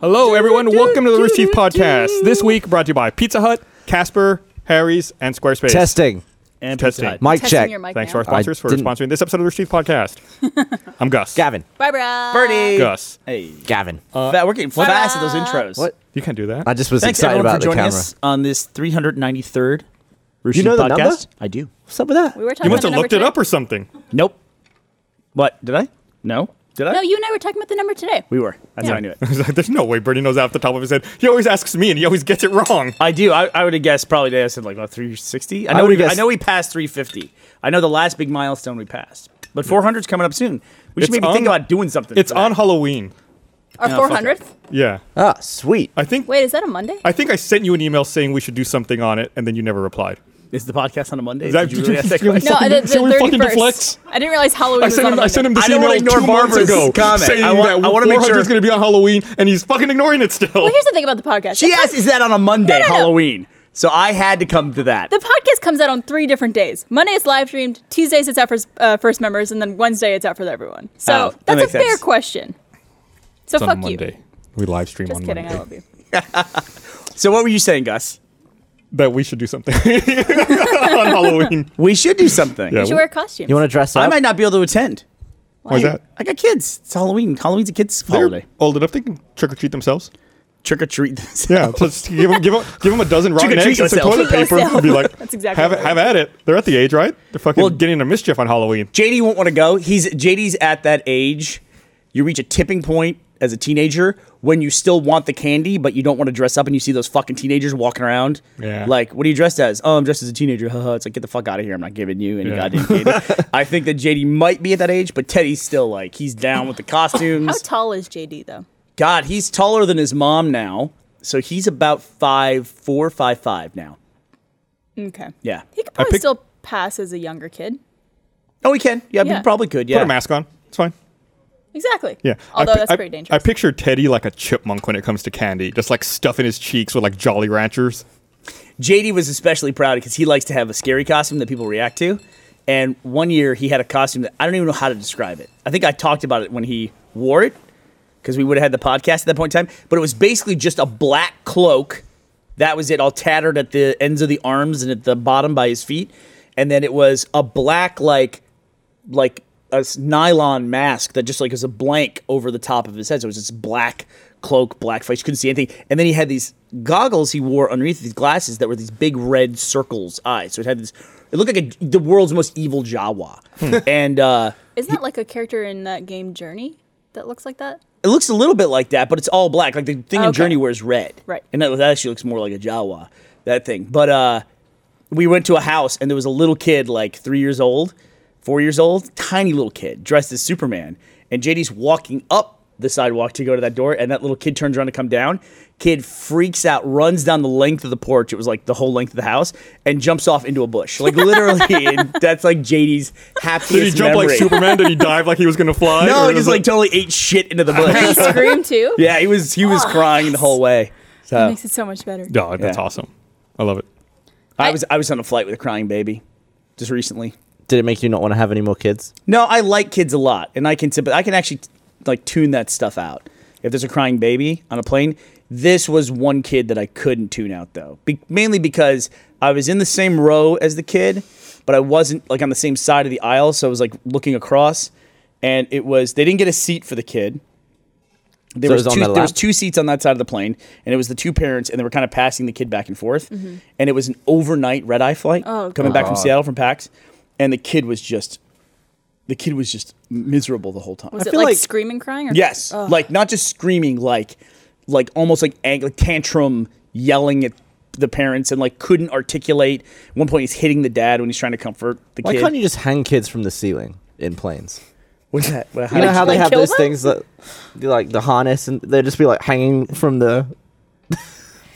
Hello, everyone. Welcome to the Rooster Teeth Podcast. This week brought to you by Pizza Hut, Casper, Harry's, and Squarespace. Testing. and Testing. Pizza Hut. Mic Testing check. your mic Thanks to now. our sponsors for didn't- sponsoring this episode of the Rooster Teeth Podcast. I'm Gus. Gavin. Barbara. Gus. Hey, Gavin. Fa- we're getting fast at those intros. What? You can't do that. I just was Uh, Thanks excited everyone about for the joining camera. us on this 393rd Rooster You know Teeth the podcast. number? I do. What's up with that? We were talking you must about have the looked it number up today. or something. Nope. What did I? No. Did I? No, you and I were talking about the number today. we were. That's Yeah. how I knew it. It's like, There's no way Bernie knows off the top of his head. He always asks me and he always gets it wrong. I do. I, I would have guessed probably today. I said like about 360. I know. would've we, I guessed- know we passed 350. I know the last big milestone we passed, but 400's coming up soon. We should It's maybe on think the- about doing something. It's for that. on Halloween. Our No, four fuck hundredth. Yeah. Ah, sweet. I think Wait, is that a Monday? I think I sent you an email saying we should do something on it, and then you never replied. Is the podcast on a Monday? that- Did you really ask that you really question? no, fucking- I did shall we the fucking thirty deflect? first. I didn't realize Halloween I was sent, on him, a I sent him Monday. this I don't email wanna ignore two months Barbara's ago comment. saying I wa- that I wanna make 400 is sure- going to be on Halloween, and he's fucking ignoring it still. Well, here's the thing about the podcast. She The asked, pod- "Is that on a Monday, no, no. Halloween?" So I had to come to that. The podcast comes out on three different days. Monday is live streamed. Tuesdays it's out for uh, first members, and then Wednesday it's out for everyone. So Oh, that that's a makes fair sense. question. So fuck you. We live stream Just on kidding. I Monday. love you. So what were you saying, Gus? That we should do something on Halloween. We should do something. Yeah. You should wear a costume. You want to dress up? I might not be able to attend. Why's that? I got kids. It's Halloween. Halloween's a kids' They're holiday. old enough they can trick or treat themselves. Trick or treat. Yeah, just give them give them give them a dozen rotten eggs Trick-or-treat and some yourself. toilet paper Yourself. and be like, That's exactly have what it, it have at it. They're at the age, right? They're fucking Well- getting into mischief on Halloween. JD won't want to go. He's JD's at that age. You reach a tipping point as a teenager when you still want the candy, but you don't want to dress up, and you see those fucking teenagers walking around. Yeah. Like, what are you dressed as? Oh, I'm dressed as a teenager. Haha. It's like, get the fuck out of here. I'm not giving you any Yeah. goddamn candy. I think that JD might be at that age, but Teddy's still like he's down with the costumes. How tall is JD though? God, he's taller than his mom now. So he's about five four, five five now. Okay. Yeah. He could probably pick- still pass as a younger kid. Oh, he can. Yeah, Yeah. he probably could. Put Yeah. a mask on. It's fine. Exactly. Yeah. I Although pi- that's I- pretty dangerous. I picture Teddy like a chipmunk when it comes to candy, just like stuffing his cheeks with like Jolly Ranchers. JD was especially proud because he likes to have a scary costume that people react to. And one year he had a costume that I don't even know how to describe it. I think I talked about it when he wore it because we would have had the podcast at that point in time. But it was basically just a black cloak. That was it, all tattered at the ends of the arms and at the bottom by his feet. And then it was a black, like, like a s- nylon mask that just like was a blank over the top of his head. So it was this black cloak, black face. You couldn't see anything. And then he had these goggles he wore underneath these glasses that were these big red circles eyes. So it had this. It looked like a, the world's most evil Jawa, and uh, Isn't that like a character in that game Journey that looks like that? it looks a little bit like that, but it's all black. Like the thing in Okay. Journey wears red, Right. And that, that actually looks more like a Jawa, that thing. But uh, we went to a house and there was a little kid, like three years old, four years old, tiny little kid, dressed as Superman. And JD's walking up the sidewalk to go to that door, and that little kid turns around to come down. Kid freaks out, runs down the length of the porch. It was like the whole length of the house, and jumps off into a bush. Like literally, and that's like JD's happiest Did he jump memory. like Superman? Did he dive like he was gonna fly? No, Or he just was like totally ate shit into the bush. Did he scream too? Yeah, he was he was crying the whole way. Oh, That So makes it so much better. No, that's Yeah. awesome. I love it. I was I was on a flight with a crying baby just recently. Did it make you not want to have any more kids? No, I like kids a lot, and I can but I can actually like tune that stuff out. If there's a crying baby on a plane, this was one kid that I couldn't tune out though, Be- mainly because I was in the same row as the kid, but I wasn't like on the same side of the aisle, so I was like looking across, and it was they didn't get a seat for the kid. There So it was, was on two, their there was lap? two seats on that side of the plane, and it was the two parents, and they were kind of passing the kid back and forth, and it was an overnight red eye flight Oh, coming back from God. Seattle from PAX, and the kid was just the kid was just miserable the whole time. Was I it feel like, screaming, crying? Or? Yes, Ugh. like not just screaming, like like almost like, ang- like tantrum, yelling at the parents, and like couldn't articulate. At one point, he's hitting the dad when he's trying to comfort the Why kid. can't you just hang kids from the ceiling in planes? What's that? What- You know how they like have kill those them? things that, like the harness, and they just be like hanging from the.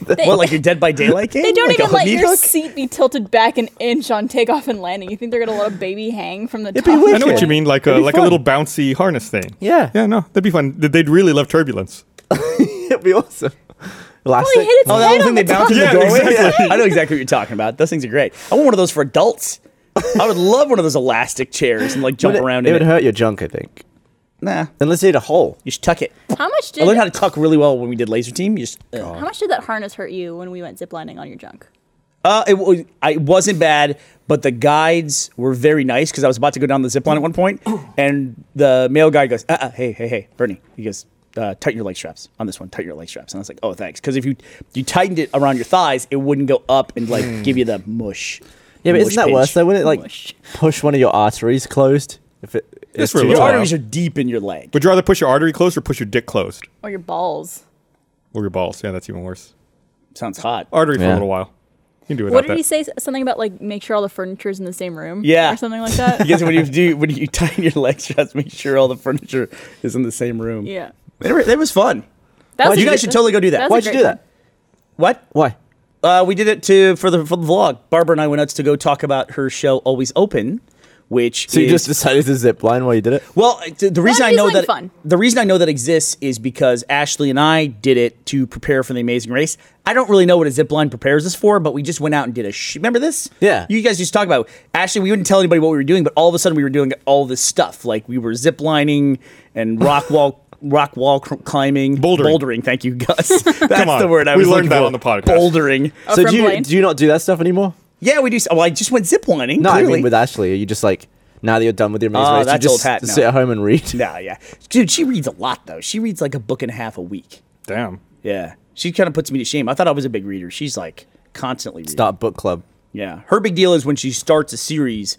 they, what like your Dead by Daylight game? they don't Like a even let hook your hook? seat be tilted back an inch on takeoff and landing. You think they're gonna let a baby hang from the It'd be top? wicked. I know what you mean, like a It'd be like a fun. little bouncy harness thing. Yeah. Yeah, no, that'd be fun. Th- They'd really love turbulence. It'd be awesome. Elastic. hit its Oh, that head little on thing they the bounce in Yeah, the doorway. exactly. I know exactly what you're talking about. Those things are great. I want one of those for adults. I would love one of those elastic chairs and like jump Would it, around It in would it. hurt your junk, I think. Nah, Unless you ate a hole. you should tuck it. How much I did learned how to tuck really well when we did laser team. You just, uh, how much did that harness hurt you when we went ziplining on your junk? uh, it, was, I, it wasn't bad, but the guides were very nice because I was about to go down the zip line at one point, and the male guy goes, uh, uh, "Hey, hey, hey, Bernie," he goes. Uh, tighten your leg straps on this one. Tighten your leg straps, and I was like, "Oh, thanks." Because if you you tightened it around your thighs, it wouldn't go up and like give you the mush. Hmm. Yeah, but mush isn't that pinch. worse though? Wouldn't it like Mush. push one of your arteries closed? If it, it's for a little too Your Wow. tight? arteries are deep in your leg. Would you rather push your artery closed or push your dick closed? Or your balls? Or your balls? Yeah, that's even worse. Sounds hot. Artery for a Yeah. little while. You can do without What did that. he say? Something about like make sure all the furniture's in the same room? Yeah. Or something like that? Because when you do when you tighten your leg straps, make sure all the furniture is in the same room. yeah. It, it was fun. That was you a guys good- should totally go do that. was a Why'd you great do that? What? Why? Uh, we did it to for the for the vlog. Barbara and I went out to go talk about her show Always Open, which So you is- just decided to zip line while you did it? Well, uh, the, the reason I it's know like that fun. the reason I know that exists is because Ashley and I did it to prepare for the Amazing Race. I don't really know what a zip line prepares us for, but we just went out and did a. Sh- Remember this? Yeah. You guys used to talk about it. Ashley. We wouldn't tell anybody what we were doing, but all of a sudden we were doing all this stuff. Like we were zip lining and rock wall. Rock wall cr- climbing, Bouldering. bouldering. Thank you, Gus. That's on. the word I We was learned looking that for. on the podcast. Bouldering. Oh, so from do you, Blaine? do you not do that stuff anymore? Yeah, we do. s- Well, I just went zip lining. No, I clearly. mean with Ashley, are you just like now that you're done with your amazing Oh, race, you that's just old hat now. sit at home and read? Nah, yeah, dude. She reads a lot though. She reads like a book and a half a week. Damn. Yeah. She kind of puts me to shame. I thought I was a big reader. She's like constantly reading. Start book club. Yeah. Her big deal is when she starts a series,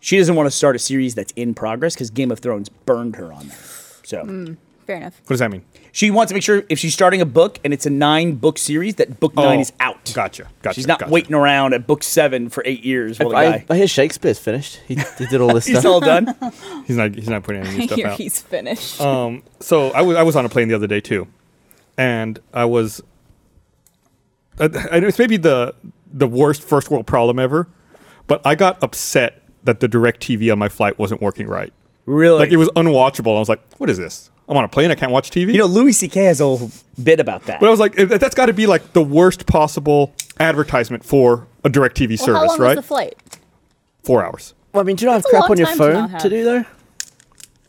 she doesn't want to start a series that's in progress because Game of Thrones burned her on that. So Fair enough. What does that mean? she wants to make sure if she's starting a book and it's a nine book series, that book Oh, nine is out. Oh, Gotcha. Gotcha. She's not gotcha. waiting around at book seven for eight years while the I, guy. I hear Shakespeare's finished. He, he did all this He's stuff. all done. He's not. He's not putting any new I stuff hear out. he's finished. Um, so I was I was on a plane the other day too, and I was. I, I know it's maybe the the worst first world problem ever, but I got upset that the direct TV on my flight wasn't working right. Really? Like it was unwatchable. I was like, "What is this? I'm on a plane. I can't watch TV." you know, Louis C.K. has a whole bit about that. but I was like, "That- "That's got to be like the worst possible advertisement for a direct TV well, how service, long was right?" the flight? Four hours. Well, I mean, do you not have That's a crap on long your time to phone not to, have. do though?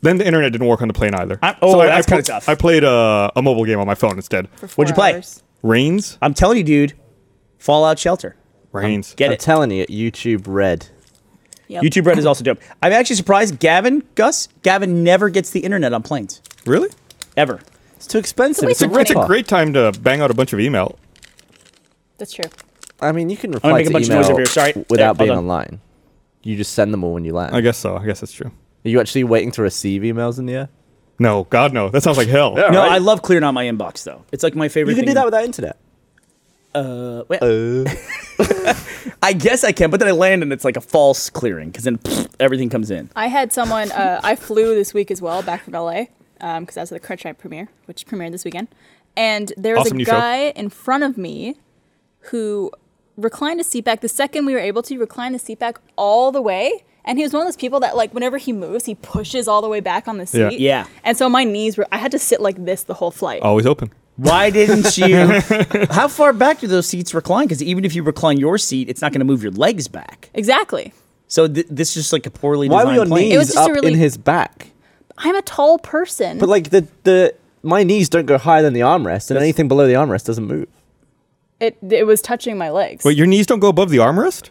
Then the internet didn't work on the plane either. I- oh, I, that's I, pla- kinda tough. I played uh, a mobile game on my phone instead. For four What'd you play? hours. Rains, I'm telling you, dude, Fallout Shelter. rains. Get I'm it. telling you, YouTube Red. Yep. YouTube Red is also dope. I'm actually surprised Gavin, Gus, Gavin never gets the internet on planes. really? Ever. It's too expensive. It's It's a a, waste It's rip of a uh. Huh. great time to bang out a bunch of email. That's true. I mean, you can I'm gonna reply make a to bunch of email noise over here. Sorry. w- There, without hold being on. online. You just send them all when you land. I guess so. I guess that's true. Are you actually waiting to receive emails in the air? No, God, no. That sounds like hell. No, Alright. I love clearing out my inbox though. It's like my favorite. You can thing. do that without internet. Uh, wait. I guess I can, but then I land and it's like a false clearing because then pfft, everything comes in. I had someone. Uh, I flew this week as well, back from LA, because that was the Crunchbite premiere, which premiered this weekend. And there was Awesome a new show. guy in front of me who reclined his seat back. The second we were able to, he reclined the seat back all the way. And he was one of those people that, like, whenever he moves, he pushes all the way back on the Yeah. seat. Yeah. And so my knees were. I had to sit like this the whole flight. Always open. Why didn't you? how far back do those seats recline? Because even if you recline your seat, it's not going to move your legs back. Exactly. So th- this is just like a poorly Why designed were your plane. It was knees just up a really- in his back? I'm a tall person. But like the the my knees don't go higher than the armrest, and That's- anything below the armrest doesn't move. it, it was touching my legs. Wait, your knees don't go above the armrest?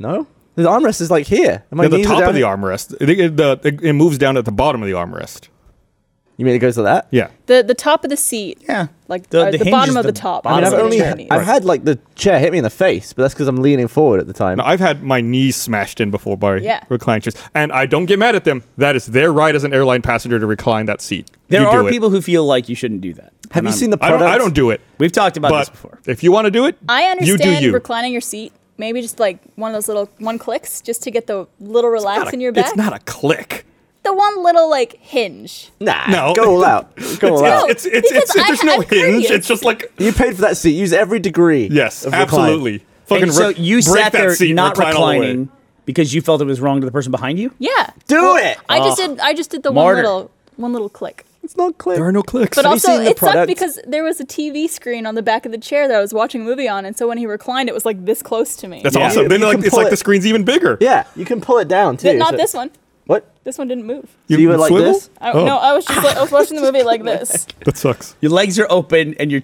No, the armrest is like here. and my No, the knees are top down of the here. armrest. It, it- the- it- it moves down at the bottom of the armrest. You mean it goes like that? Yeah. the the top of the seat. Yeah. Like The- uh, the the, hinge is bottom of the the top. I mean, bottom I've of the only chair. I've had like the chair hit me in the face, but that's because I'm leaning forward at the time. No, I've had my knees smashed in before by Yeah. reclined chairs, and I don't get mad at them. That is their right as an airline passenger to recline that seat. there You do are it. people who feel like you shouldn't do that. Have you seen the I don't, product? I don't do it. We've talked about this But before. if you want to do it, I you do understand you. reclining your seat. Maybe just like one of those little one clicks, just to get the little relax Not a- in your back. It's not a click. the one little like hinge. Nah, No. go all out. Go all out. It's it's because it's, it's there's I- no I'm curious. hinge. It's just like You paid for that seat. Use every degree. yes, of recline. absolutely. Fucking And so rip- you break that sat there seat, not recline all the way. reclining because you felt it was wrong to the person behind you. Yeah. Do it! I just did. I just did the Martyr. one little one little click. It's not clear. There are no clicks. But Have you also, seen the it sucked product? because there was a TV screen on the back of the chair that I was watching a movie on, and so when he reclined, it was like this close to me. That's Yeah. awesome. Then You like can it's pull like the it- screen's even bigger. yeah, you can pull it down too. But not so- this one. What? This one didn't move. So you went like swivel? this? I, Oh, No, I was just like, I was watching the movie like this. that sucks. Your legs are open and your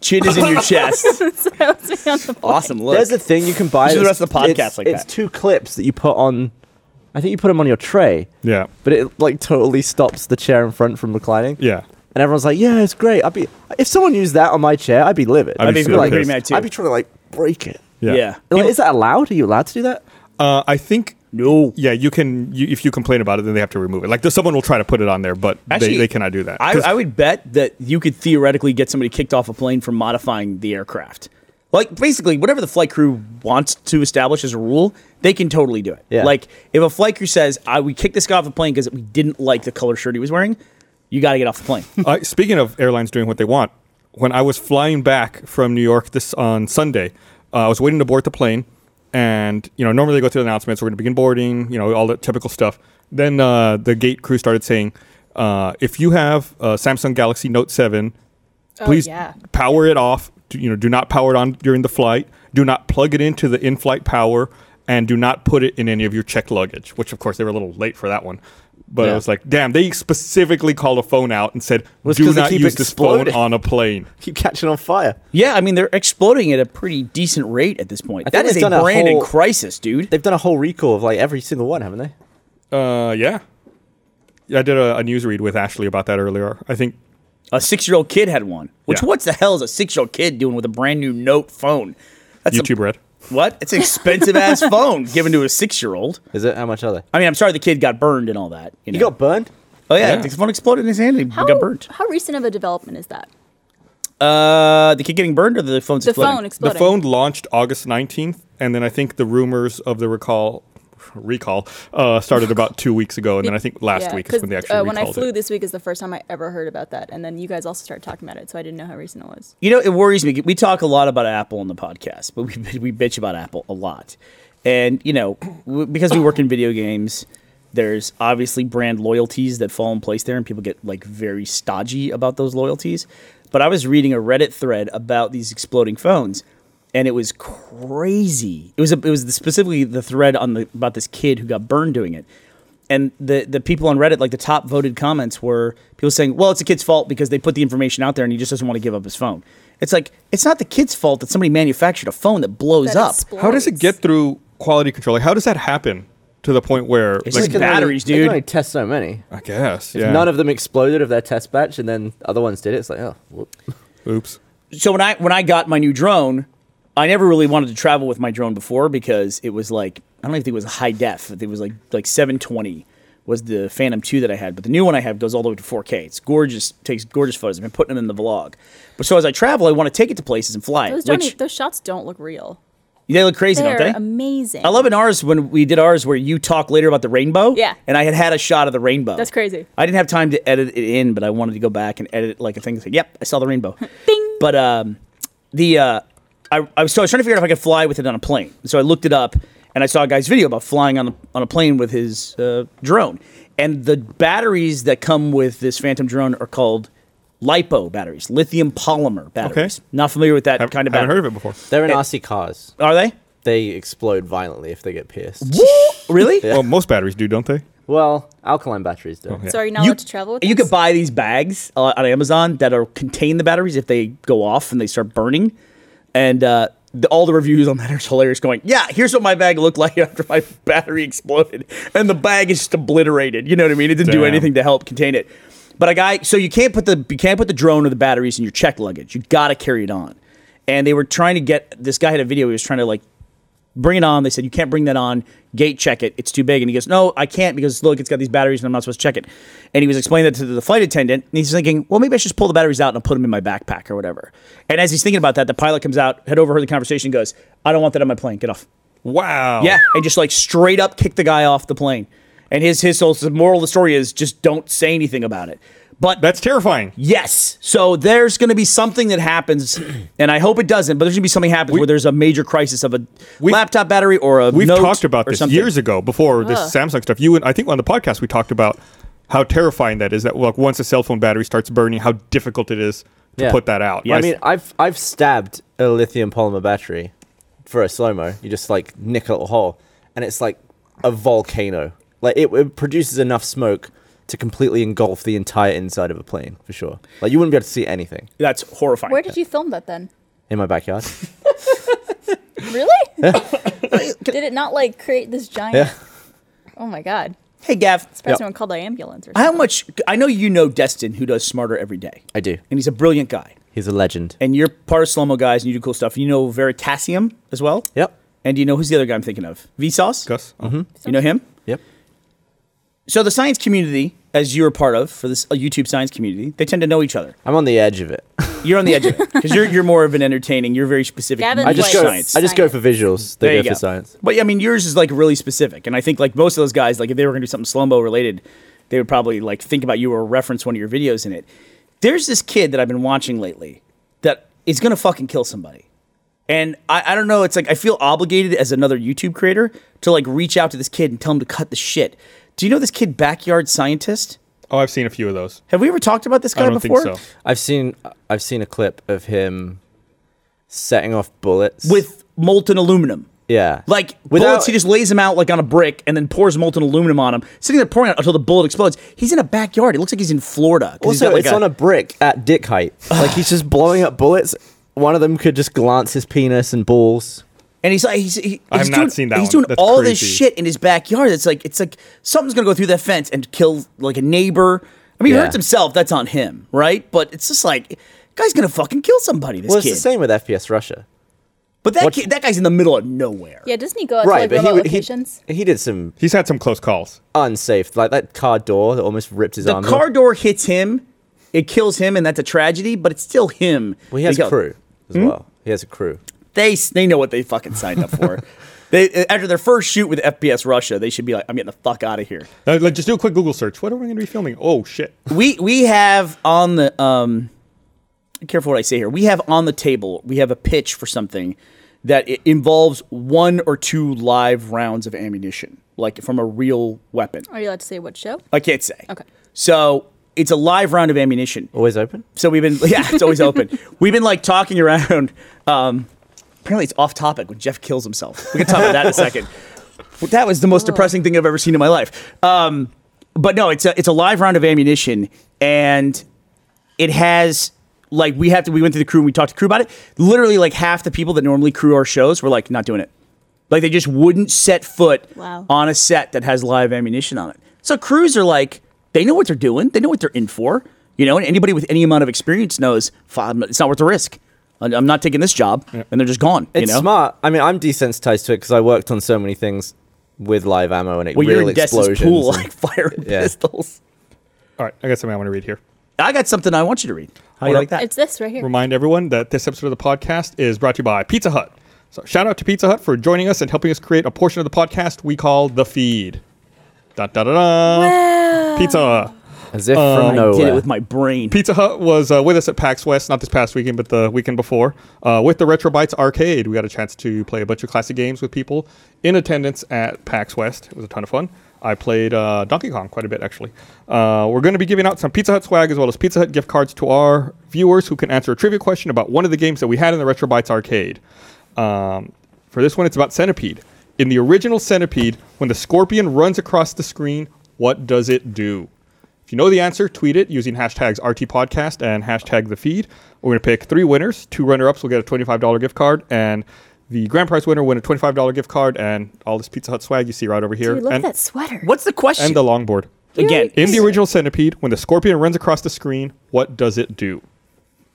chin is in your chest. so I was sitting on the floor. Awesome look. There's a thing you can buy. Just do the that's- rest of the podcast it's- like It's that. two clips that you put on. I think you put them on your tray, Yeah. but it like totally stops the chair in front from reclining. Yeah. And everyone's like, "Yeah, it's great." I'd be if someone used that on my chair, I'd be livid. I'd be I'd be super like, pretty pissed. mad too. I'd be trying to like break it. Yeah. yeah. Like, is that allowed? Are you allowed to do that? Uh, I think No. yeah, you can. You, if you complain about it, then they have to remove it. Like, there's someone will try to put it on there, but Actually, they, they cannot do that. I, 'Cause- I would bet that you could theoretically get somebody kicked off a plane for modifying the aircraft. Like basically, whatever the flight crew wants to establish as a rule, they can totally do it. Yeah. Like if a flight crew says, "I we kicked this guy off the plane because we didn't like the color shirt he was wearing," you got to get off the plane. Uh, speaking of airlines doing what they want, when I was flying back from New York this on Sunday, uh, I was waiting to board the plane, and you know normally they go through the announcements. We're going to begin boarding, you know all the typical stuff. Then uh, the gate crew started saying, uh, if you have a Samsung Galaxy Note Seven, please yeah. power it off. Do- You know, do not power it on during the flight. Do not plug it into the in-flight power, and do not put it in any of your checked luggage. Which, of course, they were a little late for that one. But I Yeah. was like, damn, they specifically called a phone out and said, Well, it's do 'cause they not keep use this phone exploding. on a plane. Keep catching on fire. yeah, I mean they're exploding at a pretty decent rate at this point. think That is they've a done a brand in whole- crisis, dude. They've done a whole recall of like every single one, haven't they? Uh, yeah. Yeah, I did a, a news read with Ashley about that earlier. I think A six-year-old kid had one. Which Yeah. what the hell is a six-year-old kid doing with a brand new Note phone? That's a- YouTube read. What? It's an expensive ass phone given to a six year old. Is it? How much are they? I mean, I'm sorry the kid got burned and all that. You You, know? got burned? oh yeah, Yeah. the phone exploded in his hand. and He How, got burned. how recent of a development is that? Uh, the kid getting burned or the phone's The exploding? phone The exploding. phone launched August 19th, and then I think the rumors of the recall recall uh, started about two weeks ago, and then I think last Yeah, week is 'cause, when they actually uh, recalled when I flew it. this week is the first time I ever heard about that, and then you guys also started talking about it, so I didn't know how recent it was. You know, it worries me. We talk a lot about Apple on the podcast, but we we bitch about Apple a lot, and you know, w- because we work in video games, there's obviously brand loyalties that fall in place there, and people get like very stodgy about those loyalties. But I was reading a Reddit thread about these exploding phones, and it was crazy. It was a, it was specifically the thread on the about this kid who got burned doing it and the the people on Reddit, like the top voted comments were people saying, "Well, it's a kid's fault because they put the information out there and he just doesn't want to give up his phone." It's like it's not the kid's fault that somebody manufactured a phone that blows That up. explodes. How does it get through quality control? Like, how does that happen to the point where, It's like, just- batteries, They dude. can only test so many. I guess, yeah. None of them exploded of their test batch, and then other ones did it. It's like, oh, whoop. Oops. so when I when I got my new drone, I never really wanted to travel with my drone before because it was like I don't even think it was high def. It was like like 720 was the Phantom 2 that I had, but the new one I have goes all the way to 4K. It's gorgeous, takes gorgeous photos. I've been putting them in the vlog. But so as I travel, I want to take it to places and fly it, Those, which don't e- those shots don't look real. they look crazy, They're don't they? amazing. I love in ours when we did ours where you talk later about the rainbow. Yeah. And I had had a shot of the rainbow. That's crazy. I didn't have time to edit it in, but I wanted to go back and edit like a thing. Like, yep, I saw the rainbow. Bing. But um, the uh, I, I was so I was trying to figure out if I could fly with it on a plane. So I looked it up and I saw a guy's video about flying on a, on a plane with his uh, drone. And the batteries that come with this Phantom drone are called lipo batteries, lithium polymer batteries. Not familiar with that I've, kind of haven't battery. heard of it before. They're in RC cars. Are they? They explode violently if they get pierced. really? Well, most batteries do, don't they? Well, alkaline batteries do. yeah. so are you not allowed to travel with You those? could buy these bags uh, on Amazon that are contain the batteries if they go off and they start burning. And uh, the, all the reviews on that are hilarious. Going, yeah, here's what my bag looked like after my battery exploded, and the bag is just obliterated. You know what I mean? It didn't do Damn. anything to help contain it. But a guy, so you can't put the you can't put the drone or the batteries in your check luggage. You got to carry it on. And they were trying to get this guy had a video. He was trying to like bring it on. They said, you can't bring that on. Gate check it. It's too big. And he goes, no, I can't because look, it's got these batteries and I'm not supposed to check it. And he was explaining that to the flight attendant. And he's thinking, well, maybe I should just pull the batteries out and I'll put them in my backpack or whatever. And as he's thinking about that, the pilot comes out, had overheard the conversation, and goes, I don't want that on my plane. Get off. Wow. Yeah. And just like straight up kicked the guy off the plane. And his, his whole the moral of the story is just don't say anything about it. But That's terrifying. Yes. So there's going to be something that happens, and I hope it doesn't. But there's going to be something happens where there's a major crisis of a We've- laptop battery or a. We've note talked about or this something. years ago before this Ugh. Samsung stuff. You and I think on the podcast we talked about how terrifying that is. That like once a cell phone battery starts burning, how difficult it is to Yeah. put that out. Yeah, I Like, mean, I've I've stabbed a lithium polymer battery for a slow mo. You just like nick a little hole, and it's like a volcano Like it, it produces enough smoke to completely engulf the entire inside of a plane for sure. Like you wouldn't be able to see anything That's horrifying. Where did you film that then? in my backyard. Really? Did it not like create this giant? yeah. Oh my god! hey, Gav. Surprised Yep. no one called the ambulance or something. How much? I know you know Destin, who does Smarter every day, I do. and he's a brilliant guy. He's a legend. And you're part of Slomo guys, and you do cool stuff. You know Veritasium as well. Yep. And you know who's the other guy I'm thinking of? Vsauce. Gus. Oh. You know him. Yep. So the science community, as you're a part of for this uh, YouTube science community, they tend to know each other. I'm on the edge of it. You're on the edge of it because you're you're more of an entertaining. You're very specific. Gavin's I just like go. science. I just go for science. visuals. They There go you for go. science. But yeah, I mean, yours is like really specific, and I think like most of those guys, like if they were gonna do something slumbo related, they would probably like think about you or reference one of your videos in it. There's this kid that I've been watching lately that is gonna fucking kill somebody, and I, I don't know. It's like I feel obligated as another YouTube creator to like reach out to this kid and tell him to cut the shit. Do you know this kid, backyard scientist? oh, I've seen a few of those. Have we ever talked about this guy I don't before? think so. I've seen. I've seen a clip of him setting off bullets With molten aluminum. yeah, Like Without- bullets, he just lays them out like on a brick and then pours molten aluminum on him, sitting there pouring out until the bullet explodes. He's in a backyard. It looks like he's in Florida. 'cause he's Also, got, like, it's on a brick at dick height. like he's just blowing up bullets. One of them could just glance his penis and balls. and he's like he's, he, I have he's not doing, seen that He's one. doing That's all this crazy. shit in his backyard. It's like it's like something's gonna go through that fence and kill like a neighbor. I mean, he Yeah. hurts himself. That's on him, right? But it's just like guy's gonna fucking kill somebody. This Well, it's kid. the same with FPS Russia. But that What- kid, that guy's in the middle of nowhere. Yeah, doesn't he go out right, to like remote but he, w- locations? he he did some He's had some close calls. unsafe, like that car door that almost ripped his The arm. car off. door hits him. It kills him, and that's a tragedy. But it's still him. Well, he has They go- crew as well. He has a crew. they they know what they fucking signed up for. they uh, after their first shoot with FPS Russia, they should be like, I'm getting the fuck out of here. Uh, like, just do a quick Google search. What are we going to be filming? Oh shit! We we have on the um, careful what I say here. We have on the table. We have a pitch for something that it involves one or two live rounds of ammunition, like from a real weapon. Are you allowed to say what show? I can't say. Okay. So it's a live round of ammunition. Always open. So we've been yeah, it's always open. We've been like talking around. Um, apparently, it's off topic when Jeff kills himself. We can talk about that in a second. But that was the most depressing thing I've ever seen in my life. Um, but no, it's a it's a live round of ammunition, and it has like we have to. We went to the crew and we talked to crew about it. Literally, like half the people that normally crew our shows were like not doing it. Like they just wouldn't set foot Wow. on a set that has live ammunition on it. So crews are like, they know what they're doing. They know what they're in for. You know, and anybody with any amount of experience knows "Fuck, I'm not- it's not worth the risk. I'm I'm not taking this job, and they're just gone. It's you know, smart. I mean, I'm desensitized to it because I worked on so many things with live ammo and it well, real you're in Destin's explosions. pool, and- like firing Yeah. pistols. All right, I got something I want to read here. I got something I want you to read. How you What like up? that? It's this right here. Remind everyone that this episode of the podcast is brought to you by Pizza Hut. So shout out to Pizza Hut for joining us and helping us create a portion of the podcast we call the feed. Da da da da. Pizza. as if I from nowhere. did it with my brain. Pizza Hut was uh, with us at PAX West, not this past weekend, but the weekend before, uh, with the Retrobytes Arcade. We got a chance to play a bunch of classic games with people in attendance at PAX West. It was a ton of fun. I played uh, Donkey Kong quite a bit, actually. Uh, we're going to be giving out some Pizza Hut swag as well as Pizza Hut gift cards to our viewers who can answer a trivia question about one of the games that we had in the Retrobytes Arcade. Um, for this one, it's about Centipede. In the original Centipede, when the scorpion runs across the screen, what does it do? If you know the answer, tweet it using hashtags RTPodcast and hashtag the feed. We're going to pick three winners. Two runner ups will get a $25 gift card, and the grand prize winner will win a $25 gift card and all this Pizza Hut swag you see right over here. Dude, look at and, that sweater. What's the question? and the longboard. Again, In the original Centipede, when the scorpion runs across the screen, what does it do?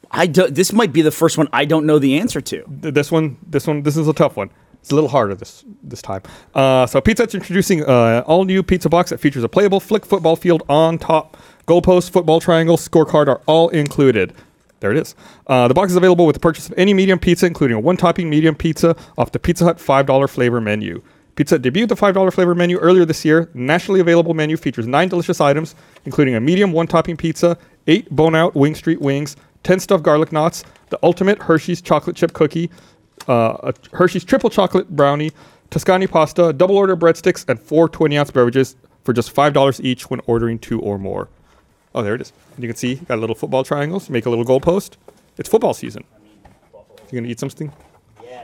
I do, this might be the first one I don't know the answer to. Th- this one, this one, this is a tough one. It's a little harder this this time. Uh, so Pizza Hut's introducing uh, all new pizza box that features a playable flick football field on top. Goalpost, football triangle, scorecard are all included. There it is. Uh, the box is available with the purchase of any medium pizza, including a one-topping medium pizza off the Pizza Hut $5 flavor menu. Pizza Hut debuted the $5 flavor menu earlier this year. The nationally available menu features nine delicious items, including a medium one-topping pizza, eight bone-out Wing Street wings, 10 stuffed garlic knots, the ultimate Hershey's chocolate chip cookie, uh, a Hershey's triple chocolate brownie, Tuscany pasta, double order breadsticks, and four 20 ounce beverages for just $5 each when ordering two or more. Oh, there it is. And you can see, got little football triangles. Make a little goalpost. It's football season. You gonna eat something?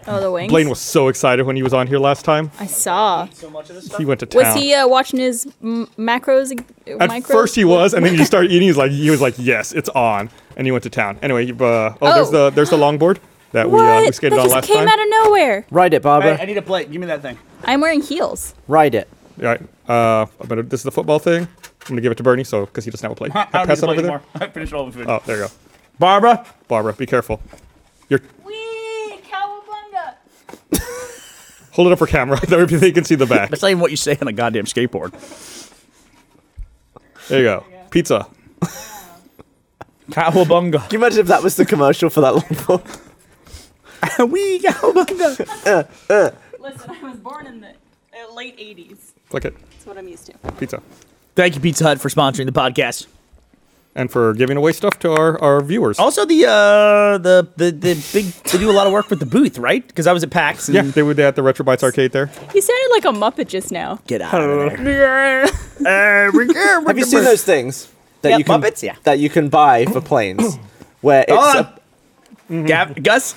Oh, the wings. Blaine was so excited when he was on here last time. I saw. So much of this He went to town. Was he uh, watching his m- macros? uh, At micros? first he was, and then you start eating. He's like, he was like, yes, it's on, and he went to town. Anyway, you- uh, oh, there's Oh. the there's the longboard that we What? uh, we skated that on just last came time. out of nowhere. Ride it, Barbara. I need a plate. Give me that thing. I'm wearing heels. Ride it. All right, uh, I better, this is the football thing. I'm gonna give it to Bernie, so because he doesn't have a plate. I don't Pass that need a over plate there. anymore. I finished all the food. Oh, there you go, Barbara. Barbara. Be careful. You're Wee, cowabunga. hold it up for camera. There, they can see the back. That's not even what you say on a goddamn skateboard. There you go. Pizza. Cowabunga. Can you imagine if that was the commercial for that longboard? we cowabunga. Listen, I was born in the uh, late 80s. Click it. That's what I'm used to. Pizza. Thank you, Pizza Hut, for sponsoring the podcast. And for giving away stuff to our our viewers. Also, the uh, the the the big they do a lot of work with the booth, right? Because I was at PAX. And Yeah, they were at the Retro Bites arcade there. You sounded like a Muppet just now. Get out of there. That's Have you seen those things that Yeah, you can Muppets, yeah. that you can buy for planes? Where it's Hold on. a- Gav- Gus,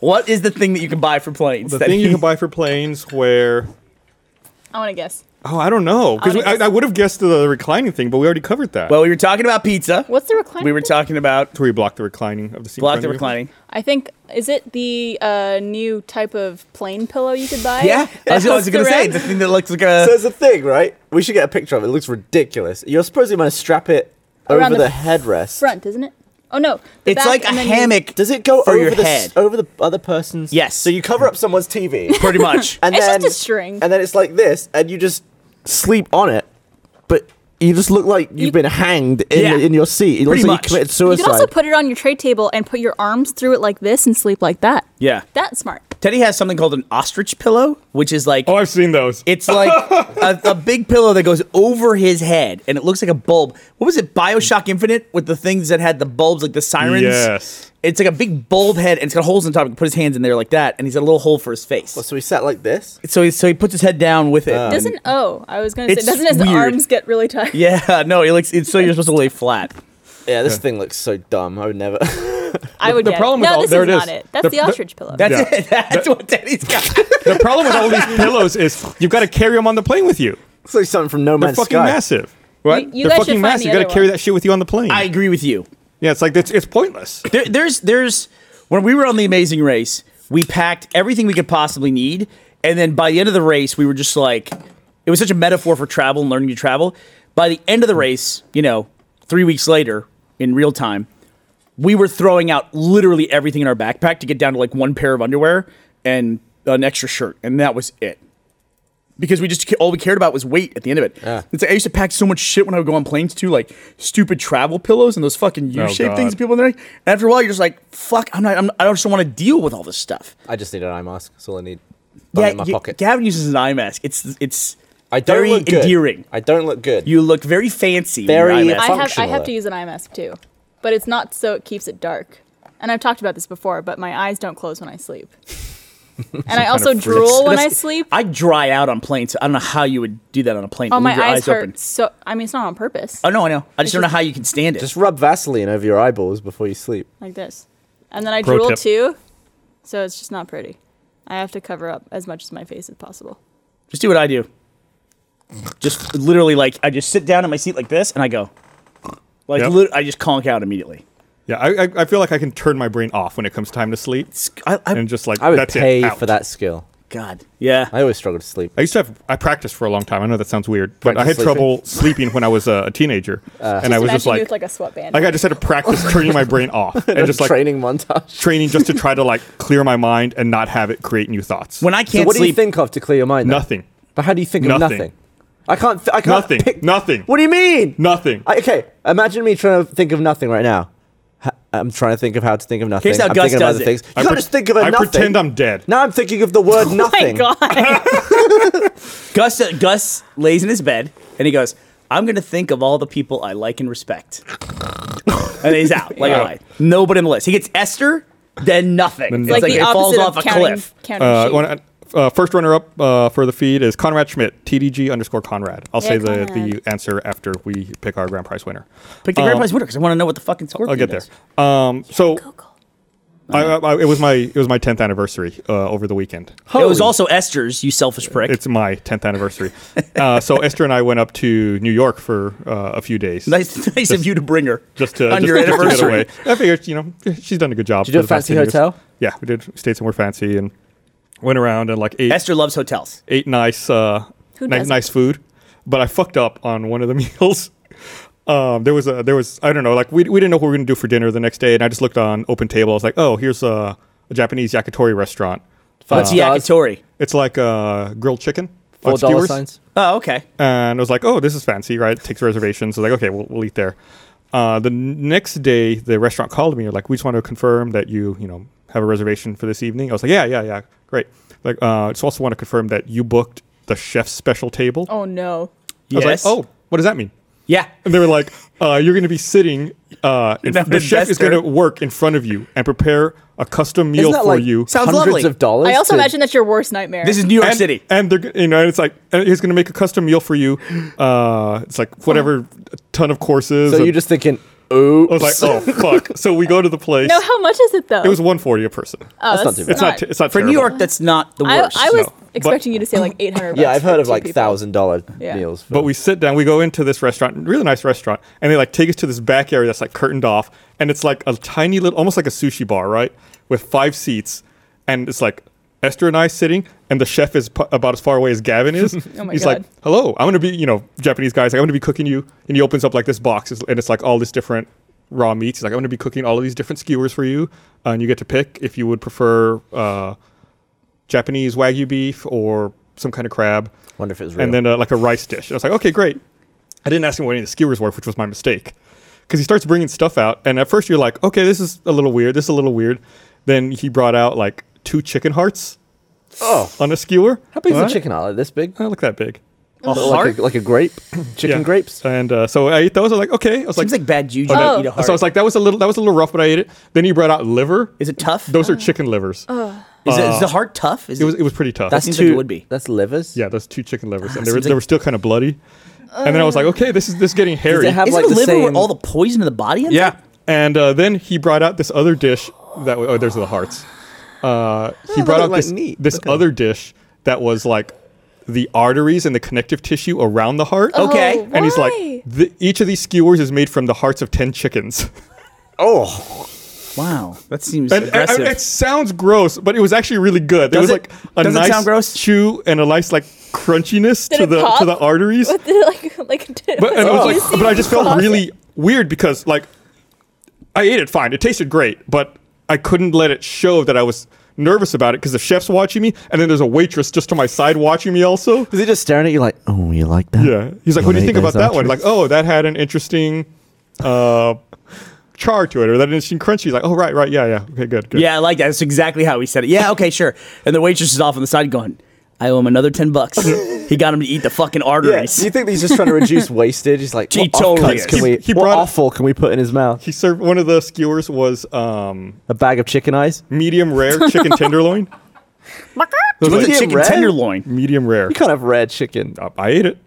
what is the thing that you can buy for planes? The that thing you he- can buy for planes where I want to guess. oh I don't know because Audience. I, I would have guessed the reclining thing, but we already covered that. Well, we were talking about pizza. What's the recliner? We were talking about to where you block the reclining of the seat. in block front the of you. reclining. I think is it the uh, new type of plane pillow you could buy? Yeah, I was, I was That's gonna say correct. the thing that looks like a. So there's a thing, right? We should get a picture of it. It looks ridiculous. You're supposedly going to strap it Around over the the, headrest. front, isn't it? Oh no, the it's back like a and then you- hammock. Does it go For over your the s- head. over the other person's? Yes. So you cover up someone's TV, pretty much. and It's then just a string. and then it's like this, and you just sleep on it, but you just look like you've You- been hanged in, Yeah. in your seat. It looks Pretty like much. you committed You suicide. could also put it on your tray table and put your arms through it like this and sleep like that. yeah. That's smart. Teddy has something called an ostrich pillow, which is like Oh, I've seen those. it's like a, a big pillow that goes over his head, and it looks like a bulb. What was it? Bioshock Infinite with the things that had the bulbs, like the sirens. Yes. It's like a big bulb head, and it's got holes on top. He can put his hands in there like that, and he's got a little hole for his face. Oh, so we sat like this. So he so he puts his head down with it. and- Doesn't oh, I was gonna say It's doesn't his weird. arms get really tired? yeah, no, it looks. It's so you're supposed to lay flat. Yeah, this thing looks so dumb. I would never. I would the get problem it. is No, all- this there is it not is. it. That's The- the, the- ostrich pillow. That's Yeah. it. That's what Teddy's got. The problem with all these pillows is you've got to carry them on the plane with you. it's like something from No They're Man's fucking Sky. massive. What? You- you They're guys should fucking find massive. the You got to other carry one. that shit with you on the plane. I agree with you. yeah, it's like it's, it's pointless. There, there's there's when we were on the Amazing Race, we packed everything we could possibly need, and then by the end of the race, we were just like, it was such a metaphor for travel and learning to travel. By the end of the race, you know, three weeks later in real time, we were throwing out literally everything in our backpack to get down to like one pair of underwear and an extra shirt, and that was it. Because we just all we cared about was weight at the end of it. It's like I used to pack so much shit when I would go on planes too, like stupid travel pillows and those fucking Oh, U-shaped God. things that people in there. And after a while, you're just like, "Fuck, I'm not. I'm, I just don't want to deal with all this stuff." I just need an eye mask. That's all I need. Put it in my you- pocket. Gavin uses an eye mask. It's it's I don't very look good. endearing. I don't look good. You look very fancy. Very- With your eye I mask. have I functional, have though. to use an eye mask too, but it's not so it keeps it dark. And I've talked about this before, but my eyes don't close when I sleep, and I also drool when I That's- sleep. I dry out on planes. So I don't know how you would do that on a plane. oh, Leave my your eyes, eyes hurt. open. So I mean, it's not on purpose. Oh no, I know. I just It's don't know just- how you can stand it. just rub Vaseline over your eyeballs before you sleep. like this, and then I Pro drool tip. too, so it's just not pretty. I have to cover up as much as my face as possible. Just do what I do. Just literally, like I just sit down in my seat like this, and I go, like Yep. lit- I just conk out immediately. Yeah, I, I I feel like I can turn my brain off when it comes time to sleep It's- I, I- and just like I would that's it, pay out. for that skill. God, yeah. I always struggle to sleep. I used to have I practiced for a long time. I know that sounds weird, but I had Practice sleeping? trouble sleeping when I was uh, a teenager, and I was Imagine just you like, with like a sweatband. like I just had to practice turning my brain off and just like training montage. training just to try to like clear my mind and not have it create new thoughts. when I So can't what do you sleep, think of to clear your mind? then? nothing, But how do you think of Nothing. nothing? I can't. Th- I can't. Nothing. Pick- Nothing. What do you mean? nothing. I, okay, imagine me trying to think of nothing right now. H- I'm trying to think of how to think of nothing. Here's how I'm Gus thinking of does other it. things. You I can't pre- just think of a I nothing. pretend I'm dead. Now I'm thinking of the word oh my nothing. god! Gus Gus lays in his bed and he goes, "I'm gonna think of all the people I like and respect," and he's out like Yeah. a light. Nobody on the list. He gets Esther, then nothing. Then it's like like, the it opposite falls of off a counting, cliff. counting Uh, sheep. when I- uh, first runner up uh, for the feed is Conrad Schmidt, TDG underscore Conrad. I'll Yeah, say the, Conrad. the answer after we pick our grand prize winner. Pick the grand prize winner because I want to know what the fucking scorpion I'll get is. there. Um, so Google. I, I, I, it was my it was my tenth anniversary uh, over the weekend. it was also Esther's, you selfish prick. It's my tenth anniversary. uh, so Esther and I went up to New York for uh, a few days. nice nice of you to bring her. Just to, on just, your just to get anniversary. away. I figured, you know, she's done a good job. Did you do for the a past fancy 10 years. hotel? Yeah, we did. Stayed somewhere fancy and went around and like ate Esther loves hotels. ate nice uh, Who nice, doesn't? nice food, but I fucked up on one of the meals. Um, there was a there was I don't know like we, we didn't know what we were gonna do for dinner the next day, and I just looked on Open Table. I was like, oh, here's a, a Japanese yakitori restaurant. What's yakitori? It's like uh, grilled chicken Four on dollar skewers. signs. Oh, okay. and I was like, oh, this is fancy, right? It takes reservations. I was like, okay, we'll, we'll eat there. Uh, the n- next day, the restaurant called me. Like, we just want to confirm that you, you know, have a reservation for this evening. I was like, yeah, yeah, yeah, great. Like, uh, just also want to confirm that you booked the chef's special table. Oh no. I was Yes. like, oh, what does that mean? Yeah. And they were like, uh, you're going to be sitting. Uh, in, No, the chef is investor. going to work in front of you and prepare a custom meal Isn't that for like you. Sounds hundreds lovely. of dollars? I also to- imagine that's your worst nightmare. This is New York and, City. And they're g- you know, and it's like and he's gonna make a custom meal for you. Uh, it's like whatever a ton of courses. So and you're just thinking, ooh. I was like, oh fuck. So we go to the place. no. How much is it though? it was one forty a person. oh, That's not too bad. it's not. T- it's not For New terrible. Oh, York, that's not the I, worst. I was No, but- expecting you to say like eight hundred. Yeah, I've heard of like thousand. thousand dollar Yeah. meals. for- But we sit down, we go into this restaurant, really nice restaurant, and they like take us to this back area that's like curtained off, and it's like a tiny little, almost like a sushi bar, right, with five seats, and it's like Esther and I sitting, and the chef is p- about as far away as Gavin is. Oh my He's God. like, "Hello, I'm gonna be, you know, Japanese guys. Like, I'm gonna be cooking you," and he opens up like this box, it's- and it's like all this different raw meats. He's like, "I'm gonna be cooking all of these different skewers for you, uh, and you get to pick if you would prefer." Uh, Japanese wagyu beef or some kind of crab wonder if it was real. and then uh, like a rice dish. I was like, okay, great. I didn't ask him what any of the skewers were, which was my mistake, because he starts bringing stuff out, and at first you're like, okay, this is a little weird. This is a little weird. Then he brought out like two chicken hearts oh, on a skewer, how big is a What? chicken heart? Like this big? uh, like that big. a Like a, like a grape? Chicken Yeah. grapes? And uh, so I ate those. I was like, okay. I was Seems like bad juju Oh. to eat a heart. so I was like, that was a little, that was a little rough, but I ate it. Then he brought out liver. is it tough? Those are chicken livers. is, it, Uh, is the heart tough? Is it was, it was pretty tough. That's seems two. like it would be. That's livers. yeah, those two chicken livers, and they were, seems they like- were still kind of bloody. and then I was like, okay, this is this is getting hairy. have Isn't like the it liver with same- all the poison in the body? In Yeah. And uh, then he brought out this other dish that wa- oh, there's the hearts. Uh, he Oh, brought they out look like this meat. this Look at other dish that was like the arteries and the connective tissue around the heart. Oh, Okay. Oh, And he's like, why? "The- each of these skewers is made from the hearts of ten chickens. Oh, there? Wow, that seems And, and- and aggressive. it sounds gross, but it was actually really good. There Does was it- like a does it nice sound gross? chew and a nice like crunchiness Did to it the pop? to the arteries. But did it, like like did, But and I it was juicy? like, but I just Pop felt it? really weird because like I ate it fine. It tasted great, but I couldn't let it show that I was nervous about it because the chef's watching me, and then there's a waitress just to my side watching me also. is he just staring at you like, oh, you like that? Yeah, he's like, You "What do you like think about those that one?" Like, arteries? "Oh, that had an interesting uh, char to it, or that interesting crunchy." He's like, "Oh, right, right, yeah, yeah, okay, good, good." yeah, I like that. That's exactly how he said it. Yeah, okay, sure. And the waitress is off on the side going, "I owe him another ten bucks. he got him to eat the fucking Yeah. arteries." Do you think that he's just trying to reduce wastage? He's like, He what offcuts totally is. can He- we? he what brought- offal can we put in his mouth? He served one of the skewers was um, A bag of chicken eyes? medium rare chicken tenderloin. It was a Medium chicken rare? tenderloin. Medium rare. You can't have red chicken. Uh, I ate it.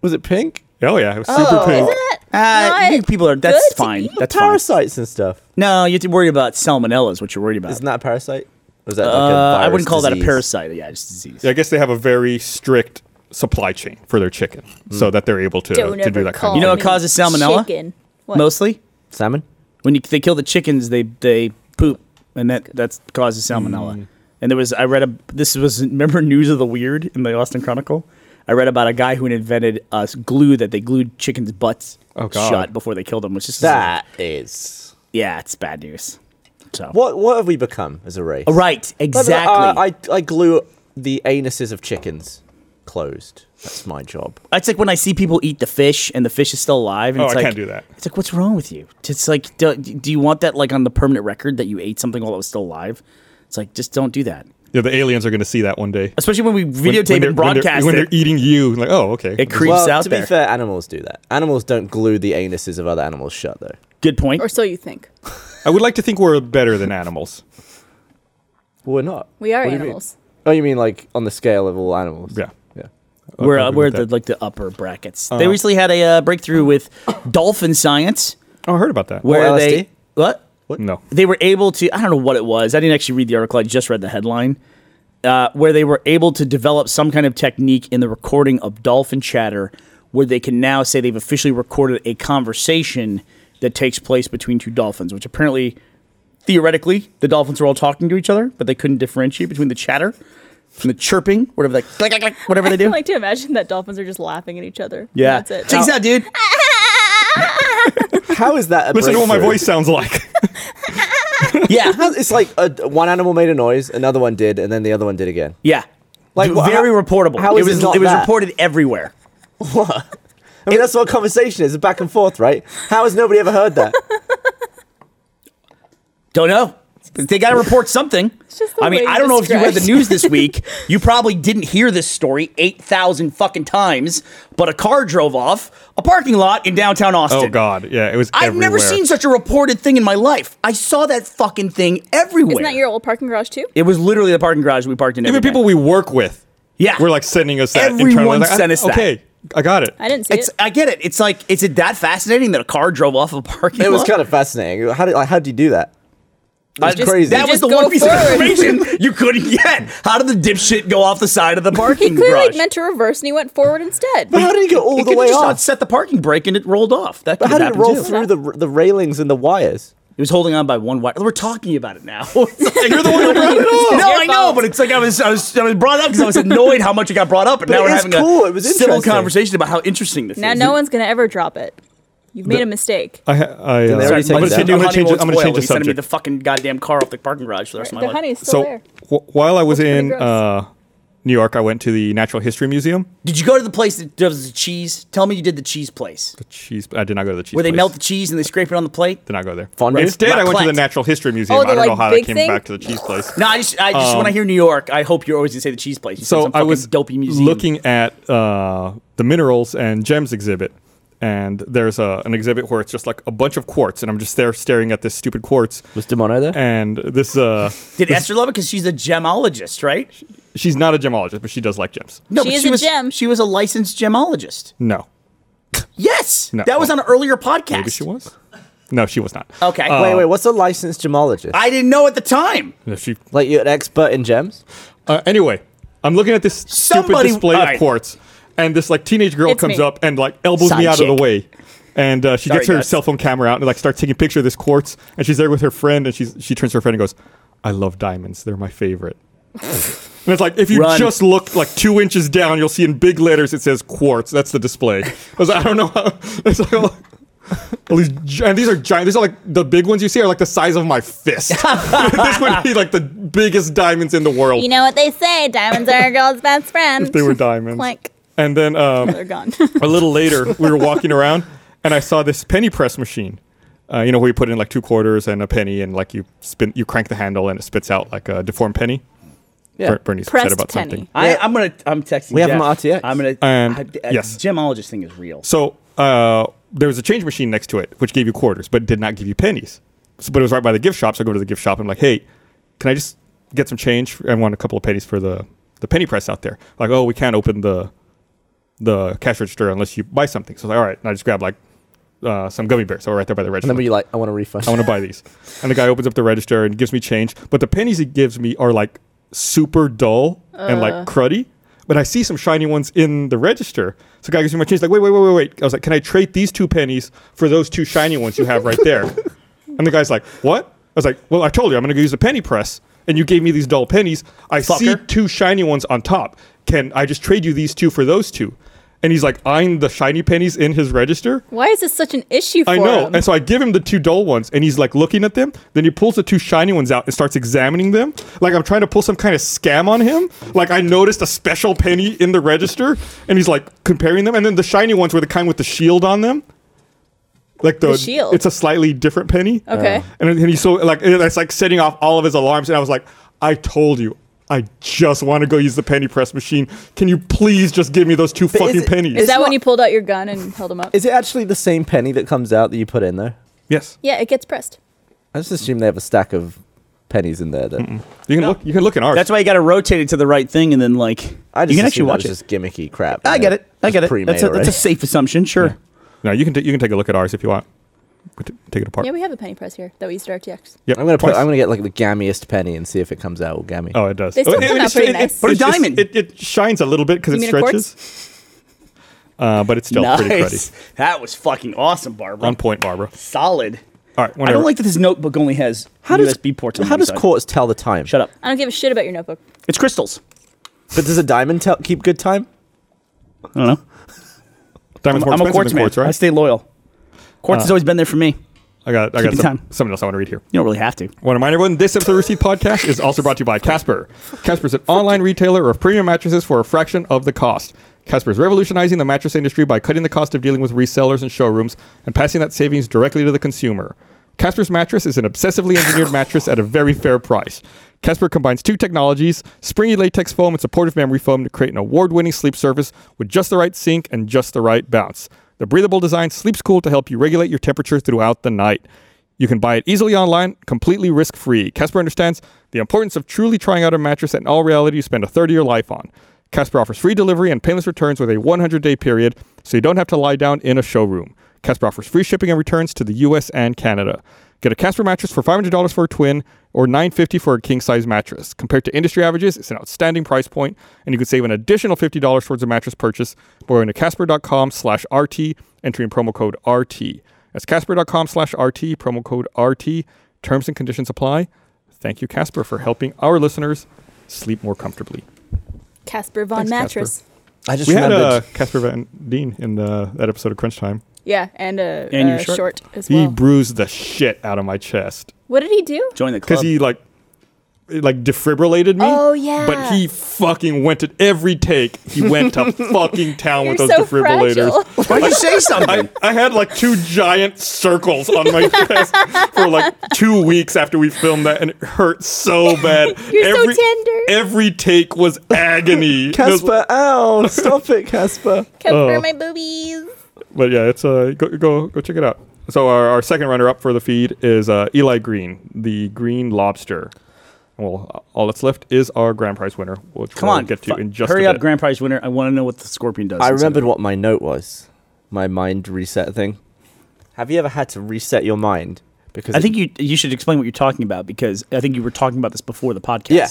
Was it pink? Oh yeah, it was super Oh, pink. Isn't it? Uh, not you people are. good That's to fine. eat? That's fine. Parasites and stuff. No, you have to worry about salmonella. Is what you're worried about. Isn't that a parasite? Or is that like a Uh, virus I wouldn't call that a disease? parasite. Yeah, just disease. Yeah, I guess they have a very strict supply chain for their chicken, so that they're able uh, to, Don't to do ever that call kind Mm. You know of what me causes salmonella? Chicken. What? Mostly, Salmon? when you, they kill the chickens, they they poop, and that that causes salmonella. Mm. And there was I read a this was remember News of the Weird in the Austin Chronicle. I read about a guy who invented uh, glue that they glued chickens' butts Oh, God. shut before they killed them, which is That is. yeah, it's bad news. So Oh, What What have we become as a race? right, By the way, exactly. Uh, I, I, I glue the anuses of chickens closed. That's my job. It's like when I see people eat the fish and the fish is still alive. And Oh, it's I like, can't do that. It's like, what's wrong with you? It's like, do, do you want that like on the permanent record that you ate something while it was still alive? It's like, just don't do that. Yeah, the aliens are going to see that one day. Especially when we When- when videotape they're- and when they're- broadcast when they're, it. eating you. Like, oh, okay. It creeps well, out to there. be fair, animals do that. Animals don't glue the anuses of other animals shut, though. Good point. Or so you think. I would like to think we're better than animals. We're not. We are What do you mean? animals. Oh, you mean like on the scale of all animals? Yeah. Yeah. we're uh, agree we're with at the, that. like the upper brackets. Uh-huh. they recently had a uh, breakthrough with dolphin science Oh, I heard about that. where Or they LSD? what What? No. they were able to i don't know what it was i didn't actually read the article i just read the headline uh, where they were able to develop some kind of technique in the recording of dolphin chatter where they can now say they've officially recorded a conversation that takes place between two dolphins which apparently theoretically the dolphins were all talking to each other but they couldn't differentiate between the chatter and the chirping whatever they click, click, click, whatever they I do like to imagine that dolphins are just laughing at each other. yeah That's it. check this out dude How is that? A Listen to what my breakthrough? voice sounds like. yeah How- It's like a, one animal made a noise, another one did, and then the other one did again. yeah Like, like wha- very how- reportable how it is was it not it was that? reported everywhere I mean, that's what conversation is—a back and forth, right? How has nobody ever heard that? Don't know. They got to report something. just the I mean, way I you don't know if you read the described news this week. You probably didn't hear this story 8,000 fucking times, but a car drove off a parking lot in downtown Austin. oh God, yeah, it was. I've never everywhere. seen such a reported thing in my life. I saw that fucking thing everywhere. Isn't that your old parking garage too? it was literally the parking garage we parked in. every even day. people we work with. Yeah. were like sending us that. Everyone internally. Like, sent us that. Okay, I got it. I didn't see It's, it. I get it. It's like, is it that fascinating that a car drove off a parking It was lot? kind of fascinating. How did like, how do you do that? I- It's crazy. That You was just the go one piece forward. of information you couldn't get. How did the dipshit go off the side of the He parking clearly garage? meant to reverse and he went forward instead. But how did he get all It the could've way just off? not set the parking brake and it rolled off. That But could how did it happen roll too. through the the railings and the wires? It was holding on by one wire. We're talking about it now. You're the one who brought it up. No, Your I know, fault. but it's like I was, I was, I was brought up because I was annoyed how much it got brought up, and But now it we're is having cool. a It was civil interesting. conversation about how interesting this Now is. no one's gonna ever drop it. You've made a mistake. I, ha- I, uh, they I'm already take gonna that? change- I'm gonna change. I'm gonna change the Sending me subject. the fucking goddamn car off the parking garage for the rest of my The life. honey's so still there. wh- while I was That's pretty in gross. uh, New York, I went to the Natural History Museum. Did you go to the place that does the cheese? Tell me you did the cheese place Cheese. I did not go to the cheese. where they place. melt the cheese and they scrape it on the plate. Did not go there. Fondue? Instead, I went to the Raclette. Natural History Museum. Oh, the, I don't know like, how that big came thing? back to the cheese place. No, I just, I just when I hear New York, I hope you're always gonna say the cheese place. You said Um, so some I fucking was dopey museum. looking at uh, the minerals and gems exhibit, and there's a, an exhibit where it's just like a bunch of quartz, and I'm just there staring at this stupid quartz. Was Demono there? And this, uh, Did Esther love it? Because she's a gemologist, right? she's not a gemologist, but she does like gems. No, She but is she a was, gem. She was a licensed gemologist. No, Yes, No. that was on an earlier podcast. maybe she was. No, she was not. Okay, wait, wait. What's a licensed gemologist? I didn't know at the time. No, Uh, She, like you're an expert in gems? uh, anyway, I'm looking at this stupid Somebody- display all of right. quartz, and this like teenage girl It's comes me. up and like elbows me Side out of chick. the way. And uh, she Sorry, gets her guys. cell phone camera out and like starts taking a picture of this quartz. And she's there with her friend, and she's she turns to her friend and goes, "I love diamonds. They're my favorite." and it's like if you Run. just look like two inches down, you'll see in big letters it says quartz. That's the display. I was like, I don't know. How, it's like, oh. all these gi- and these are giant. These are like the big ones you see are like the size of my fist. this would be like the biggest diamonds in the world. You know what they say, diamonds are a girl's best friend. If they were diamonds. Clank. And then um, They're gone. a little later, we were walking around, and I saw this penny press machine. Uh, you know where you put in like two quarters and a penny, and like you spin, you crank the handle, and it spits out like a deformed penny. Yeah. Ber- Bernie said Pressed about penny. something. I, Yeah. I'm gonna. I'm texting. We have Jeff. them on RTX. I'm gonna. Um, I- I- yes. gemologist thing is real. So uh, there was a change machine next to it, which gave you quarters, but it did not give you pennies. So, but it was right by the gift shop. So I go to the gift shop. and I'm like, hey, can I just get some change? I want a couple of pennies for the, the penny press out there. Like, oh, we can't open the the cash register unless you buy something. So I was like, all right. And I just grab like uh, some gummy bears. So we're right there by the register. And then were you like, I want a refund? I want to buy these. And the guy opens up the register and gives me change. But the pennies he gives me are like super dull and like cruddy. But I see some shiny ones in the register. So the guy gives me my change. Like, wait, wait, wait, wait, wait. I was like, can I trade these two pennies for those two shiny ones you have right there? and the guy's like, what? I was like, well, I told you I'm going to use a penny press. And you gave me these dull pennies. I see Fucker. two shiny ones on top. Can I just trade you these two for those two? And he's like eyeing the shiny pennies in his register. Why is this such an issue for I know. him? And so I give him the two dull ones, and he's like looking at them. Then he pulls the two shiny ones out and starts examining them. Like I'm trying to pull some kind of scam on him. Like I noticed a special penny in the register, and he's like comparing them. And then the shiny ones were the kind with the shield on them. Like the, The shield? It's a slightly different penny. Okay. And, then he's so like and that's like setting off all of his alarms. And I was like, I told you. I just want to go use the penny press machine. Can you please just give me those two is fucking it- pennies? is It's that when not- you pulled out your gun and held him up? Is it actually the same penny that comes out that you put in there? yes. yeah, it gets pressed. I just assume they have a stack of pennies in there. Then You can look. You can look in ours. That's why you got to rotate it to the right thing, and then like I just you assume can actually that watch was Just it. gimmicky crap. I and get it. I was get it. pre-made That's a, that's already. a safe assumption. Sure. No, you can t- you can take a look at ours if you want. We t- take it apart. Yeah, we have a penny press here that we used at RTX. Yep, I'm gonna put, twice. I'm gonna get like the gammiest penny and see if it comes out gammy. Oh, it does. They still Oh, it- come it- out it's- pretty it- it- nice. but A it's- it's- diamond. It, it shines a little bit because You it mean a quartz? stretches. Uh, but it's still pretty cruddy. That was fucking awesome, Barbara. Um, On point, Barbara. Solid. All right, I whenever. don't like that this notebook only has USB ports on How the does inside. quartz tell the time? Shut up. I don't give a shit about your notebook. It's crystals. But does a diamond tell, keep good time? I don't know. Diamond's more I'm a expensive quartz than man. quartz, I right? Uh. stay loyal. Quartz has always been there for me. I got, I got Keep in some, time. something else I want to read here. You don't really have to. Want to remind everyone, this episode of Receipt Podcast is also brought to you by Casper. Casper's an online retailer of premium mattresses for a fraction of the cost. Casper is revolutionizing the mattress industry by cutting the cost of dealing with resellers and showrooms and passing that savings directly to the consumer. Casper's mattress is an obsessively engineered mattress at a very fair price. Casper combines two technologies, springy latex foam and supportive memory foam, to create an award winning sleep surface with just the right sink and just the right bounce. The breathable design sleeps cool to help you regulate your temperature throughout the night. You can buy it easily online, completely risk free. Casper understands the importance of truly trying out a mattress that, in all reality, you spend a third of your life on. Casper offers free delivery and painless returns with a 100 day period, so you don't have to lie down in a showroom. Casper offers free shipping and returns to the US and Canada. Get a Casper mattress for $500 for a twin or $950 for a king size mattress. Compared to industry averages, it's an outstanding price point, and you can save an additional $50 towards a mattress purchase by going to casper.com slash RT, entering promo code RT. That's casper.com slash RT, promo code RT. Terms and conditions apply. Thank you, Casper, for helping our listeners sleep more comfortably. Casper von Thanks, Mattress. I just We had uh, remembered. Casper Van Dien in the, that episode of Crunch Time. Yeah, and a, And a your shirt. short. as He well. bruised the shit out of my chest what did he do? Join the because club. he like it, like defibrillated me. Oh, yeah. But he fucking went to every take. He went to fucking town with You're those so defibrillators. fragile. Why'd you say something? I, I had like two giant circles on my chest for like two weeks after we filmed that, and it hurt so bad. You're so tender. Every take was agony. It was- Casper, ow! Stop it, Casper. Cover Oh. my boobies. but yeah, it's uh, go go go check it out. So our, our second runner up for the feed is uh, Eli Green, the Green Lobster. Well, all that's left is our grand prize winner, which Come we'll on. get to fu- in just Hurry a up, bit. grand prize winner. I want to know what the scorpion does. I instead of- remembered what my note was. My mind reset thing. Have you ever had to reset your mind? Because I it- think you you should explain what you're talking about because I think you were talking about this before the podcast. yeah,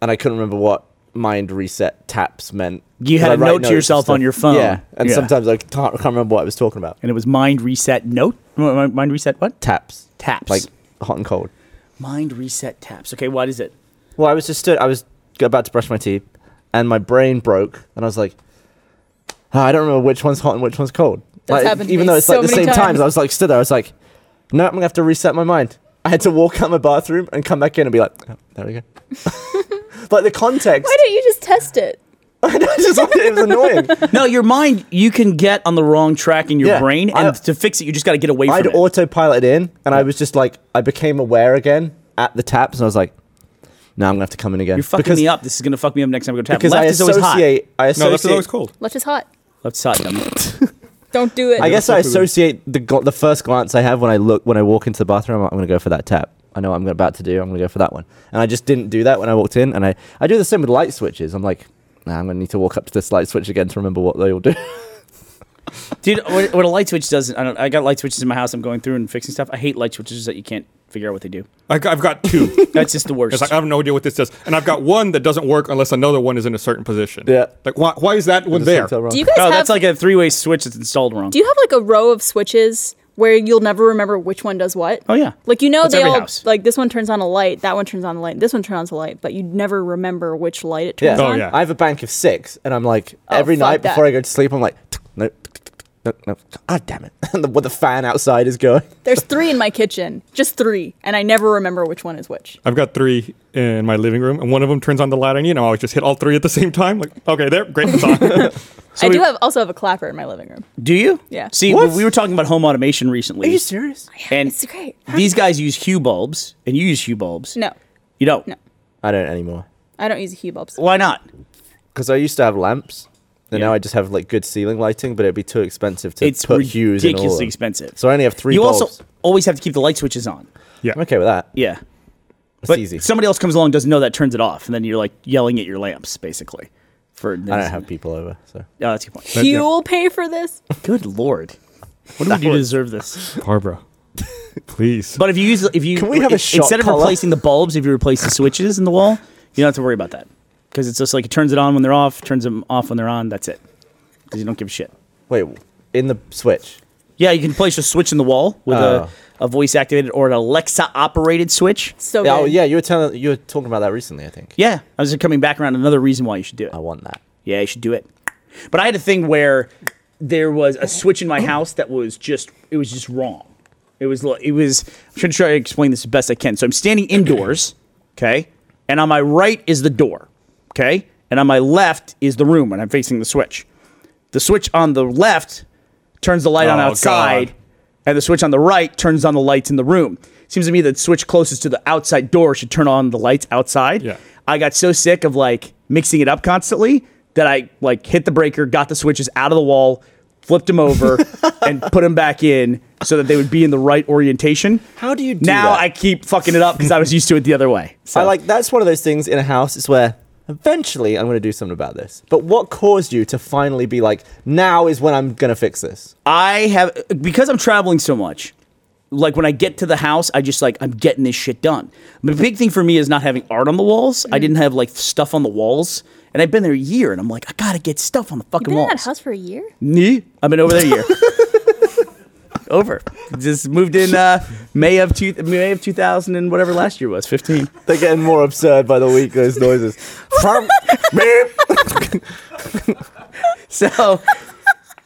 and I couldn't remember what mind reset taps meant. You had But I a write note to notes and yourself on stuff. your phone. Yeah, and Yeah. sometimes I can't, I can't remember what I was talking about. And it was mind reset note. M- m- Mind reset what? Taps, Taps. like hot and cold. mind reset taps. Okay, what is it? Well, I was just stood. I was about to brush my teeth, and my brain broke, and I was like, "Ah, I don't remember which one's hot and which one's cold. That's Like, happened to even me though it's so like the many same times. times. I was like stood there. I was like, no, I'm gonna have to reset my mind. I had to walk out my bathroom and come back in and be like, oh, there we go. like the context, Why don't you just test it? I know, it's just like- it was annoying. No, your mind you can get on the wrong track in your Yeah, brain, and I- to fix it, you just got to get away I'd from it. autopiloted in, and I was just like, I became aware again at the taps, and I was like, no, I'm gonna have to come in again. You're fucking because, me up. This is gonna fuck me up next time I go tap. Because Left I is always hot. associate, I No, associate. that's always cold. Left is hot. Left's hot. Dummy. Don't do it. I guess I fuck with them. associate the gl- the first glance I have when I look when I walk into the bathroom. I'm, I'm going to go for that tap. I know what I'm about to do. I'm going to go for that one. And I just didn't do that when I walked in. And I I do the same with light switches. I'm like, nah, I'm going to need to walk up to this light switch again to remember what they all do. Dude, what, what a light switch does, I, don't, I got light switches in my house. I'm going through and fixing stuff. I hate light switches that you can't figure out what they do. I, have got two. That's just the worst. it's like oh, I have no idea what this does, and I've got one that doesn't work unless another one is in a certain position. Yeah. Like why, why is that one there? do you guys oh, have? that's like a three way switch that's installed wrong. do you have like a row of switches where you'll never remember which one does what? Oh, yeah. Like you know That's they every all house. like this one turns on a light, that one turns on a light, this one turns on a light, but you never remember which light it Yeah. turns Oh, on. yeah. I have a bank of six, and I'm like Oh, every fuck night that. before I go to sleep, I'm like, "Tsk, no, tsk, tsk, tsk, no, no, god damn it! and the, what the fan outside is going. There's three in my kitchen, just three, and I never remember which one is which. I've got three in my living room, and one of them turns on the light I need, and I always just hit all three at the same time. Like, okay, there, great, it's on. I we- do have also have a clapper in my living room. Do you? Yeah. See, What? we were talking about home automation recently. serious? and It's great. these guys use Hue bulbs, and you use Hue bulbs. No, You don't. No. I don't anymore I don't use a Hue bulbs. Why not? because I used to have lamps. And Yeah. now I just have like good ceiling lighting, but it'd be too expensive to It's put hues in all. of ridiculously them. expensive. So I only have three you bulbs. also always have to keep the light switches on. Yeah. I'm okay with that. Yeah. It's But easy. somebody else comes along, doesn't know that, turns it off, and then you're like yelling at your lamps, basically. For I don't have people over, so Oh, that's a good point. Hue will pay for this. Good lord, what do we do to deserve this? Barbara, Please. But if you use if you Can we have a i- shot instead of collar? replacing the bulbs, if you replace the switches in the wall, you don't have to worry about that because it's just like it turns it on when they're off, turns them off when they're on. That's it because you don't give a shit. Wait, in the Switch. Yeah, you can place a switch in the wall with Oh. a, a voice activated or an Alexa operated switch. So Yeah, oh good. yeah, you were telling you were talking about that recently. I think. Yeah, I was coming back around another reason why you should do it. I want that. Yeah, you should do it. But I had a thing where there was a switch in my house that was just it was just wrong. It was li- it was I'm trying to try to explain this as best I can. So I'm standing indoors, okay, and on my right is the door, okay, and on my left is the room, and I'm facing the switch. The switch on the left turns the light on Oh, outside, God. and the switch on the right turns on the lights in the room. Seems to me that the switch closest to the outside door should turn on the lights outside. Yeah. I got so sick of like mixing it up constantly that I like hit the breaker, got the switches out of the wall, flipped them over, and put them back in so that they would be in the right orientation. How do you do now that? I keep fucking it up because I was used to it the other way. So I like that's one of those things in a house. It's where eventually I'm going to do something about this. But what caused you to finally be like, now is when I'm going to fix this? I have because I'm traveling so much. Like when I get to the house, I just like I'm getting this shit done. The big thing for me is not having art on the walls. I didn't have like stuff on the walls, and I've been there a year, and I'm like, I gotta get stuff on the fucking Been in walls. that house for a year? Nee. I've been over there a year. over. Just moved in uh, May of two May of two thousand and whatever last year was fifteen. They're getting more absurd by the week. Those noises. Frump, beep. So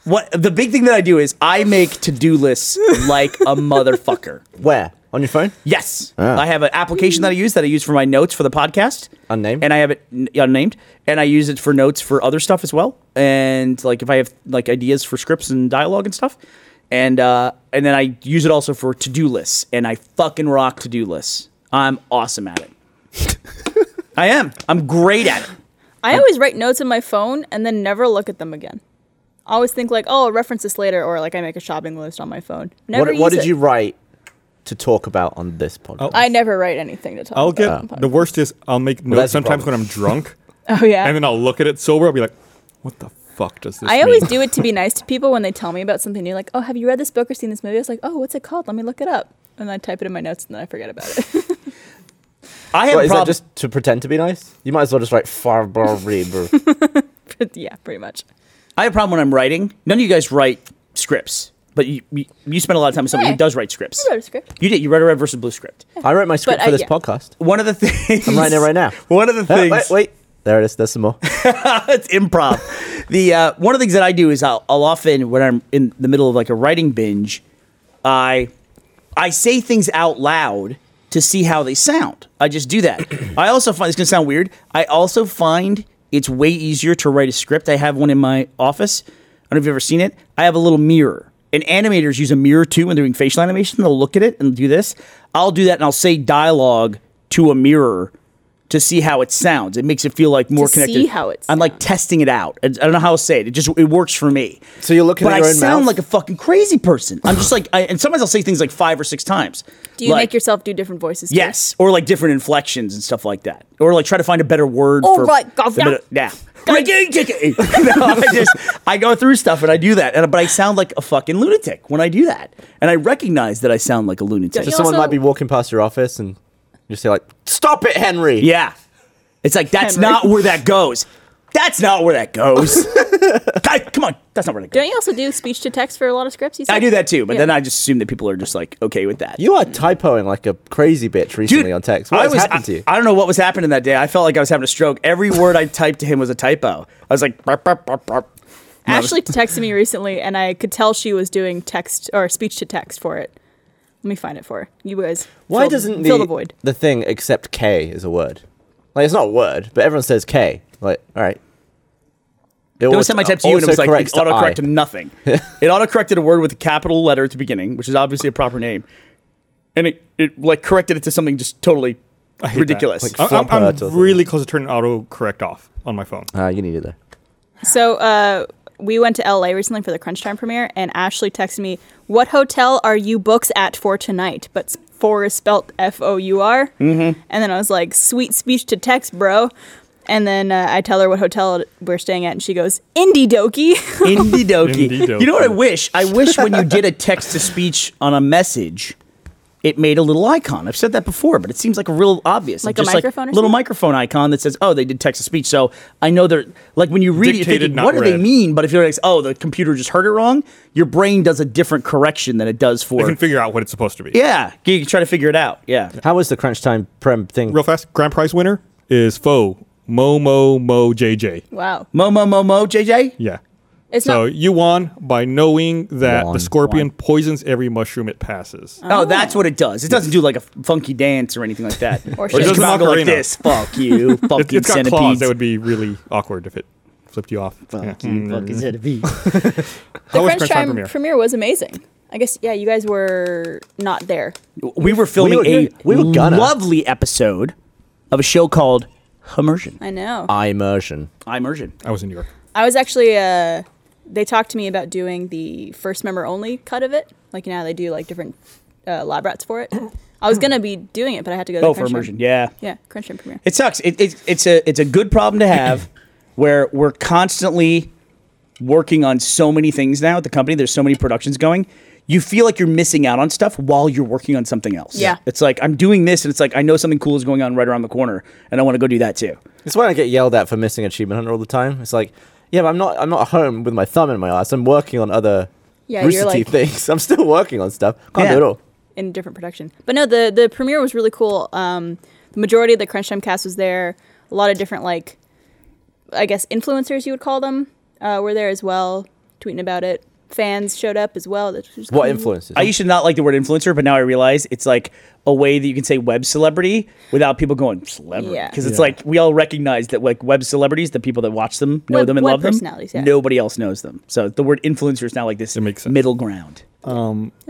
what the big thing that I do is I make to do lists like a motherfucker. Where on your phone? Yes, Ah. I have an application that I use that I use for my notes for the podcast, Unnamed? and I have it n- unnamed, and I use it for notes for other stuff as well, and like if I have like ideas for scripts and dialogue and stuff, and uh, and then I use it also for to do lists, and I fucking rock to do lists. I'm awesome at it. I am. I'm great at it. I always write notes in my phone and then never look at them again. I always think like, oh, I'll reference this later, or like I make a shopping list on my phone. Never What, what use did it. Oh, you write to talk about on this podcast? I never write anything to talk. I'll get uh, about. the worst is I'll make notes that's a sometimes when problem. I'm drunk, Oh yeah. and then I'll look at it sober. I'll be like, "What the fuck does this?" I mean? always do it to be nice to people when they tell me about something new, like, oh, have you read this book or seen this movie? I was like, oh, what's it called? Let me look it up. And I type it in my notes and then I forget about it. I have What, is that prob- just to pretend to be nice? You might as well just write far blah, blah, blah. But yeah, pretty much. I have a problem when I'm writing. None of you guys write scripts, but you you, you spend a lot of time with somebody Yeah. who does write scripts. I wrote a script. You did. You read a red versus blue script. I wrote my script But, uh, for this yeah. podcast. One of the things I'm writing it right now. One of the Oh, things. wait, wait. There it is. There's some more. it's improv. The uh, one of the things that I do is I'll, I'll often when I'm in the middle of like a writing binge, I I say things out loud to see how they sound. I just do that. I also find it's gonna sound weird. I also find it's way easier to write a script. I have one in my office. I don't know if you've ever seen it. I have a little mirror. And animators use a mirror too when they're doing facial animation. They'll look at it and do this. I'll do that and I'll say dialogue to a mirror to see how it sounds. It makes it feel like more To connected. see how it I'm like sounds. testing it out. I I don't know how to say it. It just it works for me. So you're looking but at I your own sound mouth? like a fucking crazy person. I'm just like, I, and sometimes I'll say things like five or six times. Do you Like, make yourself do different voices? too? Yes, or like different inflections and stuff like that, or like try to find a better word. Oh, for right, gov- the yeah. middle- Yeah. Right, yeah, yeah, yeah. no, I just I go through stuff and I do that, and but I sound like a fucking lunatic when I do that, and I recognize that I sound like a lunatic. Don't you Someone also- might be walking past your office and you say like, "Stop it, Henry." Yeah. It's like that's Henry. not where that goes. That's not where that goes. God, come on, that's not where that goes. Don't you also do speech to text for a lot of scripts? You said? I do that too, but Yeah. then I just assume that people are just like okay with that. You are typoing like a crazy bitch recently on text. What I has was, happened I, to you? I don't know what was happening that day. I felt like I was having a stroke. Every word I typed to him was a typo. I was like, "Burp, burp, burp, burp." Ashley texted me recently and I could tell she was doing text or speech to text for it. Let me find it for her. you guys. Why fill- doesn't fill the, the void? the thing accept K as a word? Like it's not a word, but everyone says K. Like, all right. It the only time I typed to you and it was like it autocorrected nothing. it autocorrected a word with a capital letter at the beginning, which is obviously a proper name, and it, it like corrected it to something just totally hate that. ridiculous. I- I'm, Flumper or I'm something. really close to turning auto correct off on my phone. Ah, you need it there. So uh, we went to LA recently for the Crunch Time premiere, and Ashley texted me, "What hotel are you books at for tonight?" But s- four is spelt F O U R. Mm-hmm. And then I was like, "Sweet speech to text, bro." And then uh, I tell her what hotel we're staying at, and she goes, "Indie Doki." Indie dokie. Indie dokie. You know what I wish? I wish when you did a text to speech on a message, it made a little icon. I've said that before, but it seems like a real obvious, Like a just microphone or like little something? microphone icon that says, "Oh, they did text to speech." So I know they're like when you read it, you're Dictated, thinking, not "What do they read." mean?" But if you're like, "Oh, the computer just heard it wrong," your brain does a different correction than it does I for. can figure out what it's supposed to be. yeah, you can try to figure it out. Yeah, How was the crunch time prem thing? Real fast, grand prize winner is Fo Mo Mo Mo JJ. Wow. mo mo mo mo JJ. Yeah. It's so not. you won by knowing that Won, the scorpion poisons every mushroom it Uh, passes. Oh, that's what it does. It doesn't do like a funky dance or anything like that. Or just shit. come out and go like Ocarina. this. Fuck you, It's- fucking it's got claws. centipedes. That would be really awkward if it flipped you off. Yeah. Fuck you, fucking centipedes. The How was Crunch Crunch Time Time premiere? premiere? was amazing. I guess, yeah, you guys were not there. we were filming were- a we were gonna. lovely episode of a show called Immersion. I know. Immersion. Immersion. I was in New York. I was actually, uh, they talked to me about doing the first member only cut of it. Like, you know, how they do like different uh, lab rats for it. I was going to be doing it, but I had to go to Oh, for Crunch Time. Immersion. Yeah. Yeah, Crunch Time premiere. It sucks. It, it, it's a it's a good problem to have, where we're constantly working on so many things now at the company. There's so many productions going. You feel like you're missing out on stuff while you're working on something else. Yeah. It's like I'm doing this, and it's like I know something cool is going on right around the corner, and I want to go do that too. It's why I get yelled at for missing Achievement Hunter all the time. It's like, yeah, but I'm not. I'm not home with my thumb in my ass. I'm working on other Yeah, Rooster you're like- Teeth things. I'm still working on stuff. Can't Yeah. do it all. in a different production. But no, the the premiere was really cool. Um, the majority of the Crunch Time cast was there. A lot of different like, I guess influencers you would call them uh, were there as well, tweeting about it. Fans showed up as well. That was What cool. influences? I used to not like the word influencer, but now I realize it's like a way that you can say web celebrity without people going celebrity. Yeah. Because it's Yeah. like we all recognize that like web celebrities, the people that watch them, know Web- them and web love them. personalities, yeah. Nobody else knows them. So the word influencer is now like this It makes sense. middle ground. I,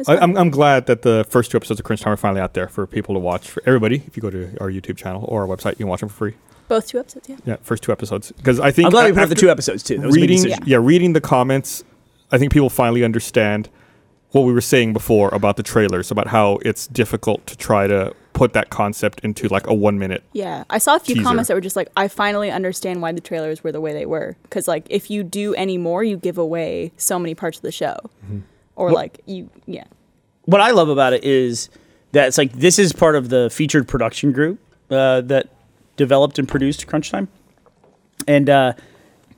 I'm, I'm glad that the first two episodes of Crunch Time are finally out there for people to watch. For everybody, if you go to our YouTube channel or our website, you can watch them for free. Both two episodes, yeah. Yeah, first two episodes. Because I think I'm glad we a- put up the after two episodes too. That was a reading, big yeah. decision. reading the comments, I think people finally understand what we were saying before about the trailers, about how it's difficult to try to put that concept into like a one minute. Yeah, I saw a few Teaser. comments that were just like, "I finally understand why the trailers were the way they were." Because like, if you do any more, you give away so many parts of the show, Mm-hmm. or like you, yeah, What I love about it is that it's like this is part of the featured production group uh, that developed and produced Crunch Time. and uh,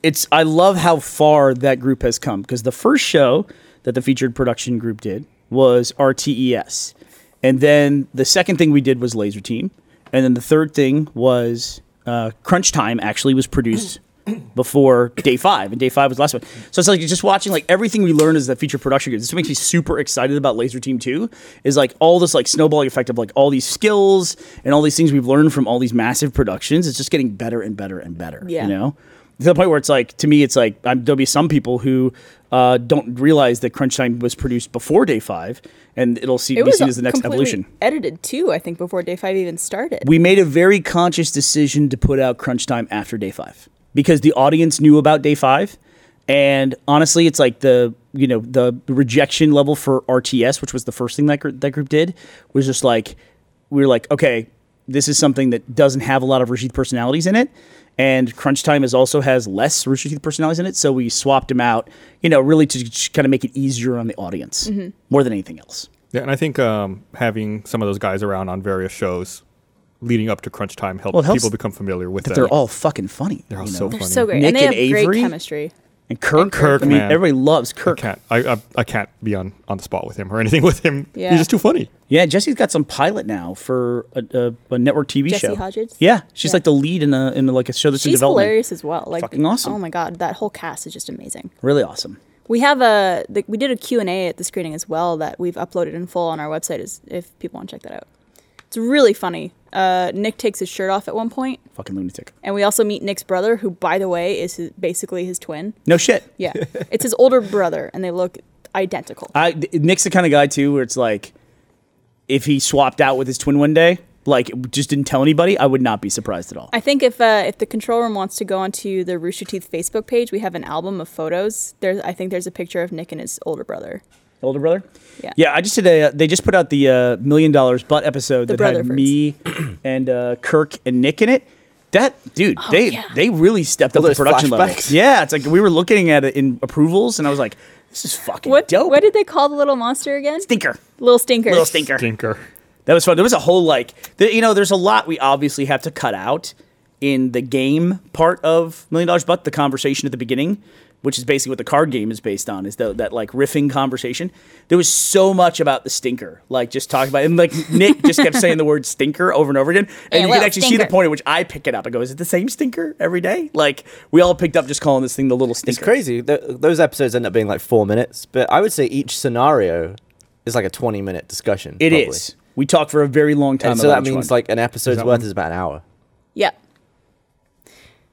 it's I love how far that group has come because the first show that the featured production group did was RTES, and then the second thing we did was Laser Team, and then the third thing was uh, Crunch Time. Actually, was produced before day five, and day five was the last one. So it's like you're just watching like everything we learned as the featured production group. This makes me super excited about Laser Team Two. Is like all this like snowballing effect of like all these skills and all these things we've learned from all these massive productions. It's just getting better and better and better Yeah. you know to the point where it's like to me it's like I'm, there'll be some people who uh, don't realize that crunch time was produced before day five and it'll see, it be was seen as the next completely evolution edited too. I think before day five even started. we made a very conscious decision to put out crunch time after day five because the audience knew about day five and honestly it's like the you know the rejection level for rts which was the first thing that, gr- that group did was just like we were like okay this is something that doesn't have a lot of rooster teeth personalities in it and crunch time is also has less rooster teeth personalities in it so we swapped them out you know really to just kind of make it easier on the audience more than anything else Yeah, and I think um, having some of those guys around on various shows leading up to Crunch Time helped Well, it helps people become familiar with but them. they're all fucking funny They're all you know? so They're funny. so great, Nick and they and have Avery? great chemistry. and kirk Kirk, i mean man. everybody loves I kirk can't. I, I I can't be on on the spot with him or anything with him. Yeah. He's just too funny. Yeah, Jesse's got some pilot now for a, a, a network TV Jessie show. Hodges? Yeah, she's Yeah. like the lead in a in like a show that's in She's development. hilarious as well. Like Fucking awesome. Oh my god, that whole cast is just amazing. Really awesome. We have a the, we did a Q and A at the screening as well that we've uploaded in full on our website is if people want to check that out. It's really funny. Uh, Nick takes his shirt off at one point, Fucking lunatic. and we also meet Nick's brother, who by the way is his, basically his twin. No shit. Yeah, it's his older brother, and they look identical. I th- Nick's the kind of guy too where it's like, if he swapped out with his twin one day, like just didn't tell anybody, I would not be surprised at all. I think if uh, if the control room wants to go onto the Rooster Teeth Facebook page, we have an album of photos. There's I think there's a picture of Nick and his older brother. Older brother. Yeah. Yeah, I just did a. They just put out the uh, million dollars butt episode The that had Brotherfords. me and uh, Kirk and Nick in it. That dude, they Oh, yeah. they really stepped All up the those production level. flashbacks. Yeah, it's like we were looking at it in approvals, and I was like, this is fucking What dope. what did they call the little monster again? stinker? Little stinker. Little stinker. Stinker. That was fun. There was a whole like, the, you know, there's a lot we obviously have to cut out in the game part of Million Dollars Butt, the conversation at the beginning, which is basically what the card game is based on, is tho- that like riffing conversation. There was so much about the stinker, like just talking about, and like Nick just kept saying the word stinker over and over again, and Yeah, you can well, actually see the stinker. point at which I pick it up. I go, is it the same stinker every day? Like we all picked up just calling this thing the little stinker. It's crazy. Th- those episodes end up being like four minutes, but I would say each scenario is like a twenty-minute discussion. It probably. is. We talked for a very long time. And so about that each means one. like an episode's that worth one? is about an hour. Yeah. Yeah,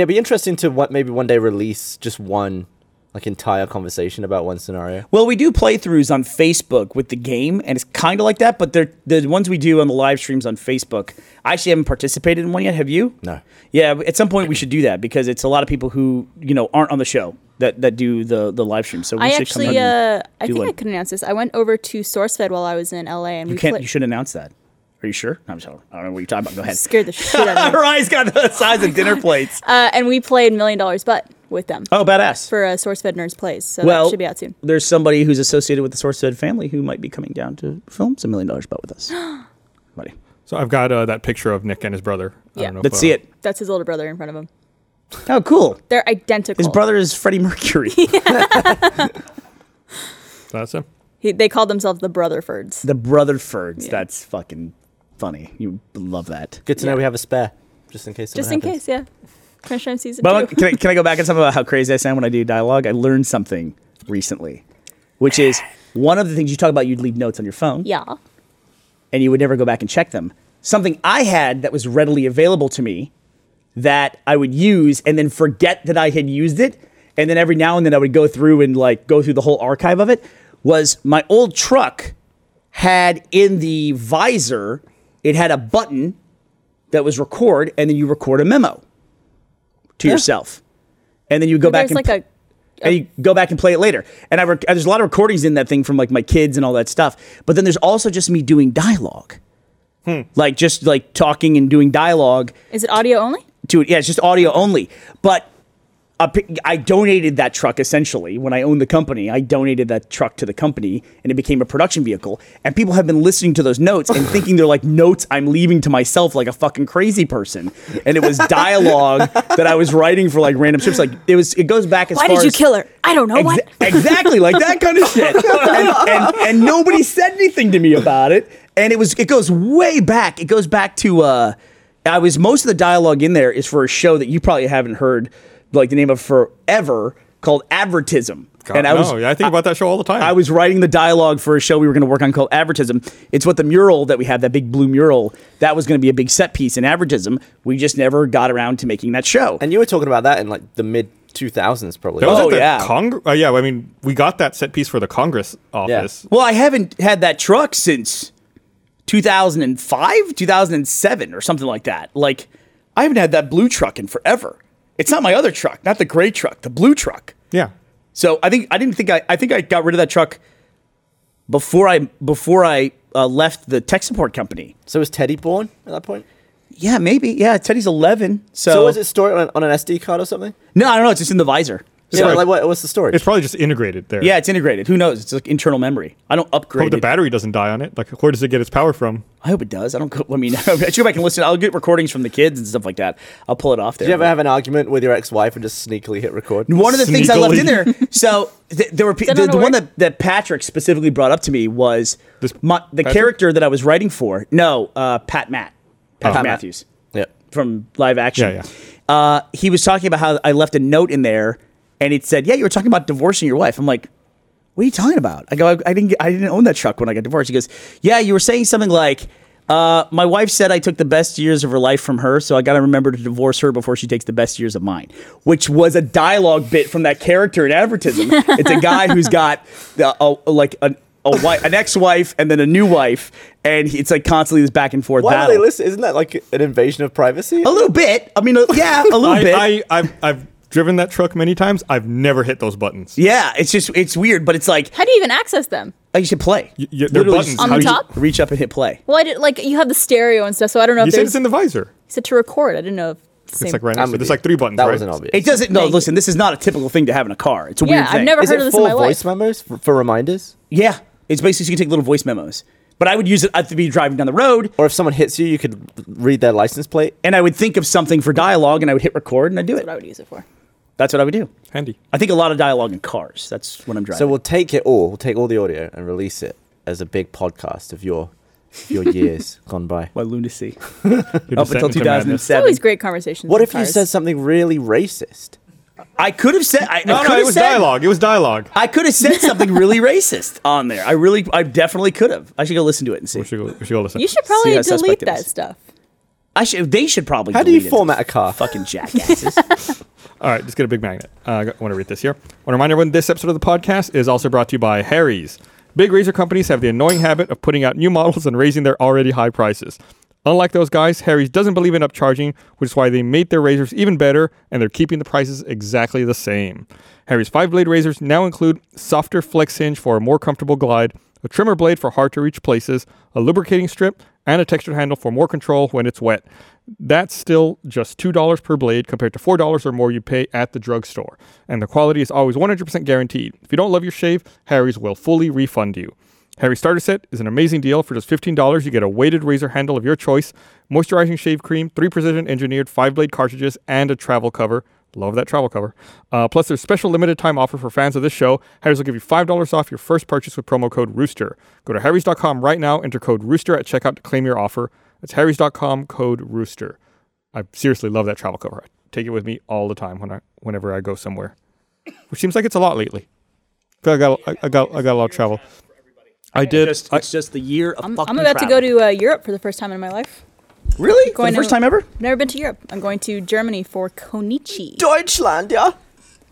it'd be interesting to what maybe one day release just one like entire conversation about one scenario. Well, we do playthroughs on Facebook with the game, and it's kind of like that. But they're the ones we do on the live streams on Facebook. I actually haven't participated in one yet. Have you? No. Yeah, at some point we should do that because it's a lot of people who you know aren't on the show that that do the the live stream. So we I should come actually, out and uh, I do think one. I could announce this. I went over to SourceFed while I was in LA, and you we can't. played- You should announce that. Are you sure? No, I'm sorry. I don't know what you're talking about. Go ahead. scared the shit out of me. Her eyes got the size of dinner plates. Uh, and we played Million Dollars Butt with them Oh, badass. for uh, SourceFed Nerds Plays. So well, that should be out soon. there's somebody who's associated with the SourceFed family who might be coming down to film some million dollars butt with us. Buddy, So I've got uh, that picture of Nick and his brother. I Yeah. don't know if, let's uh, see it. That's his older brother in front of him. Oh, cool. They're identical. His brother is Freddie Mercury. That's him. He, they called themselves the Brotherfords. the Brotherfords. That's fucking funny. You love that. Good to know we have a spare, just in case. Just something in happens. case, yeah. Crunch Time season But two. can I, can I go back and something about how crazy I sound when I do dialogue? I learned something recently, which is one of the things you talk about. You'd leave notes on your phone, Yeah. and you would never go back and check them. Something I had that was readily available to me that I would use and then forget that I had used it. And then every now and then I would go through and like go through the whole archive of it. Was my old truck had in the visor, it had a button that was record, and then you record a memo to yourself. And then you go back There's and like p- a. and you go back and play it later. And I rec- there's a lot of recordings in that thing from like my kids and all that stuff. But then there's also just me doing dialogue, like just like talking and doing dialogue Is it audio only? to it. Yeah, it's just audio only. But a pi- I donated that truck essentially when I owned the company. I donated that truck to the company, and it became a production vehicle. And people have been listening to those notes and thinking they're like notes I'm leaving to myself like a fucking crazy person. And it was dialogue that I was writing for like random ships. Like it was. It goes back as Why far did you as- kill her? I don't know Exa- Oh, what. exactly like that kind of shit and, and, and nobody said anything to me about it and it was it goes way back it goes back to uh i was most of the dialogue in there is for a show that you probably haven't heard like the name of forever called advertism God, and i no, was yeah, I think about that show all the time. I was writing the dialogue for a show we were going to work on called Advertism. It's what the mural that we have, that big blue mural, that was going to be a big set piece in Advertism. We just never got around to making that show. And you were talking about that in like the mid two thousands, probably. That was Oh, at the yeah. Cong- uh, yeah, I mean, we got that set piece for the Congress office. Well, I haven't had that truck since 2005, 2007, or something like that. Like, I haven't had that blue truck in forever. It's not my other truck, not the gray truck, the blue truck. Yeah. So I think I didn't think I I think I got rid of that truck before I before I uh, left the tech support company. so was Teddy born at that point? Yeah, maybe. Yeah, Teddy's 11. So, So was it stored on, on an SD card or something? No, I don't know. It's just in the visor. Yeah, probably- like what, what's the story? It's probably just integrated there. Yeah, it's integrated. Who knows? It's like internal memory. I don't upgrade. Hope the it. battery doesn't die on it. Like, where does it get its power from? I hope it does. I don't. Go, I mean, I should go back and listen. I'll get recordings from the kids and stuff like that. I'll pull it off there. Did you ever have an argument with your ex-wife and just sneakily hit record? one of the things I left in Sneakily. there. So th- there were pe- that the, not a the one word? that, that Patrick specifically brought up to me was This my, the Patrick? character that I was writing for. No, uh, Pat Matt, Matt. Patrick Matthews Yeah. from live action. Yeah, Uh, he was talking about how I left a note in there, and it said, "Yeah, you were talking about divorcing your wife." I'm like, "What are you talking about?" I go, "I, I didn't, get, I didn't own that truck when I got divorced." He goes, "Yeah, you were saying something like." Uh, my wife said I took the best years of her life from her, so I got to remember to divorce her before she takes the best years of mine, which was a dialogue bit from that character in advertism. it's a guy who's got the, a, like an, a wife, an ex-wife, and then a new wife, and he- it's like constantly this back and forth Why battle. do they listen? Isn't that like an invasion of privacy? A little bit. I mean, uh, yeah, a little bit. I, I, I've, I've driven that truck many times. I've never hit those buttons. yeah, it's just it's weird, but it's like How do you even access them? oh, you should play. Y- y- they're Literally buttons. just On the do you- top? reach up and hit play. Well, I did, like you have the stereo and stuff, so I don't know You if said there's. it's in the visor. said to record. I didn't know if it's the same. It's like right next to with There's you. like three buttons. That right? wasn't obvious. It doesn't. No, Thank you. listen. This is not a typical thing to have in a car. It's a Yeah, weird I've thing. never Is heard of it this in full my life. voice memos for, for reminders? yeah, it's basically so you can take little voice memos. But I would use it. I'd be driving down the road, Or if someone hits you, you could read their license plate. and I would think of something for dialogue, and I would hit record, and I'd do That's what I it. would use it for. That's what I would do. Handy. I think a lot of dialogue in cars. That's what I'm driving. So we'll take it all. We'll take all the audio and release it as a big podcast of your of your years gone by. my lunacy Your up descent until into madness. 2007. Always great conversations. What in if you cars. said something really racist? I could have said. I, I No, could no, it have was said, dialogue. It was dialogue. I could have said something really racist on there. I really, I definitely could have. I should go listen to it and see. We should go, we should go listen. You should probably how delete suspect it that is. stuff. I should. They should probably. How do you delete it. format a car? Fucking jackasses. All right, just get a big magnet. Uh, I want to read this here. I want to remind everyone this episode of the podcast is also brought to you by Harry's. Big razor companies have the annoying habit of putting out new models and raising their already high prices. Unlike those guys, Harry's doesn't believe in upcharging, which is why they made their razors even better and they're keeping the prices exactly the same. Harry's five blade razors now include softer flex hinge for a more comfortable glide, a trimmer blade for hard to reach places, a lubricating strip, and a textured handle for more control when it's wet. That's still just $2 per blade compared to $4 or more you pay at the drugstore. And the quality is always 100% guaranteed. If you don't love your shave, Harry's will fully refund you. Harry's starter set is an amazing deal. For just $15, you get a weighted razor handle of your choice, moisturizing shave cream, three precision engineered five blade cartridges, and a travel cover. Love that travel cover. Uh, plus, there's special limited time offer for fans of this show. Harry's will give you $5 off your first purchase with promo code Rooster. Go to Harry's.com right now, enter code Rooster at checkout to claim your offer. That's Harry's.com code Rooster. I seriously love that travel cover. I take it with me all the time when I, whenever I go somewhere, which seems like it's a lot lately. I feel like I got, I, I got, I got a lot of travel. I did. just, I- it's just the year of I'm, fucking. I'm about to go travel. to uh, Europe for the first time in my life. really for going the first to- time ever. I've never been to Europe. I'm going to Germany for Konichi. Deutschland, yeah.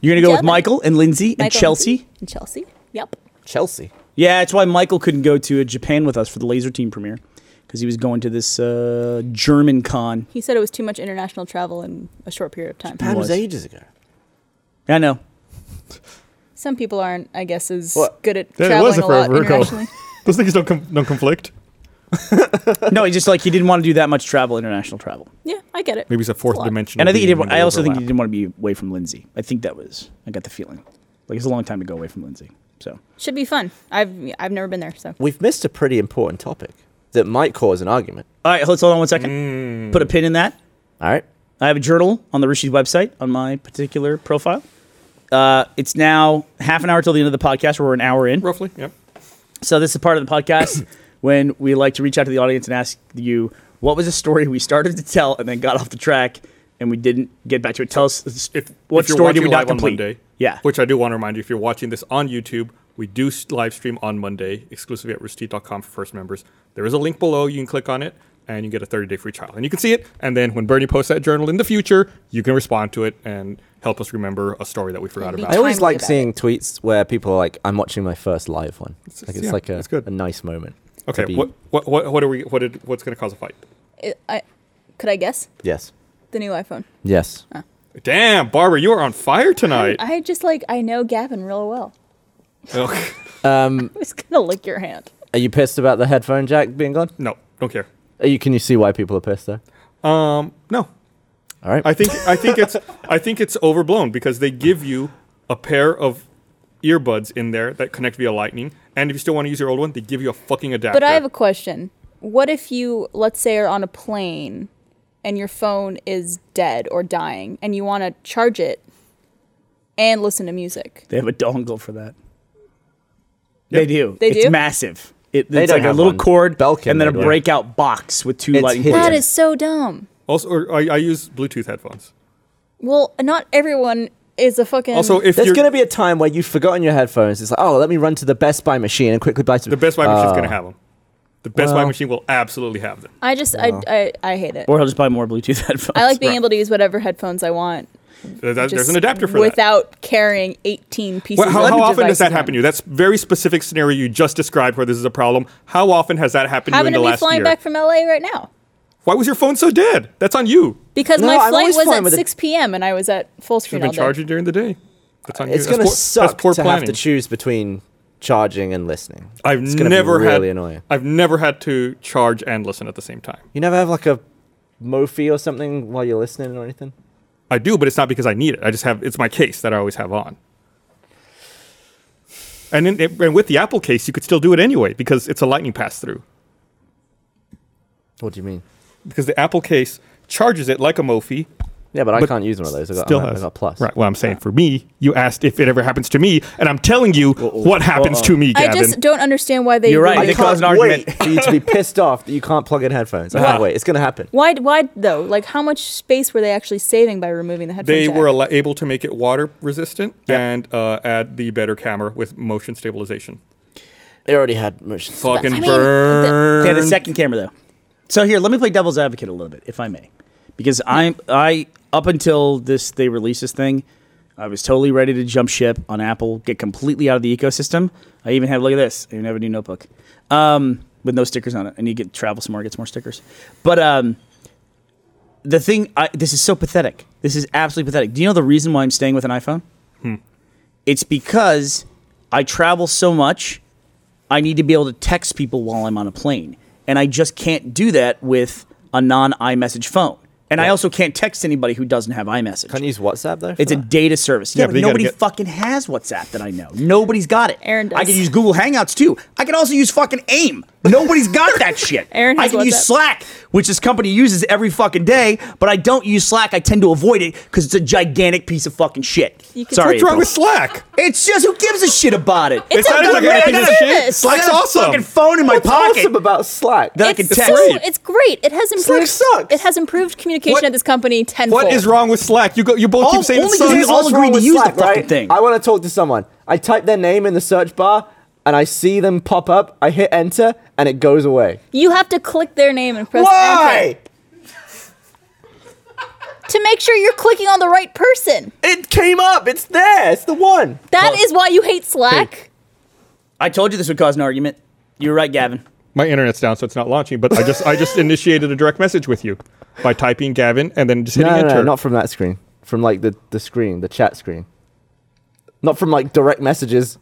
You're gonna go with Germany. Michael and Lindsay and Michael Chelsea. In Chelsea. Yep. Chelsea. Yeah, that's why Michael couldn't go to uh, Japan with us for the Laser Team premiere because he was going to this uh, German con. He said it was too much international travel in a short period of time. That was Was. ages ago. I know. Some people aren't, I guess, as What? good at Yeah, it was traveling a a lot forever ago. internationally. Those things don't com- don't conflict. No, he just like he didn't want to do that much travel, international travel, Yeah, I get it. Maybe it's a fourth lot. dimension. and I think he did. I also think he didn't want to be away from Lindsay. I think that was. I got the feeling. Like it's a long time to go away from Lindsay. So Should be fun. I've I've never been there, so We've missed a pretty important topic that might cause an argument. all right, let's hold on one second. Mm. Put a pin in that. All right. I have a journal on the Rishi's website on my particular profile. Uh, it's now half an hour till the end of the podcast. We're an hour in. roughly. Yep. So this is part of the podcast when we like to reach out to the audience and ask you what was a story we started to tell and then got off the track and we didn't get back to it. Tell us If what if you're story did watching we not live on complete? Monday, Yeah. Which I do want to remind you, if you're watching this on YouTube, we do s- live stream on Monday exclusively at roosterteeth.com for first members. There is a link below. You can click on it, and you get a 30 day free trial, and you can see it. And then when Bernie posts that journal in the future, you can respond to it and help us remember a story that we forgot Maybe. about. I always timely like about seeing tweets where people are like, I'm watching my first live one. It's like, it's- it's yeah, like a, it's good. a nice moment. to Okay. be- What what what what are we? What did what's going to cause a fight? I, I could I guess Yes. the new iPhone. Yes. Damn, Barbara, you are on fire tonight. I just like I know Gavin real well. Ugh. I was gonna lick your hand. Are you pissed about the headphone jack being gone? no, don't care. Are you, can you see why people are pissed though? No, All right. I think I think it's I think it's overblown because they give you a pair of earbuds in there that connect via lightning, and if you still want to use your old one, they give you a fucking adapter. But I have a question. What if you, let's say, are on a plane and your phone is dead or dying and you want to charge it and listen to music? They have a dongle for that. They do. They it's do? massive. It, They it's don't like a have little one. cord Belkin and then a made one. breakout box with two It's lightning hidden. bolts. That is so dumb. also, or I, I use Bluetooth headphones. Well, not everyone is a fucking. Also, if There's you're, going to be a time where you've forgotten your headphones. It's like, oh, let me run to the Best Buy machine and quickly buy some. the Best Buy machine's going to Oh. have them. The Best Buy Well- machine will absolutely have them. I just, I, I, I hate it. Or I'll just buy more Bluetooth headphones. I like being Right. able to use whatever headphones I want. There- there- There's just an adapter for that. without carrying 18 pieces Well, how, of how often does devices that on. happen to you? That's very specific scenario you just described where this is a problem. How often has that happened to you in Happened the to me last flying year? back from LA right now Why was your phone so dead? That's on you. because No, my I'm flight always was fine at with it. 6 p.m. and I was at full You've screen all been day. charging during the day. That's on you. It's That's going to poor- suck that's poor to have planning. to choose between charging and listening. I've it's gonna be never really had. annoying. I've never had to charge and listen at the same time. You never have like a Mophie or something while you're listening or anything? I do, but it's not because I need it. I just have. It's my case that I always have on. And in, and with the Apple case, you could still do it anyway because it's a lightning pass through. What do you mean? because the Apple case charges it like a Mophie. Yeah, but, I But can't use one of those. I got, Still I got- I has got plus. Right. Well, I'm saying for me, you asked if it ever happens to me, and I'm telling you what happens to me, I Gavin. just don't understand why they. You're right, would- they cause an argument. wait for you to be pissed off that you can't plug in headphones. I can't wait. It's going to happen. Why? Why though? Like, how much space were they actually saving by removing the headphone they jack? were al- able to make it water resistant and uh, add the better camera with motion stabilization. They already had motion. Fucking I mean, the- burn. They had a second camera though. So here, let me play devil's advocate a little bit, if I may, because I'm I up until this they released this thing, I was totally ready to jump ship on Apple, get completely out of the ecosystem. I even have look at this, I even have a new notebook, um, with no stickers on it. I need to get travel some more, get some more stickers. But um, the thing, I, this is so pathetic. This is absolutely pathetic. Do you know the reason why I'm staying with an iPhone? It's because I travel so much I need to be able to text people while I'm on a plane. And I just can't do that with a non iMessage phone. And I also can't text anybody who doesn't have iMessage. Can't use WhatsApp though. for it's a that? data service. Yeah, Yeah, but but you gotta nobody get- fucking has WhatsApp that I know. Nobody's got it. Aaron does. I can use Google Hangouts too. I can also use fucking AIM. Nobody's got that shit. Aaron I has can use WhatsApp. Slack, which this company uses every fucking day, but I don't use Slack. I tend to avoid it because it's a gigantic piece of fucking shit. You can- Sorry, What's wrong April. with Slack? It's just who gives a shit about it. It's It's a not like government anything is shit. service. Slack- I Slack's got a awesome. Fucking phone in my What's pocket. awesome about Slack? That I can It's text. so, Great. it's great. It has improved. sucks. It has improved communication What- at this company tenfold. What is wrong with Slack? You go. You both Oh, keep saying it only 'cause sucks. it's all What's agreed wrong to with use the Slack, fucking right? thing. I want to talk to someone. I type their name in the search bar and I see them pop up. I hit enter and it goes away. You have to click their name and press Why? enter to make sure you're clicking on the right person. It came up. It's there. It's the one. That is why you hate Slack. I told you this would cause an argument. You're right, Gavin. My internet's down, so it's not launching. But I just I just initiated a direct message with you by typing Gavin and then just hitting No, no, enter. no, not from that screen. From like the, the screen, the chat screen. Not from like direct messages.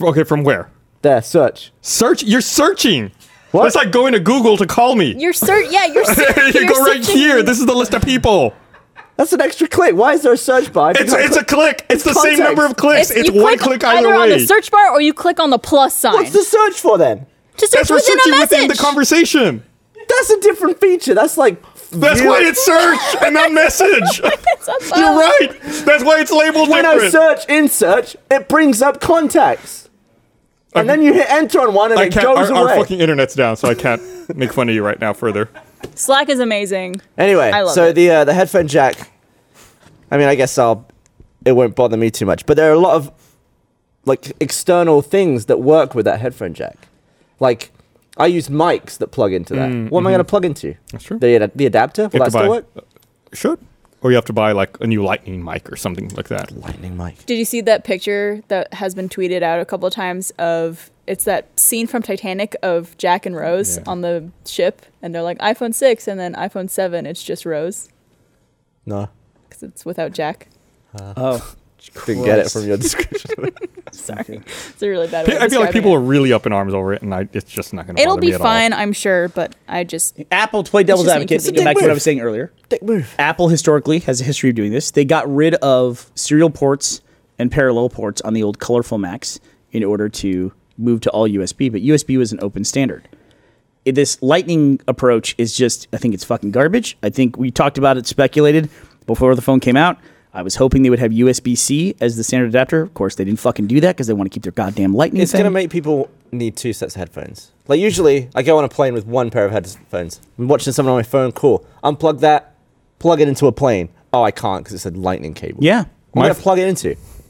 okay, from where? There, search. Search. You're searching. What? That's like going to Google to call me. You're ser- yeah, you're, ser- you you're go right searching- here. This is the list of people. That's an extra click. Why is there a search bar? If you It's can't it's a click- click. It's the context. same number of clicks. If It's you one click either, either on the way. search bar or you click on the plus sign What's the search for then? to That's search for within a searching message. within the conversation. That's a different feature. That's like. That's view- why it's search and not message. That's You're all. right. That's why it's labeled Oh. When I different. search in search, it brings up contacts. And then you hit enter on one and I it can't. goes Our, our away. fucking internet's down, so I can't make fun of you right now further. Slack is amazing. Anyway, I love so it. the uh, the headphone jack. I mean, I guess I'll. It won't bother me too much, but there are a lot of like external things that work with that headphone jack. Like I use mics that plug into that. what am I going to plug into? Mm, mm-hmm. That's true. The ad- the adapter. Will You have that to still buy- Uh, work? Should. Or you have to buy like a new lightning mic or something like that. Lightning mic. Did you see that picture that has been tweeted out a couple of times of it's that scene from Titanic of Jack and Rose Yeah. on the ship and they're like iPhone 6 and then iPhone 7 it's just Rose No, cuz it's without Jack. Oh, didn't get it from your description. Sorry. it's a really bad way I of I feel like describing people it. are really up in arms over it, and I, it's just not going to. It'll be me at fine, I'm sure, but I just Apple to play devil's just advocate. inconvenient. Get back to what I Move. was saying earlier. Dick move. Apple historically has a history of doing this. They got rid of serial ports and parallel ports on the old colorful Macs in order to move to all USB, but USB was an open standard. I- This lightning approach is just, I think it's fucking garbage. I think we talked about it, speculated before the phone came out. I was hoping they would have USB C as the standard adapter. Of course, they didn't fucking do that because they want to keep their goddamn lightning. It's thing. going to make people need two sets of headphones. Like usually, I go on a plane with one pair of headphones. I'm watching someone on my phone. Cool. Unplug that. Plug it into a plane. Oh, I can't because it's a lightning cable. Yeah. What My am I f- plug it into? all.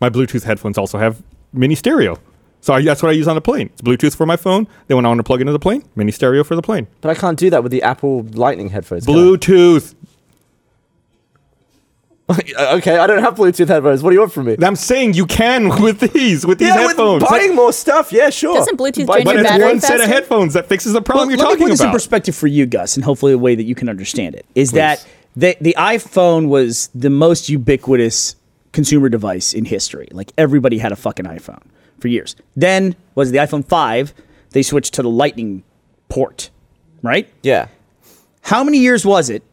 My Bluetooth headphones also have mini stereo, so I, that's what I use on the plane. It's Bluetooth for my phone. Then when I want to plug into the plane, mini stereo for the plane. But I can't do that with the Apple Lightning headphones. can I? Bluetooth. okay, I don't have Bluetooth headphones. What do you want from me? I'm saying you can with these, with these yeah, headphones. with buying more stuff. Yeah, sure. Doesn't Bluetooth Buy- drain but your it's battery one set of faster? headphones that fixes the problem Well, you're let me talking put this in about. perspective for you, Gus, and hopefully a way that you can understand it is that the the iPhone was the most ubiquitous consumer device in history. Like everybody had a fucking iPhone for years. Then was the iPhone five. They switched to the Lightning port, right? Yeah. How many years was it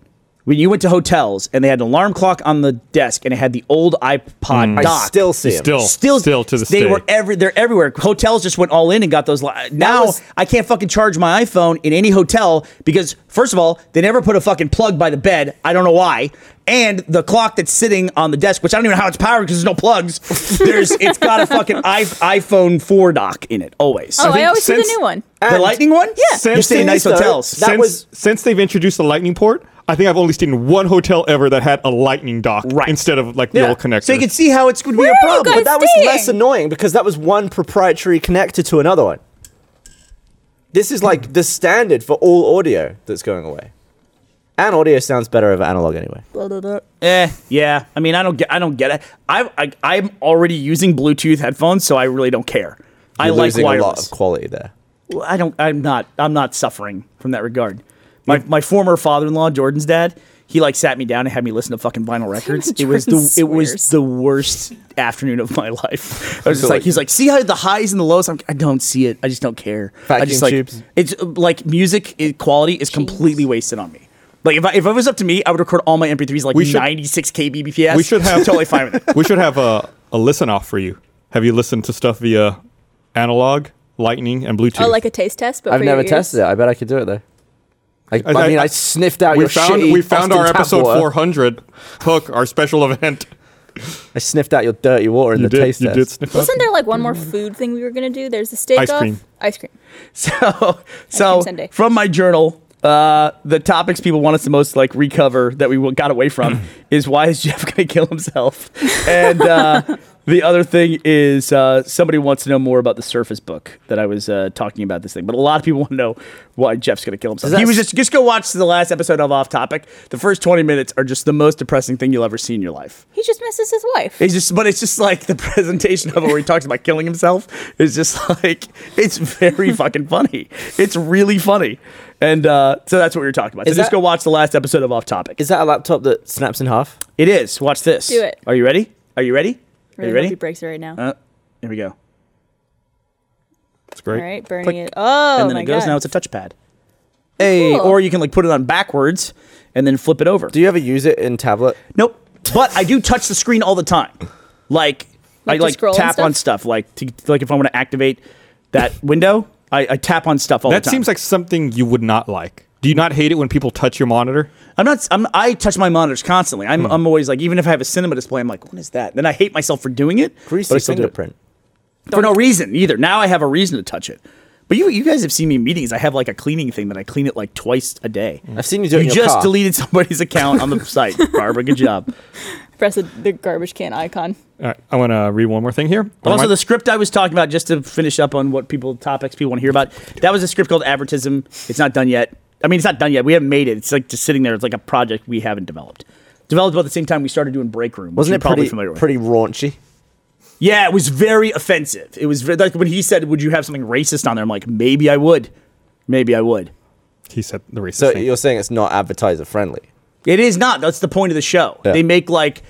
when you went to hotels and they had an alarm clock on the desk and it had the old Hmm. iPod dock. I still see him. Still, still, to this they day. were every they're everywhere. Hotels just went all in and got those. Li- now was- I can't fucking charge my iPhone in any hotel because first of all they never put a fucking plug by the bed. I don't know why. And the clock that's sitting on the desk, which I don't even know how it's powered because there's no plugs. There's it's got a fucking I- iPhone four dock in it always. Oh, I, think always see the since- new one. the lightning one? Yeah, Since you're staying in nice though, hotels. that since, was- since they've introduced the lightning port, I think I've only seen one hotel ever that had a lightning dock Right. instead of like the Yeah. old connector. so you can see how it's going to be a Where are problem. you But guys that was Sting. less annoying because that was one proprietary connector to another one. This is like the standard for all audio that's going away. And audio sounds better over analog anyway. Eh, yeah. I mean, I don't get. I don't get it. I, I I'm already using Bluetooth headphones, so I really don't care. I You're like losing wireless. a lot of quality there. Well, I don't. I'm not. I'm not suffering from that regard. My my former father-in-law, Jordan's dad, he like sat me down and had me listen to fucking vinyl records. it was the Jordan it was swears. the worst afternoon of my life. I was just So, like, like- he's like, see how the highs and the lows. I'm, I don't see it. I just don't care. I Vacuum just like tubes. it's uh, like music i- quality is completely wasted on me. Like if I, if it was up to me, I would record all my MP3s like We should- 96 kbps. we should have- totally fine with it. we should have a, a listen off for you. Have you listened to stuff via analog, lightning, and Bluetooth? Oh, like a taste test, but I've for never your ears. tested it. I bet I could do it though. I, I, I- mean, I, sniffed out we your found shitty we found Austin our tap episode water. 400 hook our special event. I sniffed out your dirty water in You the did taste you test. did sniff out. Wasn't there like one more food thing we were gonna do? There's a steak Ice off. cream. Ice cream. So, so cream sundae. from my journal, uh, the topics people want us to most like recover that we got away from is why is Jeff going to kill himself? And uh, the other thing is uh, somebody wants to know more about the Surface Book that I was uh, talking about this thing. But a lot of people want to know why Jeff's going to kill Does himself. that He was s- just just go watch the last episode of Off Topic. The first twenty minutes are just the most depressing thing you'll ever see in your life. He just misses his wife. It's just, but it's just like the presentation of it where he talks about killing himself is just like it's very fucking funny. It's really funny, and uh, so that's what we were talking about. So Is just that- go watch the last episode of Off Topic. Is that a laptop that snaps in half? It is. Watch this. Do it. Are you ready? Are you ready? Are Really you hope ready? He breaks it right now. Uh, here we go. It's great. All right, burning click. it. Oh and then my it goes. god. Oh, Now it's a touchpad. Hey, Cool. or you can like put it on backwards and then flip it over. Do you ever use it in tablet? Nope. But I do touch the screen all the time. Like, Like I to like scroll and tap stuff? on stuff. Like to, like if I want to activate that window, I, I tap on stuff all That the time. seems like something you would not like. Do you not hate it when people touch your monitor? I'm not. I'm, I touch my monitors constantly. I'm, Hmm. I'm always like, even if I have a cinema display, I'm like, what is that? Then I hate myself for doing it. but I Greasy still do it. fingerprint. for no reason either. Now I have a reason to touch it. But you, you guys have seen me in meetings. I have like a cleaning thing that I clean it like twice a day. Mm. I've seen you do it You in your just car. deleted somebody's account on the site, Barbara. Good job. press the, the garbage can icon. All right, I want to read one more thing here. One of also, my- the script I was talking about, just to finish up on what people topics people want to hear about, that was a script called Advertism. It's not done yet. I mean, it's not done yet. We haven't made it. It's like just sitting there. It's like a project we haven't developed. Developed about the same time we started doing Break Room. which Wasn't you're it probably pretty, familiar with? pretty raunchy? Yeah, it was very offensive. It was very, like when he said, "Would you have something racist on there?" I'm like, maybe I would. Maybe I would. he said the racist So thing. you're saying it's not advertiser friendly? It is not. That's the point of the show. Yeah. They make like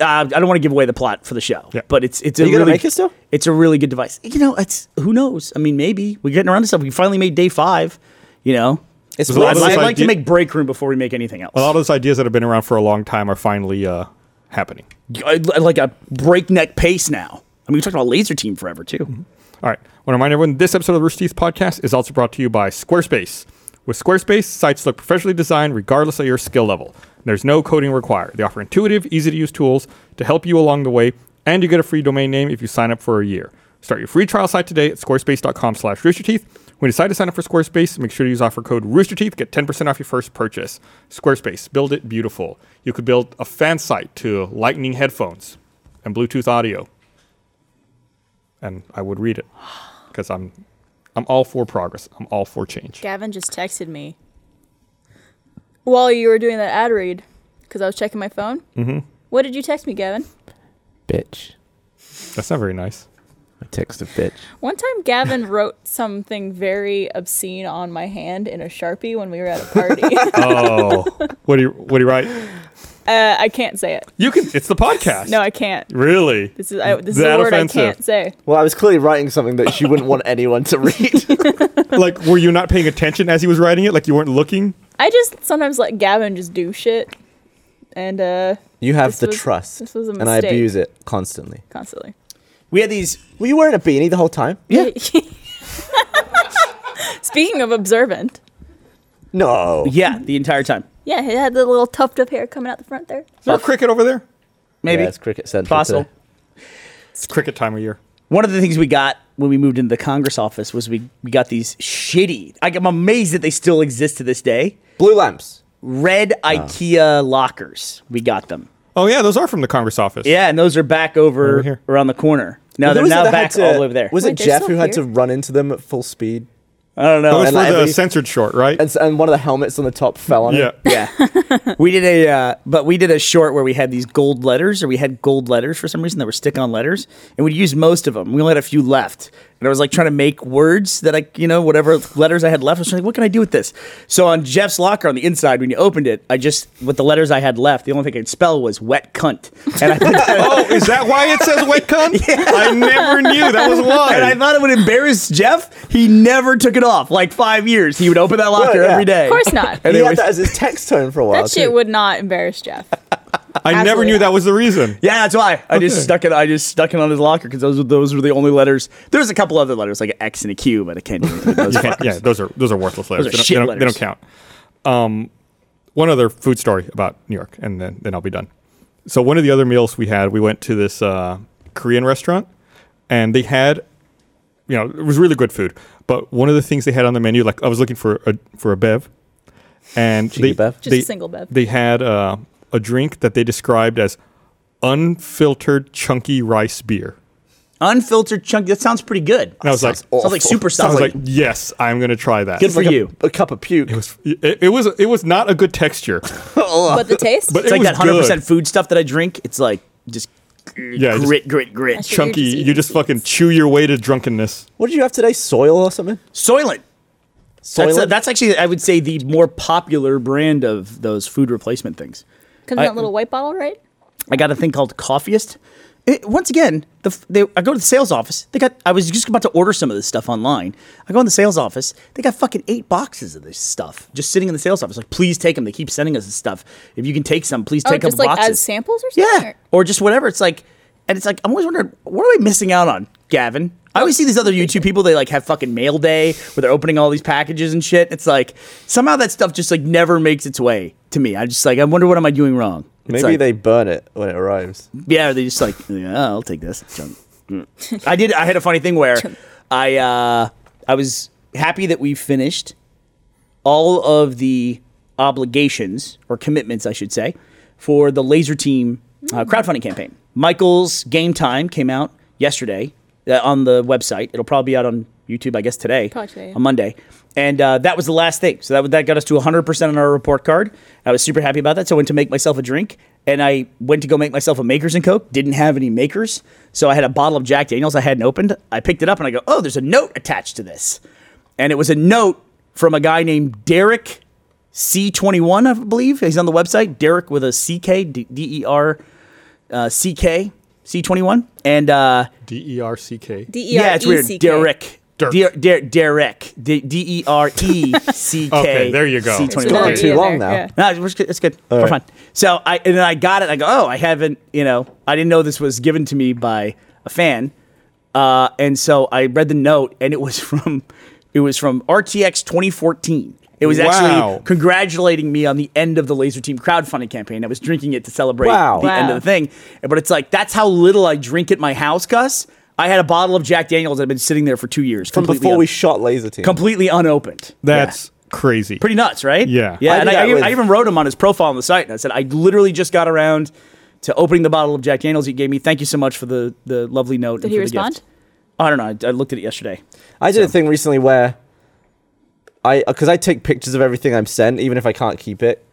uh, I don't want to give away the plot for the show, Yeah. but it's it's Are a you gonna really, make it still? It's a really good device. You know, it's who knows. I mean, maybe we're getting around to stuff. We finally made day five. You know, It's There's a lot of I'd, weird. those I'd like to idea- make break room before we make anything else. a lot of those ideas that have been around for a long time are finally uh, happening. I'd li- like a breakneck pace now. I mean, we talked about laser team forever too. Mm-hmm. All right. I want to remind everyone this episode of the Rooster Teeth podcast is also brought to you by Squarespace. With Squarespace, sites look professionally designed regardless of your skill level. There's no coding required. They offer intuitive, easy to use tools to help you along the way, and you get a free domain name if you sign up for a year. Start your free trial site today at squarespace.com slash roosterteeth. When you decide to sign up for Squarespace, make sure to use offer code roosterteeth. Get 10% off your first purchase. Squarespace, build it beautiful. You could build a fan site to lightning headphones and Bluetooth audio and I would read it because I'm I'm all for progress. I'm all for change. Gavin just texted me while you were doing that ad read because I was checking my phone. Mm-hmm. What did you text me, Gavin? bitch. That's not very nice. I text a bitch. One time, Gavin wrote something very obscene on my hand in a sharpie when we were at a party. uh, Oh, what do you what do you write? I can't say it. You can. It's the podcast. No, I can't. really. This is I, this is That a word offensive. I can't say. Well, I was clearly writing something that she wouldn't want anyone to read. like, were you not paying attention as he was writing it? Like you weren't looking? I just sometimes let Gavin just do shit, and uh, You have This the was- trust, this was a and I mistake. abuse it constantly. constantly. We had these. Were you wearing a beanie the whole time? Yeah. Speaking of observant, No. Yeah, the entire time. yeah, he had the little tuft of hair coming out the front there. there a cricket over there? Maybe Yeah, it's cricket central. possible. today. It's cricket time of year. One of the things we got when we moved into the Congress office was we, we got these shitty. Like, I'm amazed that they still exist to this day. Blue lamps. Red IKEA lockers. We got them. Oh yeah, those are from the Congress office. Yeah, and those are back over Over here. around the corner. No, Who they're was it now that had back to- all the way over there. Was Wait, it they're Jeff still who had to here? run into them at full speed? I don't know. Those And were I the believe- censored short, right? And, s- and one of the helmets on the top fell on yeah. it. Yeah. we did a, uh, but we did a short where we had these gold letters, or we had gold letters for some reason that were stick on letters, and we'd use most of them. We only had a few left. And I was like trying to make words that I, you know, whatever letters I had left, I was like, what can I do with this? So on Jeff's locker on the inside, when you opened it, I just, with the letters I had left, the only thing I could spell was wet cunt. And I, put that- oh, is that why it says wet cunt? I never knew that was why. and I thought it would embarrass Jeff. He never took it off. Like five years, he would open that locker yeah. every day. Of course not. And He it had was- that as his text tone for a while. That shit too. would not embarrass Jeff. I never Absolutely knew not. that was the reason. Yeah, that's why I just Okay. stuck it. I just stuck it on his locker because those those were the only letters. There was a couple other letters like an X and a Q, but I can't do anything with those. You can't- yeah, those are those are worthless letters. are they, don't, shit they don't- they letters. don't count. Um, one other food story about New York, and then then I'll be done. So one of the other meals we had, we went to this uh, Korean restaurant, and they had, you know, it was really good food. But one of the things they had on the menu, like I was looking for a for a bev, and you they, get bev? Just a they- single bev. They had uh, a drink that they described as unfiltered chunky rice beer. Unfiltered chunky. That sounds pretty good. And I was like, Sounds awful. sounds like super I solid. was like, yes, I'm gonna try that. Good for Like a- you. A, cup of puke. It was it, it was it was not a good texture, but the taste, but it it's like was that hundred percent good. food stuff that I drink. It's like just Yeah, just grit, grit, grit. Actually- chunky. You're just You just eating fucking chew your way to drunkenness. What did you have today? Soil or something? Soylent. Soil. That's, that's actually, I would say, the more popular brand of those food replacement things. comes I- in that little white bottle, right? I got a thing called Coffeeist. It, once again, the, f- they, I go to the sales office. They got. I was just about to order some of this stuff online. I go in the sales office. They got fucking eight boxes of this stuff just sitting in the sales office. Like, please take them. They keep sending us this stuff. If you can take some, please Oh, take a just couple like boxes. as samples or something. yeah, or- or just whatever. It's like, and it's like I'm always wondering what are we missing out on, Gavin? I always see these other YouTube people. They like have fucking mail day where they're opening all these packages and shit. It's like somehow that stuff just like never makes its way to me. I just like I wonder what am I doing wrong. It's Maybe like- they burn it when it arrives. yeah, or they just like, yeah, I'll take this. Chunk. Mm. I did. I had a funny thing where I uh, I was happy that we finished all of the obligations or commitments, I should say, for the Laser Team Mm. uh, crowdfunding campaign. Michael's Game Time came out yesterday uh, on the website. It'll probably be out on YouTube, I guess, today, Probably today, yeah. on Monday. And uh, that was the last thing. So that that got us to 100% on our report card. I was super happy about that. So I went to make myself a drink, and I went to go make myself a Makers and Coke. Didn't have any Makers, so I had a bottle of Jack Daniels I hadn't opened. I picked it up, and I go, "Oh, there's a note attached to this," and it was a note from a guy named Derek C21, I believe. He's on the website. Derek with a C-K, D- D-E-R, uh, C-K, C21. And uh, D E R C K. D E R yeah, E it's weird. C K. Derek. Dirk. Der- Der- Derek. D- E D-E-R-E-C-K. Okay, there you go. There's C21. another Not E too in long there, now. yeah. No, it's, it's good. It's good. We're fine. So I and then I got it. I go, oh, I haven't. You know, I didn't know this was given to me by a fan. Uh, and so I read the note, and it was from, it was from RTX 2014. It was Wow. actually congratulating me on the end of the Laser Team crowdfunding campaign. I was drinking it to celebrate Wow. the end of Wow. the thing. But it's like that's how little I drink at my house, Gus. I had a bottle of Jack Daniels that had been sitting there for two years, From completely before un- we shot Laser Team. completely unopened. That's crazy. Pretty nuts, right? Yeah. Yeah. I did and I, that I, even- with- I even wrote him on his profile on the site, and I said, I literally just got around to opening the bottle of Jack Daniels you gave me. Thank you so much for the, the lovely note. Did and he for the gift." respond? I don't know. I, I looked at it yesterday. I did a thing recently where I because I take pictures of everything I'm sent, even if I can't keep it.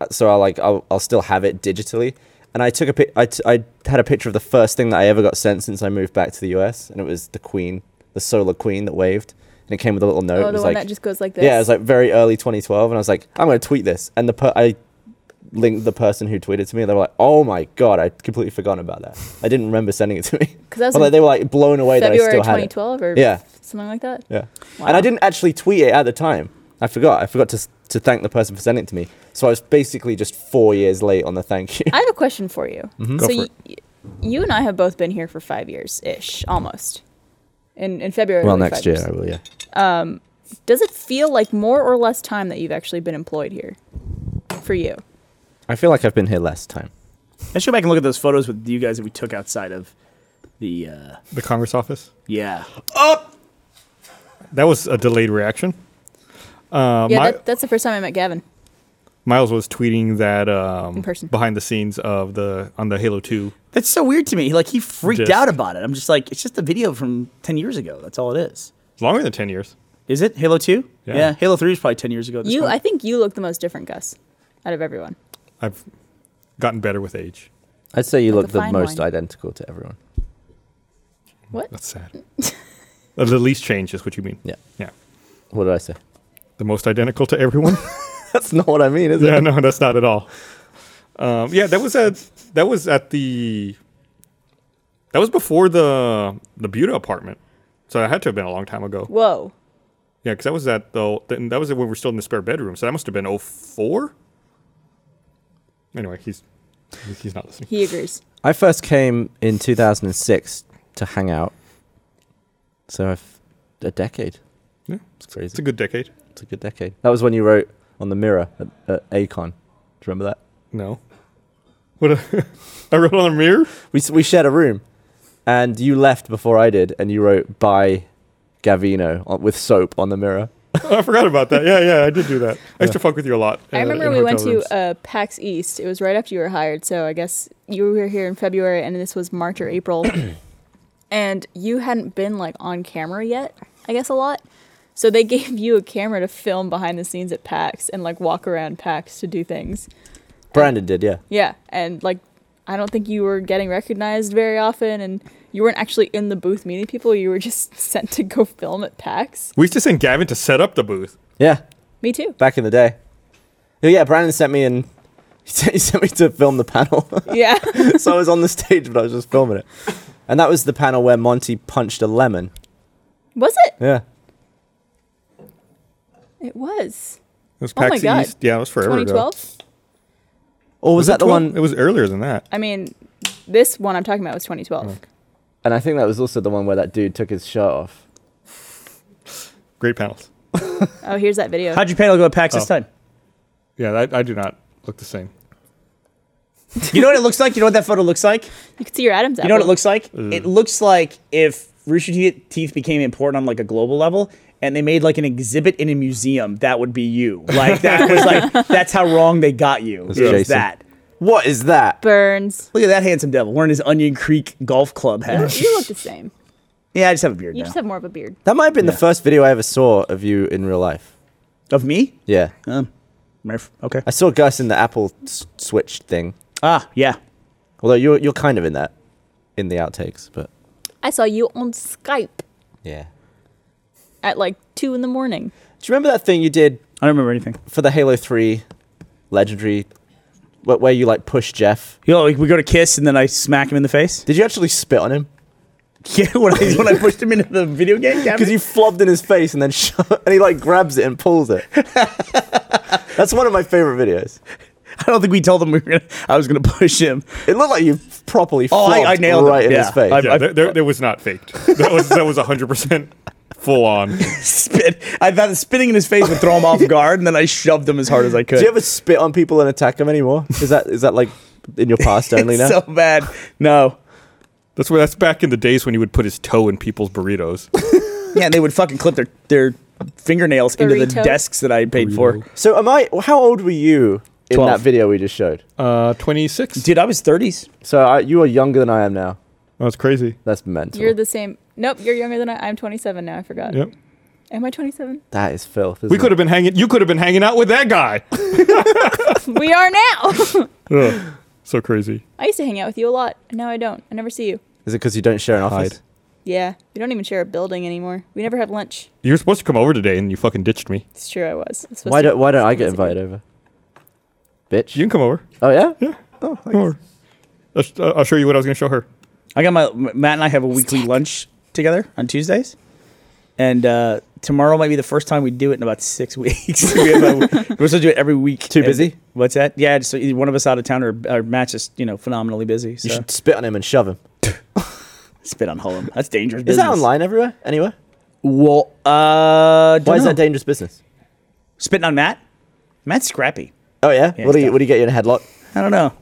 Uh, So I like I'll, I'll still have it digitally. And I took a pic. I, t- I had a picture of the first thing that I ever got sent since I moved back to the US, and it was the Queen, the Solar Queen that waved, and it came with a little note. Oh, it the was one like, that just goes like this. yeah, it was like very early 2012, and I was like, I'm gonna tweet this, and the per- I linked the person who tweeted to me. and They were like, Oh my god, I completely forgotten about that. I didn't remember sending it to me. 'Cause that was Although in they were like blown away that I February still had it. 2012 or Yeah. something like that. Yeah. Wow. And I didn't actually tweet it at the time. I forgot. I forgot to s- to thank the person for sending it to me. So I was basically just four years late on the thank you. I have a question for you. Go So for y- y- you and I have both been here for five years ish, almost. In in February. well, it'll be next five year years. Um, I will. Yeah. Does it feel like more or less time that you've actually been employed here? For you, I feel like I've been here less time. Let's go back and look at those photos with you guys that we took outside of the. Uh, The Congress office. yeah. That was a delayed reaction. Uh, yeah, my, that, that's the first time I met Gavin. Miles was tweeting that um, In person. behind the scenes of the on the Halo Two. That's so weird to me. Like he freaked Just- out about it. I'm just like, it's just a video from ten years ago. That's all it is. Longer than ten years. Is it Halo Two? Yeah. Halo Three is probably ten years ago. at this You, point. I think you look the most different, Gus, out of everyone. I've gotten better with age. I'd say you Like look a the fine most wine. identical to everyone. What? That's sad. Uh, the least change is what you mean. Yeah. Yeah. What did I say? The most identical to everyone. That's not what I mean, is yeah, it? no, that's not at all. Um, yeah, that was at that was at the that was before the the Buda apartment, so that had to have been a long time ago. Whoa. Yeah, because that was at the then that was when we were still in the spare bedroom, so that must have been 04? Anyway, he's he's not listening. He agrees. I first came in 2006 to hang out. So I've a decade. Yeah. It's crazy. It's a good decade. It's a good decade. That was when you wrote on the mirror at, at Acon. Do you remember that? No, what a, I wrote on a mirror. We s- we shared a room, and you left before I did, and you wrote by Gavino on, with soap on the mirror. Oh, I forgot about that. Yeah, yeah, I did do that. I used to fuck with you a lot. I uh, remember in we went hotel rooms. to uh, PAX East. It was right after you were hired, so I guess you were here in February, and this was March or April, and you hadn't been like on camera yet. I guess a lot. So they gave you a camera to film behind the scenes at PAX and like walk around PAX to do things. Brandon did, yeah. Yeah, and like I don't think you were getting recognized very often, and you weren't actually in the booth meeting people. You were just sent to go film at PAX. we used to send Gavin to set up the booth. Yeah, Me too. back in the day. Oh, Yeah, Yeah, Brandon sent me and he sent, he sent me to film the panel. Yeah. so I was on the stage, but I was just filming it. And that was the panel where Monty punched a lemon. was it? Yeah. It was. It was Oh my PAX God. East. Yeah, it was forever ago. 2012? Or was, that the 12? one? It was earlier than that. I mean, this one I'm talking about was 2012. And I think that was also the one where that dude took his shirt off. Great panels. Oh, here's that video. How'd your panel go at PAX this Oh. time? Yeah, I, I do not look the same. You know what it looks like? You know what that photo looks like? You can see your Adam's You know what it looks like? It looks like if Rooster Te- Teeth became important on like a global level and they made like an exhibit in a museum, that would be you. Like that was like that's how wrong they got you. Is Jason. that. What is that? Burns. Look at that handsome devil wearing his Onion Creek golf club hat. You look the same. yeah, I just have a beard You now. just have more of a beard. That might have been the first video I ever saw of you in real life. of me? Yeah. Um, Murph. Okay. I saw Gus in the Apple s- Switch thing. Ah, yeah. Although you're you're kind of in that, in the outtakes, but I saw you on Skype yeah. at like 2 in the morning. Do you remember that thing you did I don't remember anything. for the Halo Three Legendary, wh- where you like push Jeff? You know, like, we go to kiss and then I smack him in the face. Did you actually spit on him? Yeah, when I, when I pushed him into the video game Because cabinet. you flopped in his face and then sho and he like grabs it and pulls it. That's one of my favorite videos. I don't think we told him we were gonna, I was going to push him. It looked like you properly Oh, flopped I- I nailed it, right in yeah. his face. I- Yeah, I've- that, that, that was not faked. That was that was hundred percent full on. Spit. I thought spitting in his face would throw him off guard, and then I shoved him as hard as I could. Do you ever spit on people and attack them anymore? Is that is that like in your past only it's now? so bad. No. That's where that's back in the days when you would put his toe in people's burritos. Yeah, and they would fucking clip their, their fingernails into the Burrito. desks that I paid for. So am I? How old were you in Twelve. that video we just showed? Uh, twenty six. Dude, I was 30s. So I, you are younger than I am now. Oh, That's crazy. That's mental. You're the same. Nope, you're younger than I. I'm 27 now. I forgot. Yep. Am I 27? that is filth. We could have been hanging. You could have been hanging out with that guy. we are now. Ugh, so crazy. I used to hang out with you a lot. and Now I don't. I never see you. Is it because you don't share an office? Hide. Yeah, we don't even share a building anymore. We never have lunch. You were supposed to come over today, and you fucking ditched me. It's true, I was. I was supposed Why to- don't Why don't I get supposed to- invited over? Bitch. You can come over. oh yeah. Yeah. Oh, come over. I'll, sh- I'll show you what I was going to show her. I got my Matt and I have a weekly lunch together on Tuesdays, and uh, tomorrow might be the first time we do it in about six weeks. we have a, we're supposed to do it every week. Too And- busy? What's that? Yeah, just either one of us out of town or our match is you know phenomenally busy. So You should spit on him and shove him. spit on Hullum. That's dangerous. Is business. that online everywhere? Anywhere? Well, uh, Why don't is know. that dangerous business? spitting on Matt? Matt's scrappy. Oh yeah. Yeah, what do you it's tough. What do you get you in a headlock? I don't know.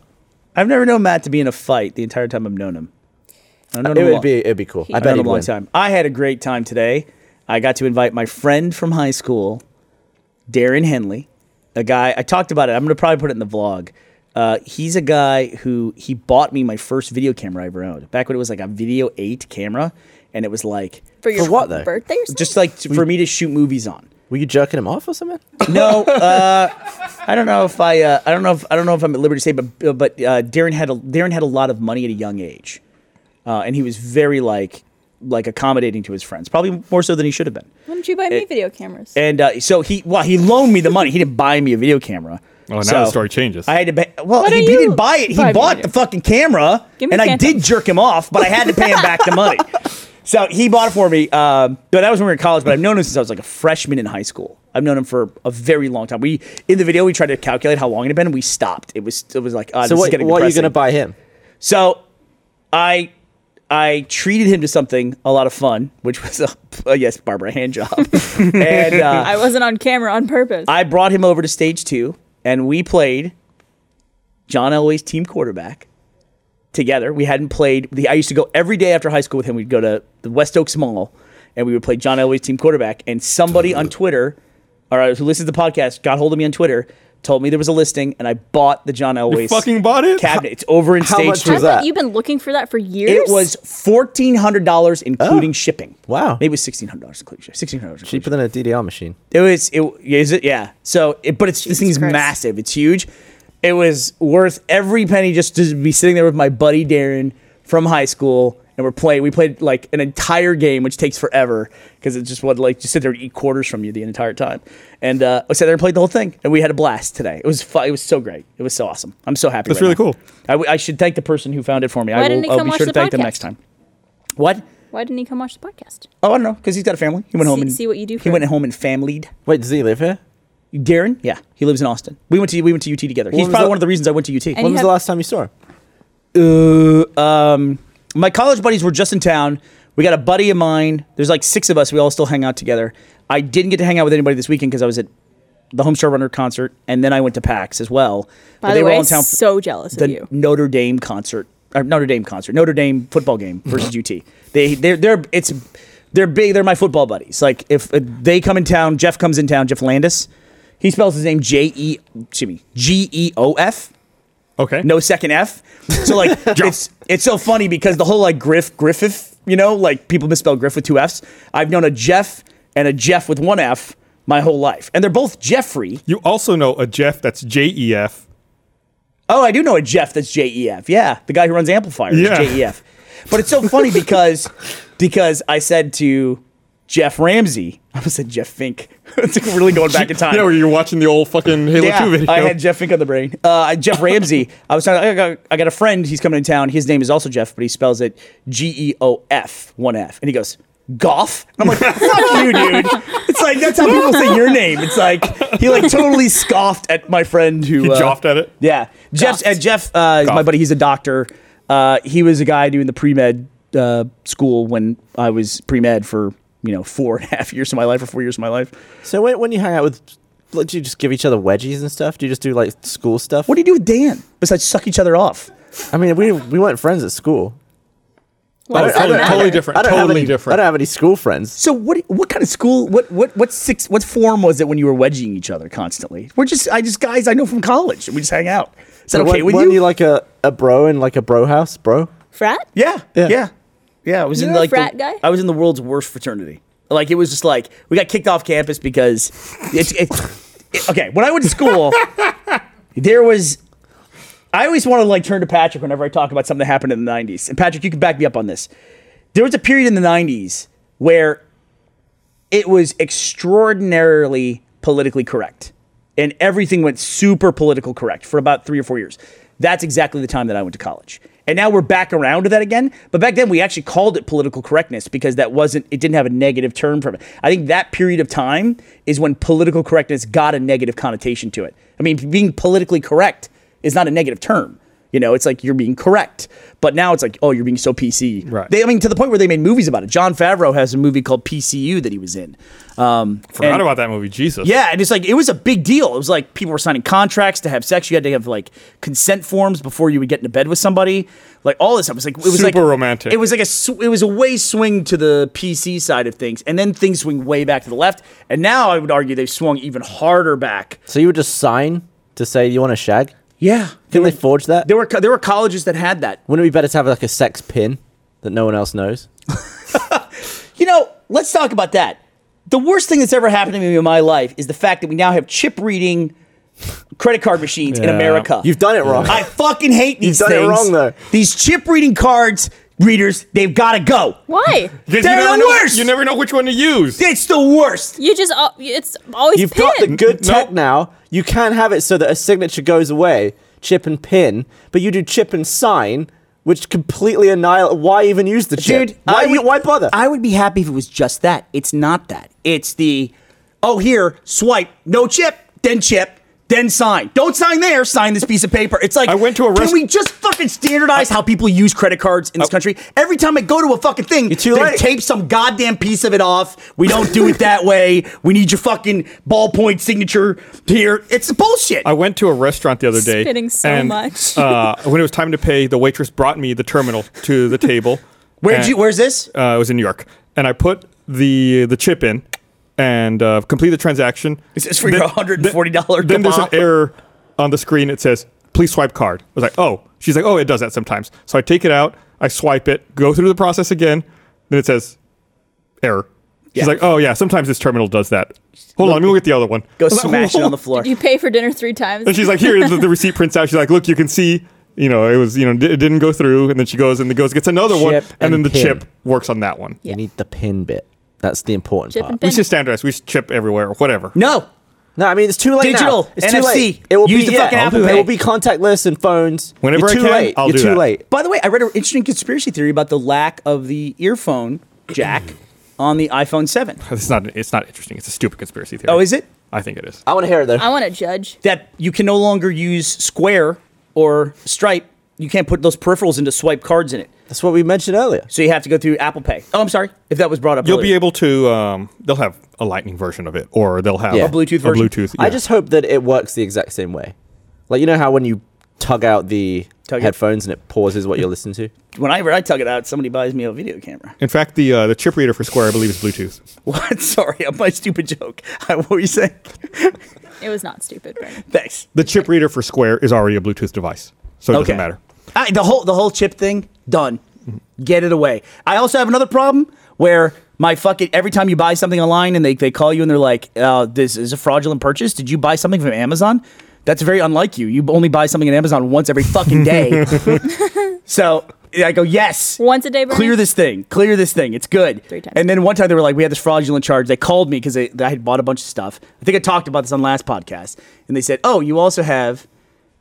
I've never known Matt to be in a fight the entire time I've known him. I don't know It would be It'd be cool. I I've bet known he'd him a long win. time. I had a great time today. I got to invite my friend from high school, Darren Henley, a guy I talked about it. I'm gonna probably put it in the vlog. Uh, he's a guy who he bought me my first video camera I ever owned. Back when it was like a video eight camera, and it was like for your what, though? birthday or something. just like t- for me to shoot movies on. Were you jerking him off or something? No, uh, I don't know if I, uh, I don't know if I don't know if I'm at liberty to say, but but uh, Darren had a, Darren had a lot of money at a young age, uh, and he was very like like accommodating to his friends, probably more so than he should have been. Why don't you buy me video cameras? And uh, so he, well, he loaned me the money. He didn't buy me a video camera. Oh, now So the story changes. I had to pay. Well, Why he, don't he you didn't buy it. He buy me bought one? the fucking camera, Give me and I Phantom. did jerk him off, but I had to pay him back the money. So he bought it for me. Um, but that was when we were in college. But I've known him since I was like a freshman in high school. I've known him for a very long time. We in the video we tried to calculate how long it had been. and We stopped. It was it was like uh, So this is what? getting What are you depressing. gonna buy him? So I I treated him to something a lot of fun, which was a, a yes, Barbara hand job, and uh, I wasn't on camera on purpose. I brought him over to stage two, and we played John Elway's team quarterback together. We hadn't played. The, I used to go every day after high school with him. We'd go to the West Oaks Mall, and we would play John Elway's team quarterback. And somebody on Twitter, or uh, who listens to the podcast, got hold of me on Twitter, told me there was a listing, and I bought the John Elway's fucking bought it? cabinet. It's over in stage much two. was I thought that? you've been looking for that for years. It was fourteen hundred dollars, including shipping. Oh. Wow. maybe it was sixteen hundred dollars, including shipping. Sixteen hundred dollars. Cheaper than a DDR machine. It was it is it yeah. So it, but it's this thing's Christ. massive. It's huge. It was worth every penny just to be sitting there with my buddy Darren from high school, and we're playing. We played like an entire game, which takes forever because it just would like just sit there and eat quarters from you the entire time. And uh, I sat there and played the whole thing, and we had a blast today. It was fun. It was so great. It was so awesome. I'm so happy. That's right really now. cool. I, w- I should thank the person who found it for me. I Why will. didn't he I'll come be watch sure to the thank them podcast? next time. What? Why didn't he come watch the podcast? Oh, I don't know because he's got a family. He went home See- and see what you do He for went him. home and familied. Wait, does he live here? Darren, yeah, he lives in Austin. We went to we went to UT together. He's was probably the- one of the reasons I went to UT. And When you was have- the last time you saw him? Uh, um, my college buddies were just in town. We got a buddy of mine. There's like six of us. We all still hang out together. I didn't get to hang out with anybody this weekend because I was at the Homestar Runner concert, and then I went to PAX as well. By the way, so jealous the oh, of you. Notre Dame concert, or Notre Dame concert, Notre Dame football game versus UT. They they're they're it's they're big. They're my football buddies. Like if uh, they come in town, Jeff comes in town. Jeff Landis, he spells his name J E excuse me G E O F. Okay. No second F. So like it's it's so funny because the whole like Griff Griffith, you know, like people misspell Griff with two Fs. I've known a Jeff and a Jeff with one F my whole life, and they're both Jeffrey. You also know a Jeff that's J E F. Oh, I do know a Jeff that's JEF. Yeah, the guy who runs Amplifier is Yeah. JEF. But it's so funny because because I said to Jeff Ramsey, I almost said Jeff Fink. it's like really going back in time. Yeah, where you're watching the old fucking Halo Yeah, 2 video. I had Jeff Fink on the brain. Uh, Jeff Ramsey. I was talking. I got, I got a friend. He's coming in town. His name is also Jeff, but he spells it G E O F, one F. And he goes, "Golf." And I'm like, "Fuck you, dude." It's like that's how people say your name. It's like he like totally scoffed at my friend who he uh, joffed at it. yeah, Jeff's, uh, Goffed. Jeff uh, is my Goffed. buddy. He's a doctor. Uh, he was a guy doing the pre med uh, school when I was pre med for you know four and a half years of my life or four years of my life. So when, when you hang out with, like, do you just give each other wedgies and stuff? Do you just do like school stuff? What do you do with Dan besides suck each other off? I mean, we we weren't friends at school. Why does I that don't- matter? totally different. I don't have Totally any, different. I don't have any school friends. So what what kind of school what what what six what form was it when you were wedging each other constantly? We're just I just guys I know from college. We just hang out. Is that But okay weren't- with weren't you? like a, a bro in like a bro house, bro? Frat? Yeah, yeah, Yeah. yeah. I was You in were a like the- frat guy? I was in the world's worst fraternity. Like it was just like we got kicked off campus because it's it, it- okay. When I went to school, there was. I always want to like turn to Patrick whenever I talk about something that happened in the '90s. And Patrick, you can back me up on this. There was a period in the '90s where it was extraordinarily politically correct. And everything went super political correct for about three or four years. That's exactly the time that I went to college. And now we're back around to that again. But back then we actually called it political correctness because that wasn't it didn't have a negative term from it. I think that period of time is when political correctness got a negative connotation to it. I mean, being politically correct is not a negative term. You know, it's like you're being correct. But now it's like, oh, you're being so PC. Right. They, I mean, to the point where they made movies about it. John Favreau has a movie called PCU that he was in. Um, Forgot and- about that movie. Jesus. yeah, and it's like it was a big deal. It was like people were signing contracts to have sex. You had to have like consent forms before you would get into bed with somebody. Like all this stuff. It was like it was like Super romantic. It was like a sw- it was a way swing to the PC side of things, and then things swing way back to the left. And now I would argue they've swung even harder back. So you would just sign to say you want to shag? Yeah, Can they forge that? there were co- there were colleges that had that. Wouldn't it be better to have like a sex pin that no one else knows? You know, let's talk about that. The worst thing that's ever happened to me in my life is the fact that we now have chip reading credit card machines in Yeah. America. You've done it wrong. I fucking hate these done it things. wrong, though. These chip reading cards readers, they've got to go. Why? 'Cause They're you never the know- worst! You never know which one to use. It's the worst. You just al- it's always You've pin. got the good No. tech now. You can have it so that a signature goes away, chip and pin, but you do chip and sign, which completely annihilate. Why even use the chip? Dude, why I you, would- why bother? I would be happy if it was just that. It's not that. It's the oh here, swipe, no chip, then chip, then sign. Don't sign there, sign this piece of paper. It's like I went to a Can rest- we just fucking standardize how people use credit cards in this country? Every time I go to a fucking thing, too they late. tape some goddamn piece of it off. We don't do it that way. We need your fucking ballpoint signature here. It's bullshit. I went to a restaurant the other day. Spitting so and, much. uh, when it was time to pay, the waitress brought me the terminal to the table. Where'd And- you where's this? Uh, it was in New York, and I put the the chip in and uh, complete the transaction. Is this for your $140 Then, then there's an kebab? error on the screen. It says, "Please swipe card." I was like, "Oh." She's like, "Oh, it does that sometimes." So I take it out, I swipe it, go through the process again. Then it says, "Error." She's Yeah. like, "Oh yeah, sometimes this terminal does that." Hold on, let me go get the other one. I Go was like, smash it on the "Whoa." floor. You pay for dinner three times. And she's like, here, the, the receipt prints out. She's like, look, you can see, you know, it was, you know, d- it didn't go through. And then she goes and goes, gets another one. Chip And, then and the pin. chip works on that one. Yeah. You need the pin bit. That's the important Chip part. and We pin. should standardize. We should chip everywhere or whatever. no. No, I mean it's too late. now. Digital, it's NFC. Too late. It will Use be the fucking yeah, Apple It Pay. will be contactless and phones. Whenever You're I too can, late. I'll You're do too that. late. By the way, I read an interesting conspiracy theory about the lack of the earphone jack on the iPhone 7. It's not, it's not interesting. It's a stupid conspiracy theory. Oh, is it? I think it is. I want to hear it though. I want to judge. That you can no longer use Square or Stripe. You can't put those peripherals into swipe cards in it. That's what we mentioned earlier. So you have to go through Apple Pay. Oh, I'm sorry if that was brought up. You'll earlier. be able to, um, they'll have a lightning version of it or they'll have Yeah. A Bluetooth A version? Bluetooth. I yeah. just hope that it works the exact same way. Like you know how when you tug out the Tug it. headphones and it pauses what you're listening to. Whenever I tug it out, somebody buys me a video camera. In fact, the, uh, the chip reader for Square, I believe, is Bluetooth. What? Sorry, my stupid joke. what were you saying? It was not stupid. Brandon. Thanks. The chip reader for Square is already a Bluetooth device. So it doesn't matter. I, the whole the whole chip thing done. Get it away. I also have another problem where my fucking every time you buy something online and they, they call you and they're like, uh, "This is a fraudulent purchase. Did you buy something from Amazon?" That's very unlike you. You only buy something on Amazon once every fucking day. so I go, "Yes." Once a day, Brandon? Clear this thing. Clear this thing. It's good. Three times. And then one time they were like, we had this fraudulent charge. They called me because I had bought a bunch of stuff. I think I talked about this on last podcast. And they said, oh, you also have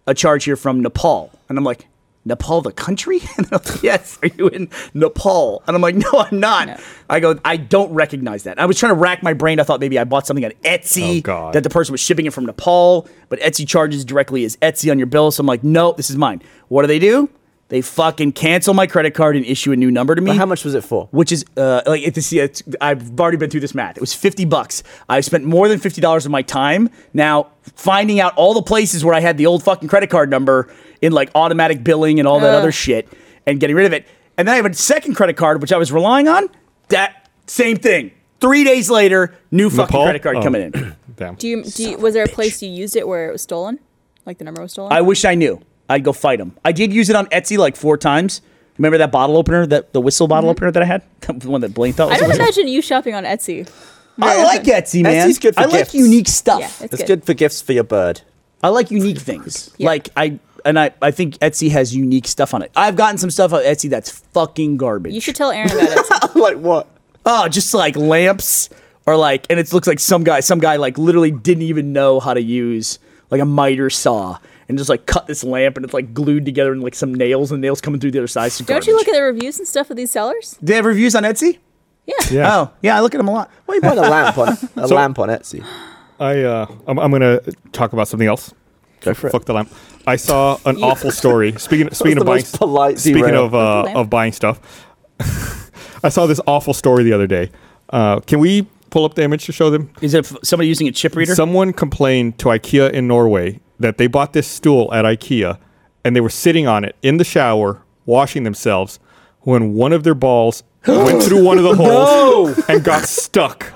a charge here from Nepal. And I'm like, Nepal, the country? And they're like, yes, are you in Nepal? And I'm like, no, I'm not. No. I go, I don't recognize that. I was trying to rack my brain. I thought maybe I bought something on Etsy Oh, God. that the person was shipping it from Nepal, but Etsy charges directly as Etsy on your bill. So I'm like, no, this is mine. What do they do? They fucking cancel my credit card and issue a new number to me But how much was it for? which is uh, like it's, it's, it's, I've already been through this math. It was fifty bucks. I spent more than fifty dollars of my time now finding out all the places where I had the old fucking credit card number in like automatic billing and all that Ugh. other shit, and getting rid of it. And then I have a second credit card which I was relying on. That same thing. Three days later, new fucking Nepal? credit card Oh. coming in. Damn. Do you, do you, was there a place you used it where it was stolen? Like the number was stolen? I wish I knew. I'd go fight them. I did use it on Etsy like four times. Remember that bottle opener, that the whistle bottle opener that I had, the one that Blaine thought Mm-hmm. I was. a don't whistle? imagine you shopping on Etsy. I like Etsy, man. Etsy's good for I like gifts. unique stuff. Yeah, it's It's good. good for gifts for your bird. I like unique things. Yeah. Like I and I, I think Etsy has unique stuff on it. I've gotten some stuff on Etsy that's fucking garbage. You should tell Aaron about it. like what? oh, just like lamps or like and it looks like some guy some guy like literally didn't even know how to use like a miter saw. and just like cut this lamp, and it's like glued together and like some nails and nails coming through the other side. It's Don't you garbage. look at the reviews and stuff of these sellers? They have reviews on Etsy. Yeah. Yeah. Oh, yeah, I look at them a lot. Why are you buying a lamp on a lamp on Etsy? I uh, I'm, I'm gonna talk about something else. Go for it. Fuck the lamp. I saw an You- awful story. Speaking speaking the of buying most polite speaking derail. of uh, Fuck the lamp. of buying stuff, I saw this awful story the other day. Uh, can we pull up the image to show them? Is it f- somebody using a chip reader? Someone complained to IKEA in Norway that they bought this stool at IKEA and they were sitting on it in the shower washing themselves when one of their balls went through one of the holes and got stuck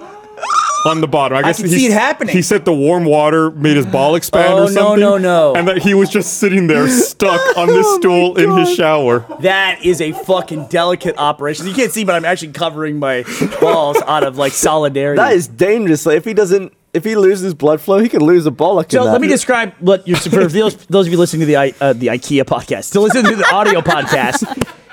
on the bottom. I guess can he- see it happening. He said the warm water made his ball expand Oh, or no, something. no, no. Oh, And that he was just sitting there stuck on this stool in his shower. That is a fucking delicate operation. You can't see, but I'm actually covering my balls out of like solidarity. That is dangerous. Like if he doesn't, if he loses blood flow, he could lose a bollock. So in that. let me describe what you for those, those of you listening to the I- uh, the IKEA podcast, still listening to the audio podcast.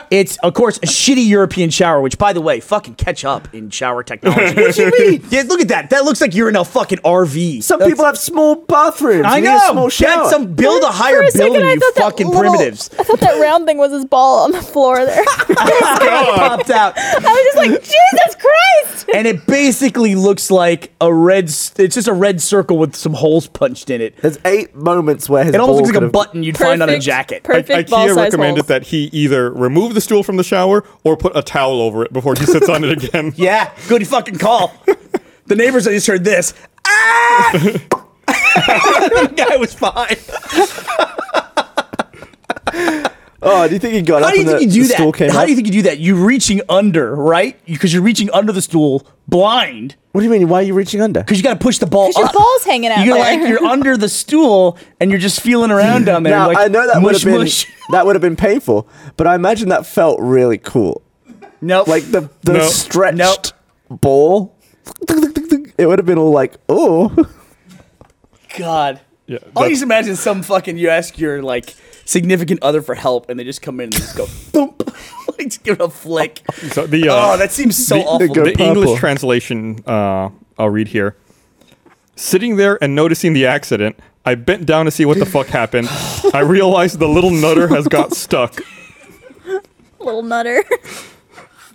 It's of course a shitty European shower, which by the way, fucking catch up in shower technology. what do you mean? Yeah, look at that. That looks like you're in a fucking RV. Some people have small bathrooms. I You need a know. Small Get shower. some build a For higher a second, building, I you thought that fucking little- primitives. I thought that round thing was his ball on the floor there. I Popped out. was just like, Jesus Christ! and it basically looks like a red. s- It's just a red circle with some holes punched in it. There's eight moments where his It almost ball looks like could a have- button you'd find on a jacket. I- Perfect ball IKEA size recommended holes. that he either remove the stool from the shower or put a towel over it before he sits on it again. Yeah, good fucking call. the neighbors that just heard this. Ah! the guy was fine. Oh, do you think he got How up do you and think the, you do the stool that? came How up? do you think you do that? You're reaching under, right? Because you're reaching under the stool blind. What do you mean? Why are you reaching under? Because you got to push the ball 'Cause your up. ball's hanging out Uh, You're there. like you're under the stool and you're just feeling around down there. Now like, I know that would mush, have been mush. that would have been painful, but I imagine that felt really cool. Nope. Like the the No. stretched Nope. ball. It would have been all like, oh, God. Yeah, I'll that's- just imagine some fucking you ask your like significant other for help and they just come in and just go thump. like just give it a flick. So the, uh, Oh, that seems so the, awful. go- The Purple. English translation uh, I'll read here. Sitting there and noticing the accident, I bent down to see what the fuck happened. I realized the little nutter has got stuck. Little nutter.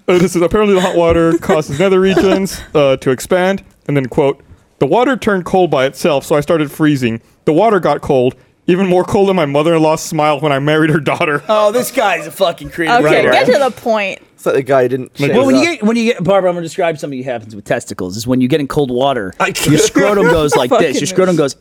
Uh, this is apparently the hot water causes nether regions uh, to expand. And then, quote, the water turned cold by itself, so I started freezing. The water got cold, even more cold than my mother in law smiled when I married her daughter. Oh, this guy's a fucking creative. Okay, Right, right. get to the point. it's like the guy who didn't. shave Well, when his you ass. get when you get Barbara, I'm gonna describe something that happens with testicles. Is when you get in cold water, your scrotum goes like this. Your scrotum Fucking goes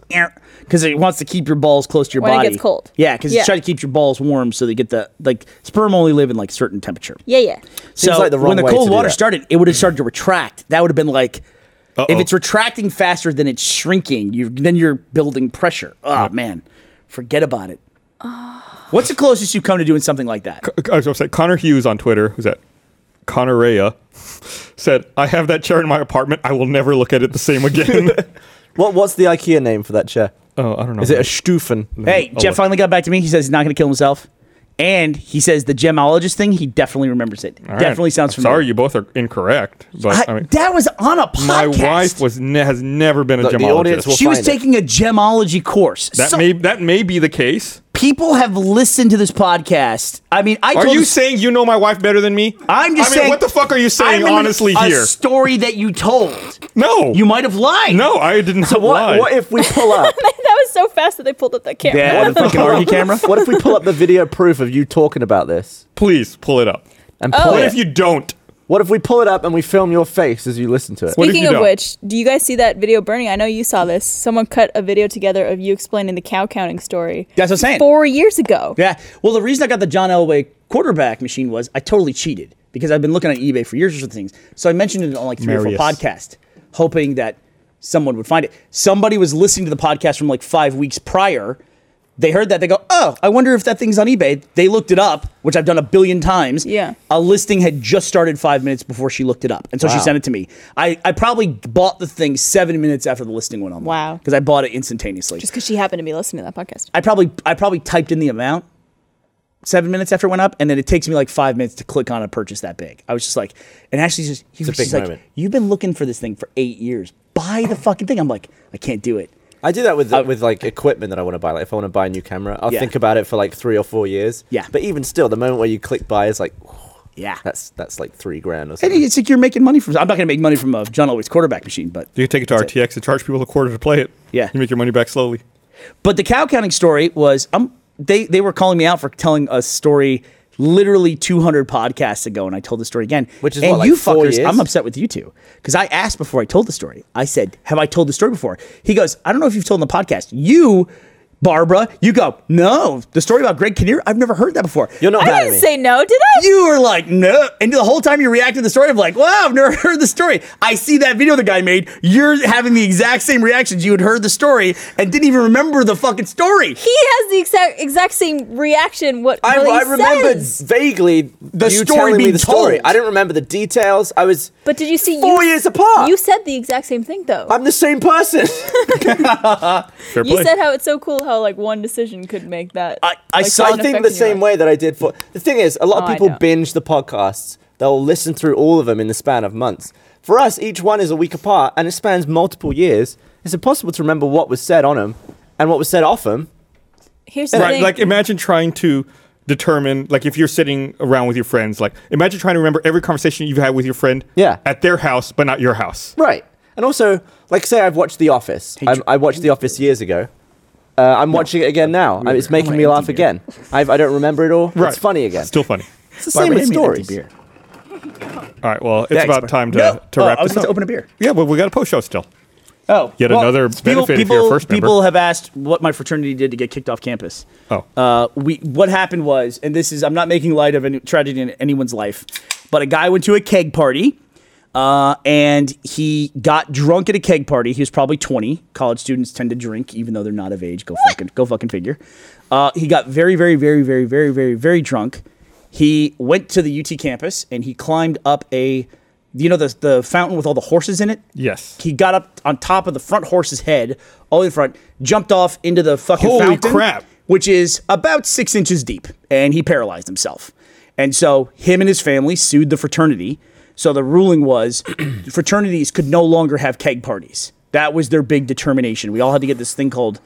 because it wants to keep your balls close to your When it body. gets cold. Yeah, because Yeah. you try to keep your balls warm so they get the like sperm only live in like certain temperature. Yeah, yeah. Seems so like the wrong when the way cold to do water that. started, it would have started to retract. That would have been like if Uh-oh. it's retracting faster than it's shrinking, you then you're building pressure. Oh man, forget about it. What's the closest you come to doing something like that? I was gonna say Connor Hughes on Twitter, who's at Connor Rhea, said, I have that chair in my apartment. I will never look at it the same again. what what's the IKEA name for that chair? oh, I don't know. Is it a Stufen? Hey, Oh, Jeff what? finally got back to me. He says he's not going to kill himself. And he says the gemologist thing, he definitely remembers it. All right. Definitely sounds I'm familiar. Sorry, you both are incorrect. But I, I- mean, that was on a podcast. my wife was ne- has never been a Look, the audience gemologist. will- she was Find it. taking a gemology course. that So- may that may be the case. people have listened to this podcast. I mean, I Are told you this- saying you know my wife better than me? I'm I just mean, saying. What the fuck are you saying? I'm in honestly, a here. story that you told. no, You might have lied. No, I did not So what? lie. What if we pull up? That was so fast that they pulled up that camera. Yeah, the fucking RV camera. what if we pull up the video proof of you talking about this? Please pull it up. And Oh. play What it? if you don't? what if we pull it up and we film your face as you listen to it? What if Speaking you of don't? which, do you guys see that video, Bernie? I know you saw this. Someone cut a video together of you explaining the cow counting story. That's what I'm saying. Four years ago. Yeah. Well, the reason I got the John Elway quarterback machine was I totally cheated because I've been looking on eBay for years or something. So I mentioned it on like three or Marius. four podcasts, hoping that someone would find it. Somebody was listening to the podcast from like five weeks prior. They heard that. They go, oh, I wonder if that thing's on eBay. They looked it up, which I've done a billion times. Yeah. A listing had just started five minutes before she looked it up. And so she Wow. sent it to me. I, I probably bought the thing seven minutes after the listing went online. Wow. Because I bought it instantaneously. Just because she happened to be listening to that podcast. I probably I probably typed in the amount seven minutes after it went up, and then it takes me like five minutes to click on a purchase that big. I was just like, and Ashley's just he was a big just like, moment. you've been looking for this thing for eight years. Buy the fucking thing. I'm like, I can't do it. I do that with I- with like equipment that I want to buy. Like if I want to buy a new camera, I'll Uh, Yeah. think about it for like three or four years. Yeah. But even still, the moment where you click buy is like, Yeah. that's that's like three grand or And something. it's like you're making money from. I'm not going to make money from a John Elway's quarterback machine, but You can take it to RTX and charge people a quarter to play it. Yeah. You make your money back slowly. But the cow counting story was um they they were calling me out for telling a story literally 200 podcasts ago, and I told the story again. Which is and what, like you four fuckers, years? I'm upset with you two because I asked before I told the story. I said, "Have I told the story before?" He goes, "I don't know if you've told in the podcast." You. Barbara, you go, no, the story about Greg Kinnear, I've never heard that before. You're not I mad at didn't me. say no, did I? You were like, no. And the whole time you reacted to the story, I'm like, wow, I've never heard the story. I see that video the guy made. You're having the exact same reactions. You had heard the story and didn't even remember the fucking story. he has the exact exact same reaction. What I, Willie I remembered says. vaguely the you story telling me being the story. told. I didn't remember the details. I was But did you see four you, years apart. You said the exact same thing though. I'm the same person. Fair you play. said how it's so cool how like one decision could make that. I- I like, saw- have I an think effect the in your same life. way that I did for. The thing is, a lot Oh, of I people know. binge the podcasts. They'll listen through all of them in the span of months. For us, each one is a week apart, and it spans multiple years. It's impossible to remember what was said on them and what was said off them. Here's the Right. thing. Like imagine trying to determine like if you're sitting around with your friends, like imagine trying to remember every conversation you've had with your friend Yeah. at their house, but not your house. Right. And also, like, say I've watched The Office. I'm, I watched The Office years ago. Uh, I'm watching it again now. I- It's making wanna me laugh empty beer. again. I've, I don't remember it all. Right. It's funny again. Still funny. it's the same with stories. All right, well, it's Thanks, about bro. time to, No. to Oh, wrap I was this about up. to open a beer. Yeah, but we got a post show still. Oh, Yet another people, benefit if people, you're a first member. People have asked what my fraternity did to get kicked off campus. Oh. Uh, we what happened was, and this is I'm not making light of any tragedy in anyone's life, but a guy went to a keg party, uh, and he got drunk at a keg party. He was probably 20. College students tend to drink even though they're not of age. Go fucking go fucking figure. Uh, he got very very very very very very very drunk. He went to the UT campus and he climbed up a, you know the the fountain with all the horses in it. Yes. He got up on top of the front horse's head, all in front, jumped off into the fucking Holy fountain, crap. which is about six inches deep, and he paralyzed himself. And so him and his family sued the fraternity. So the ruling was fraternities could no longer have keg parties. That was their big determination. We all had to get this thing called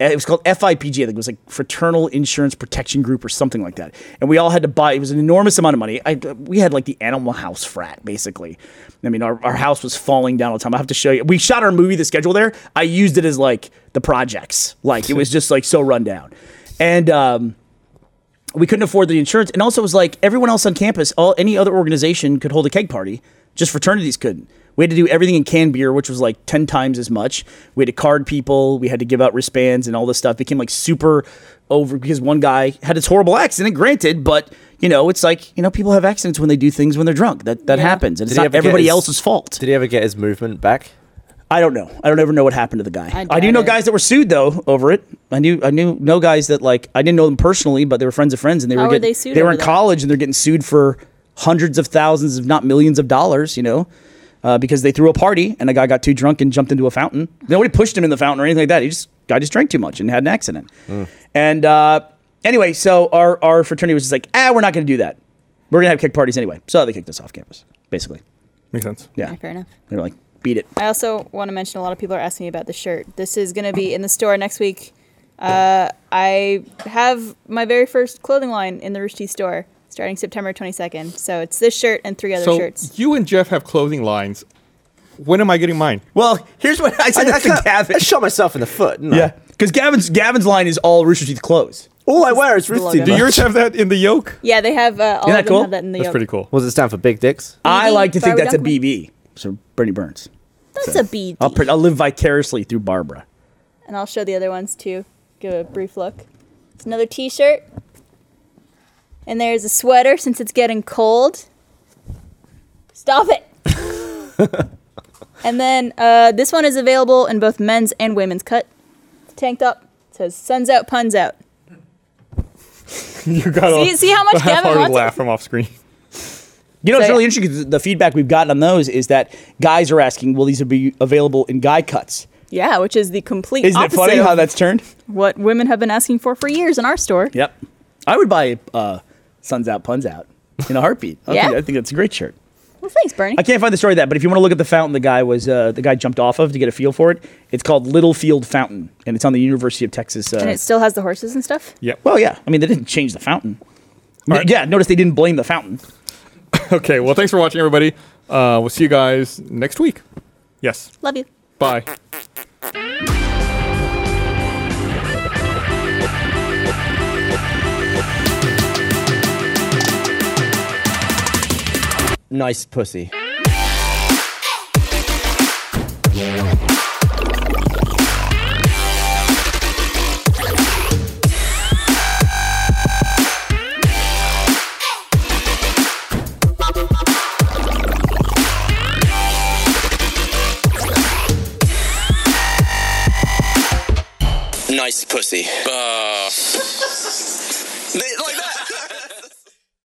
it was called FIPG. I think it was like Fraternal Insurance Protection Group or something like that. And we all had to buy. It was an enormous amount of money. I, we had like the Animal House frat, basically. I mean, our, our house was falling down all the time. I have to show you. We shot our movie, The Schedule, there. I used it as like the projects. Like it was just like so run down, and um, we couldn't afford the insurance. And also, it was like everyone else on campus, all any other organization could hold a keg party, just fraternities couldn't. We had to do everything in canned beer, which was like ten times as much. We had to card people. We had to give out wristbands and all this stuff. Became like super over because one guy had this horrible accident. Granted, but you know, it's like you know, people have accidents when they do things when they're drunk. That that happens, and it's he not ever get everybody his- else's fault. Did he ever get his movement back? I don't know. I don't ever know what happened to the guy. I I, do doubt know it. guys that were sued though over it. I knew I knew no guys that like I didn't know them personally, but they were friends of friends, and they How were were getting, they sued were over in that? college, and they're getting sued for hundreds of thousands, if not millions of dollars. You know, uh, because they threw a party and a guy got too drunk and jumped into a fountain. Nobody pushed him in the fountain or anything like that. He just guy just drank too much and had an accident. And uh, anyway, so our our fraternity was just like, ah, we're not going to do that. We're going to have kick parties anyway. So they kicked us off campus, basically. Makes sense. Yeah, fair enough. They were like, beat it. I also want to mention a lot of people are asking me about the shirt. This is going to be in the store next week. Uh, I have my very first clothing line in the Roosh Tea store starting September 22nd. So it's this shirt and three other so shirts. you and Jeff have clothing lines. When am I getting mine? Well, here's what I said I, that to shot- Gavin. I shot myself in the foot. didn't I? Yeah, because Gavin's Gavin's line is all Rooster Teeth clothes. All I wear is The Ruth logo. Teeth. Do yours have that in the yoke? Yeah, they have uh, all Isn't that of them cool? have that in the That's yoke. pretty cool. What does it stand for? Big dicks. I BB, like to think Barbara that's a Dunkman. BB. So Bernie Burns. That's a BD. I'll pr- I'll live vicariously through Barbara. and I'll show the other ones too. Give a brief look. It's another T-shirt, and there's a sweater since it's getting cold. Stop it. and then uh, this one is available in both men's and women's cut. It's tanked up. It says "Suns out, puns out." You got Oh. See- a- see how much a Gavin half-hearted wants it? laugh from off screen. You know, it's So- really interesting 'cause the feedback we've gotten on those is that guys are asking, will these be available in guy cuts? Yeah, which is the complete Isn't it opposite funny of how that's turned? what women have been asking for for years in our store. Yep. I would buy uh, Suns Out, Puns Out in a heartbeat. I, Yeah. think, I think that's a great shirt. Well, thanks, Bernie. I can't find the story of that, but if you want to look at the fountain, the guy was uh, the guy jumped off of to get a feel for it. It's called Littlefield Fountain, and it's on the University of Texas. Uh, and it still has the horses and stuff. Yep. well, yeah, I mean they didn't change the fountain. right. Yeah, notice they didn't blame the fountain. Okay. Well, thanks for watching, everybody. Uh, we'll see you guys next week. Yes. Love you. Bye. Nice pussy. Nice pussy. Uh, they- like,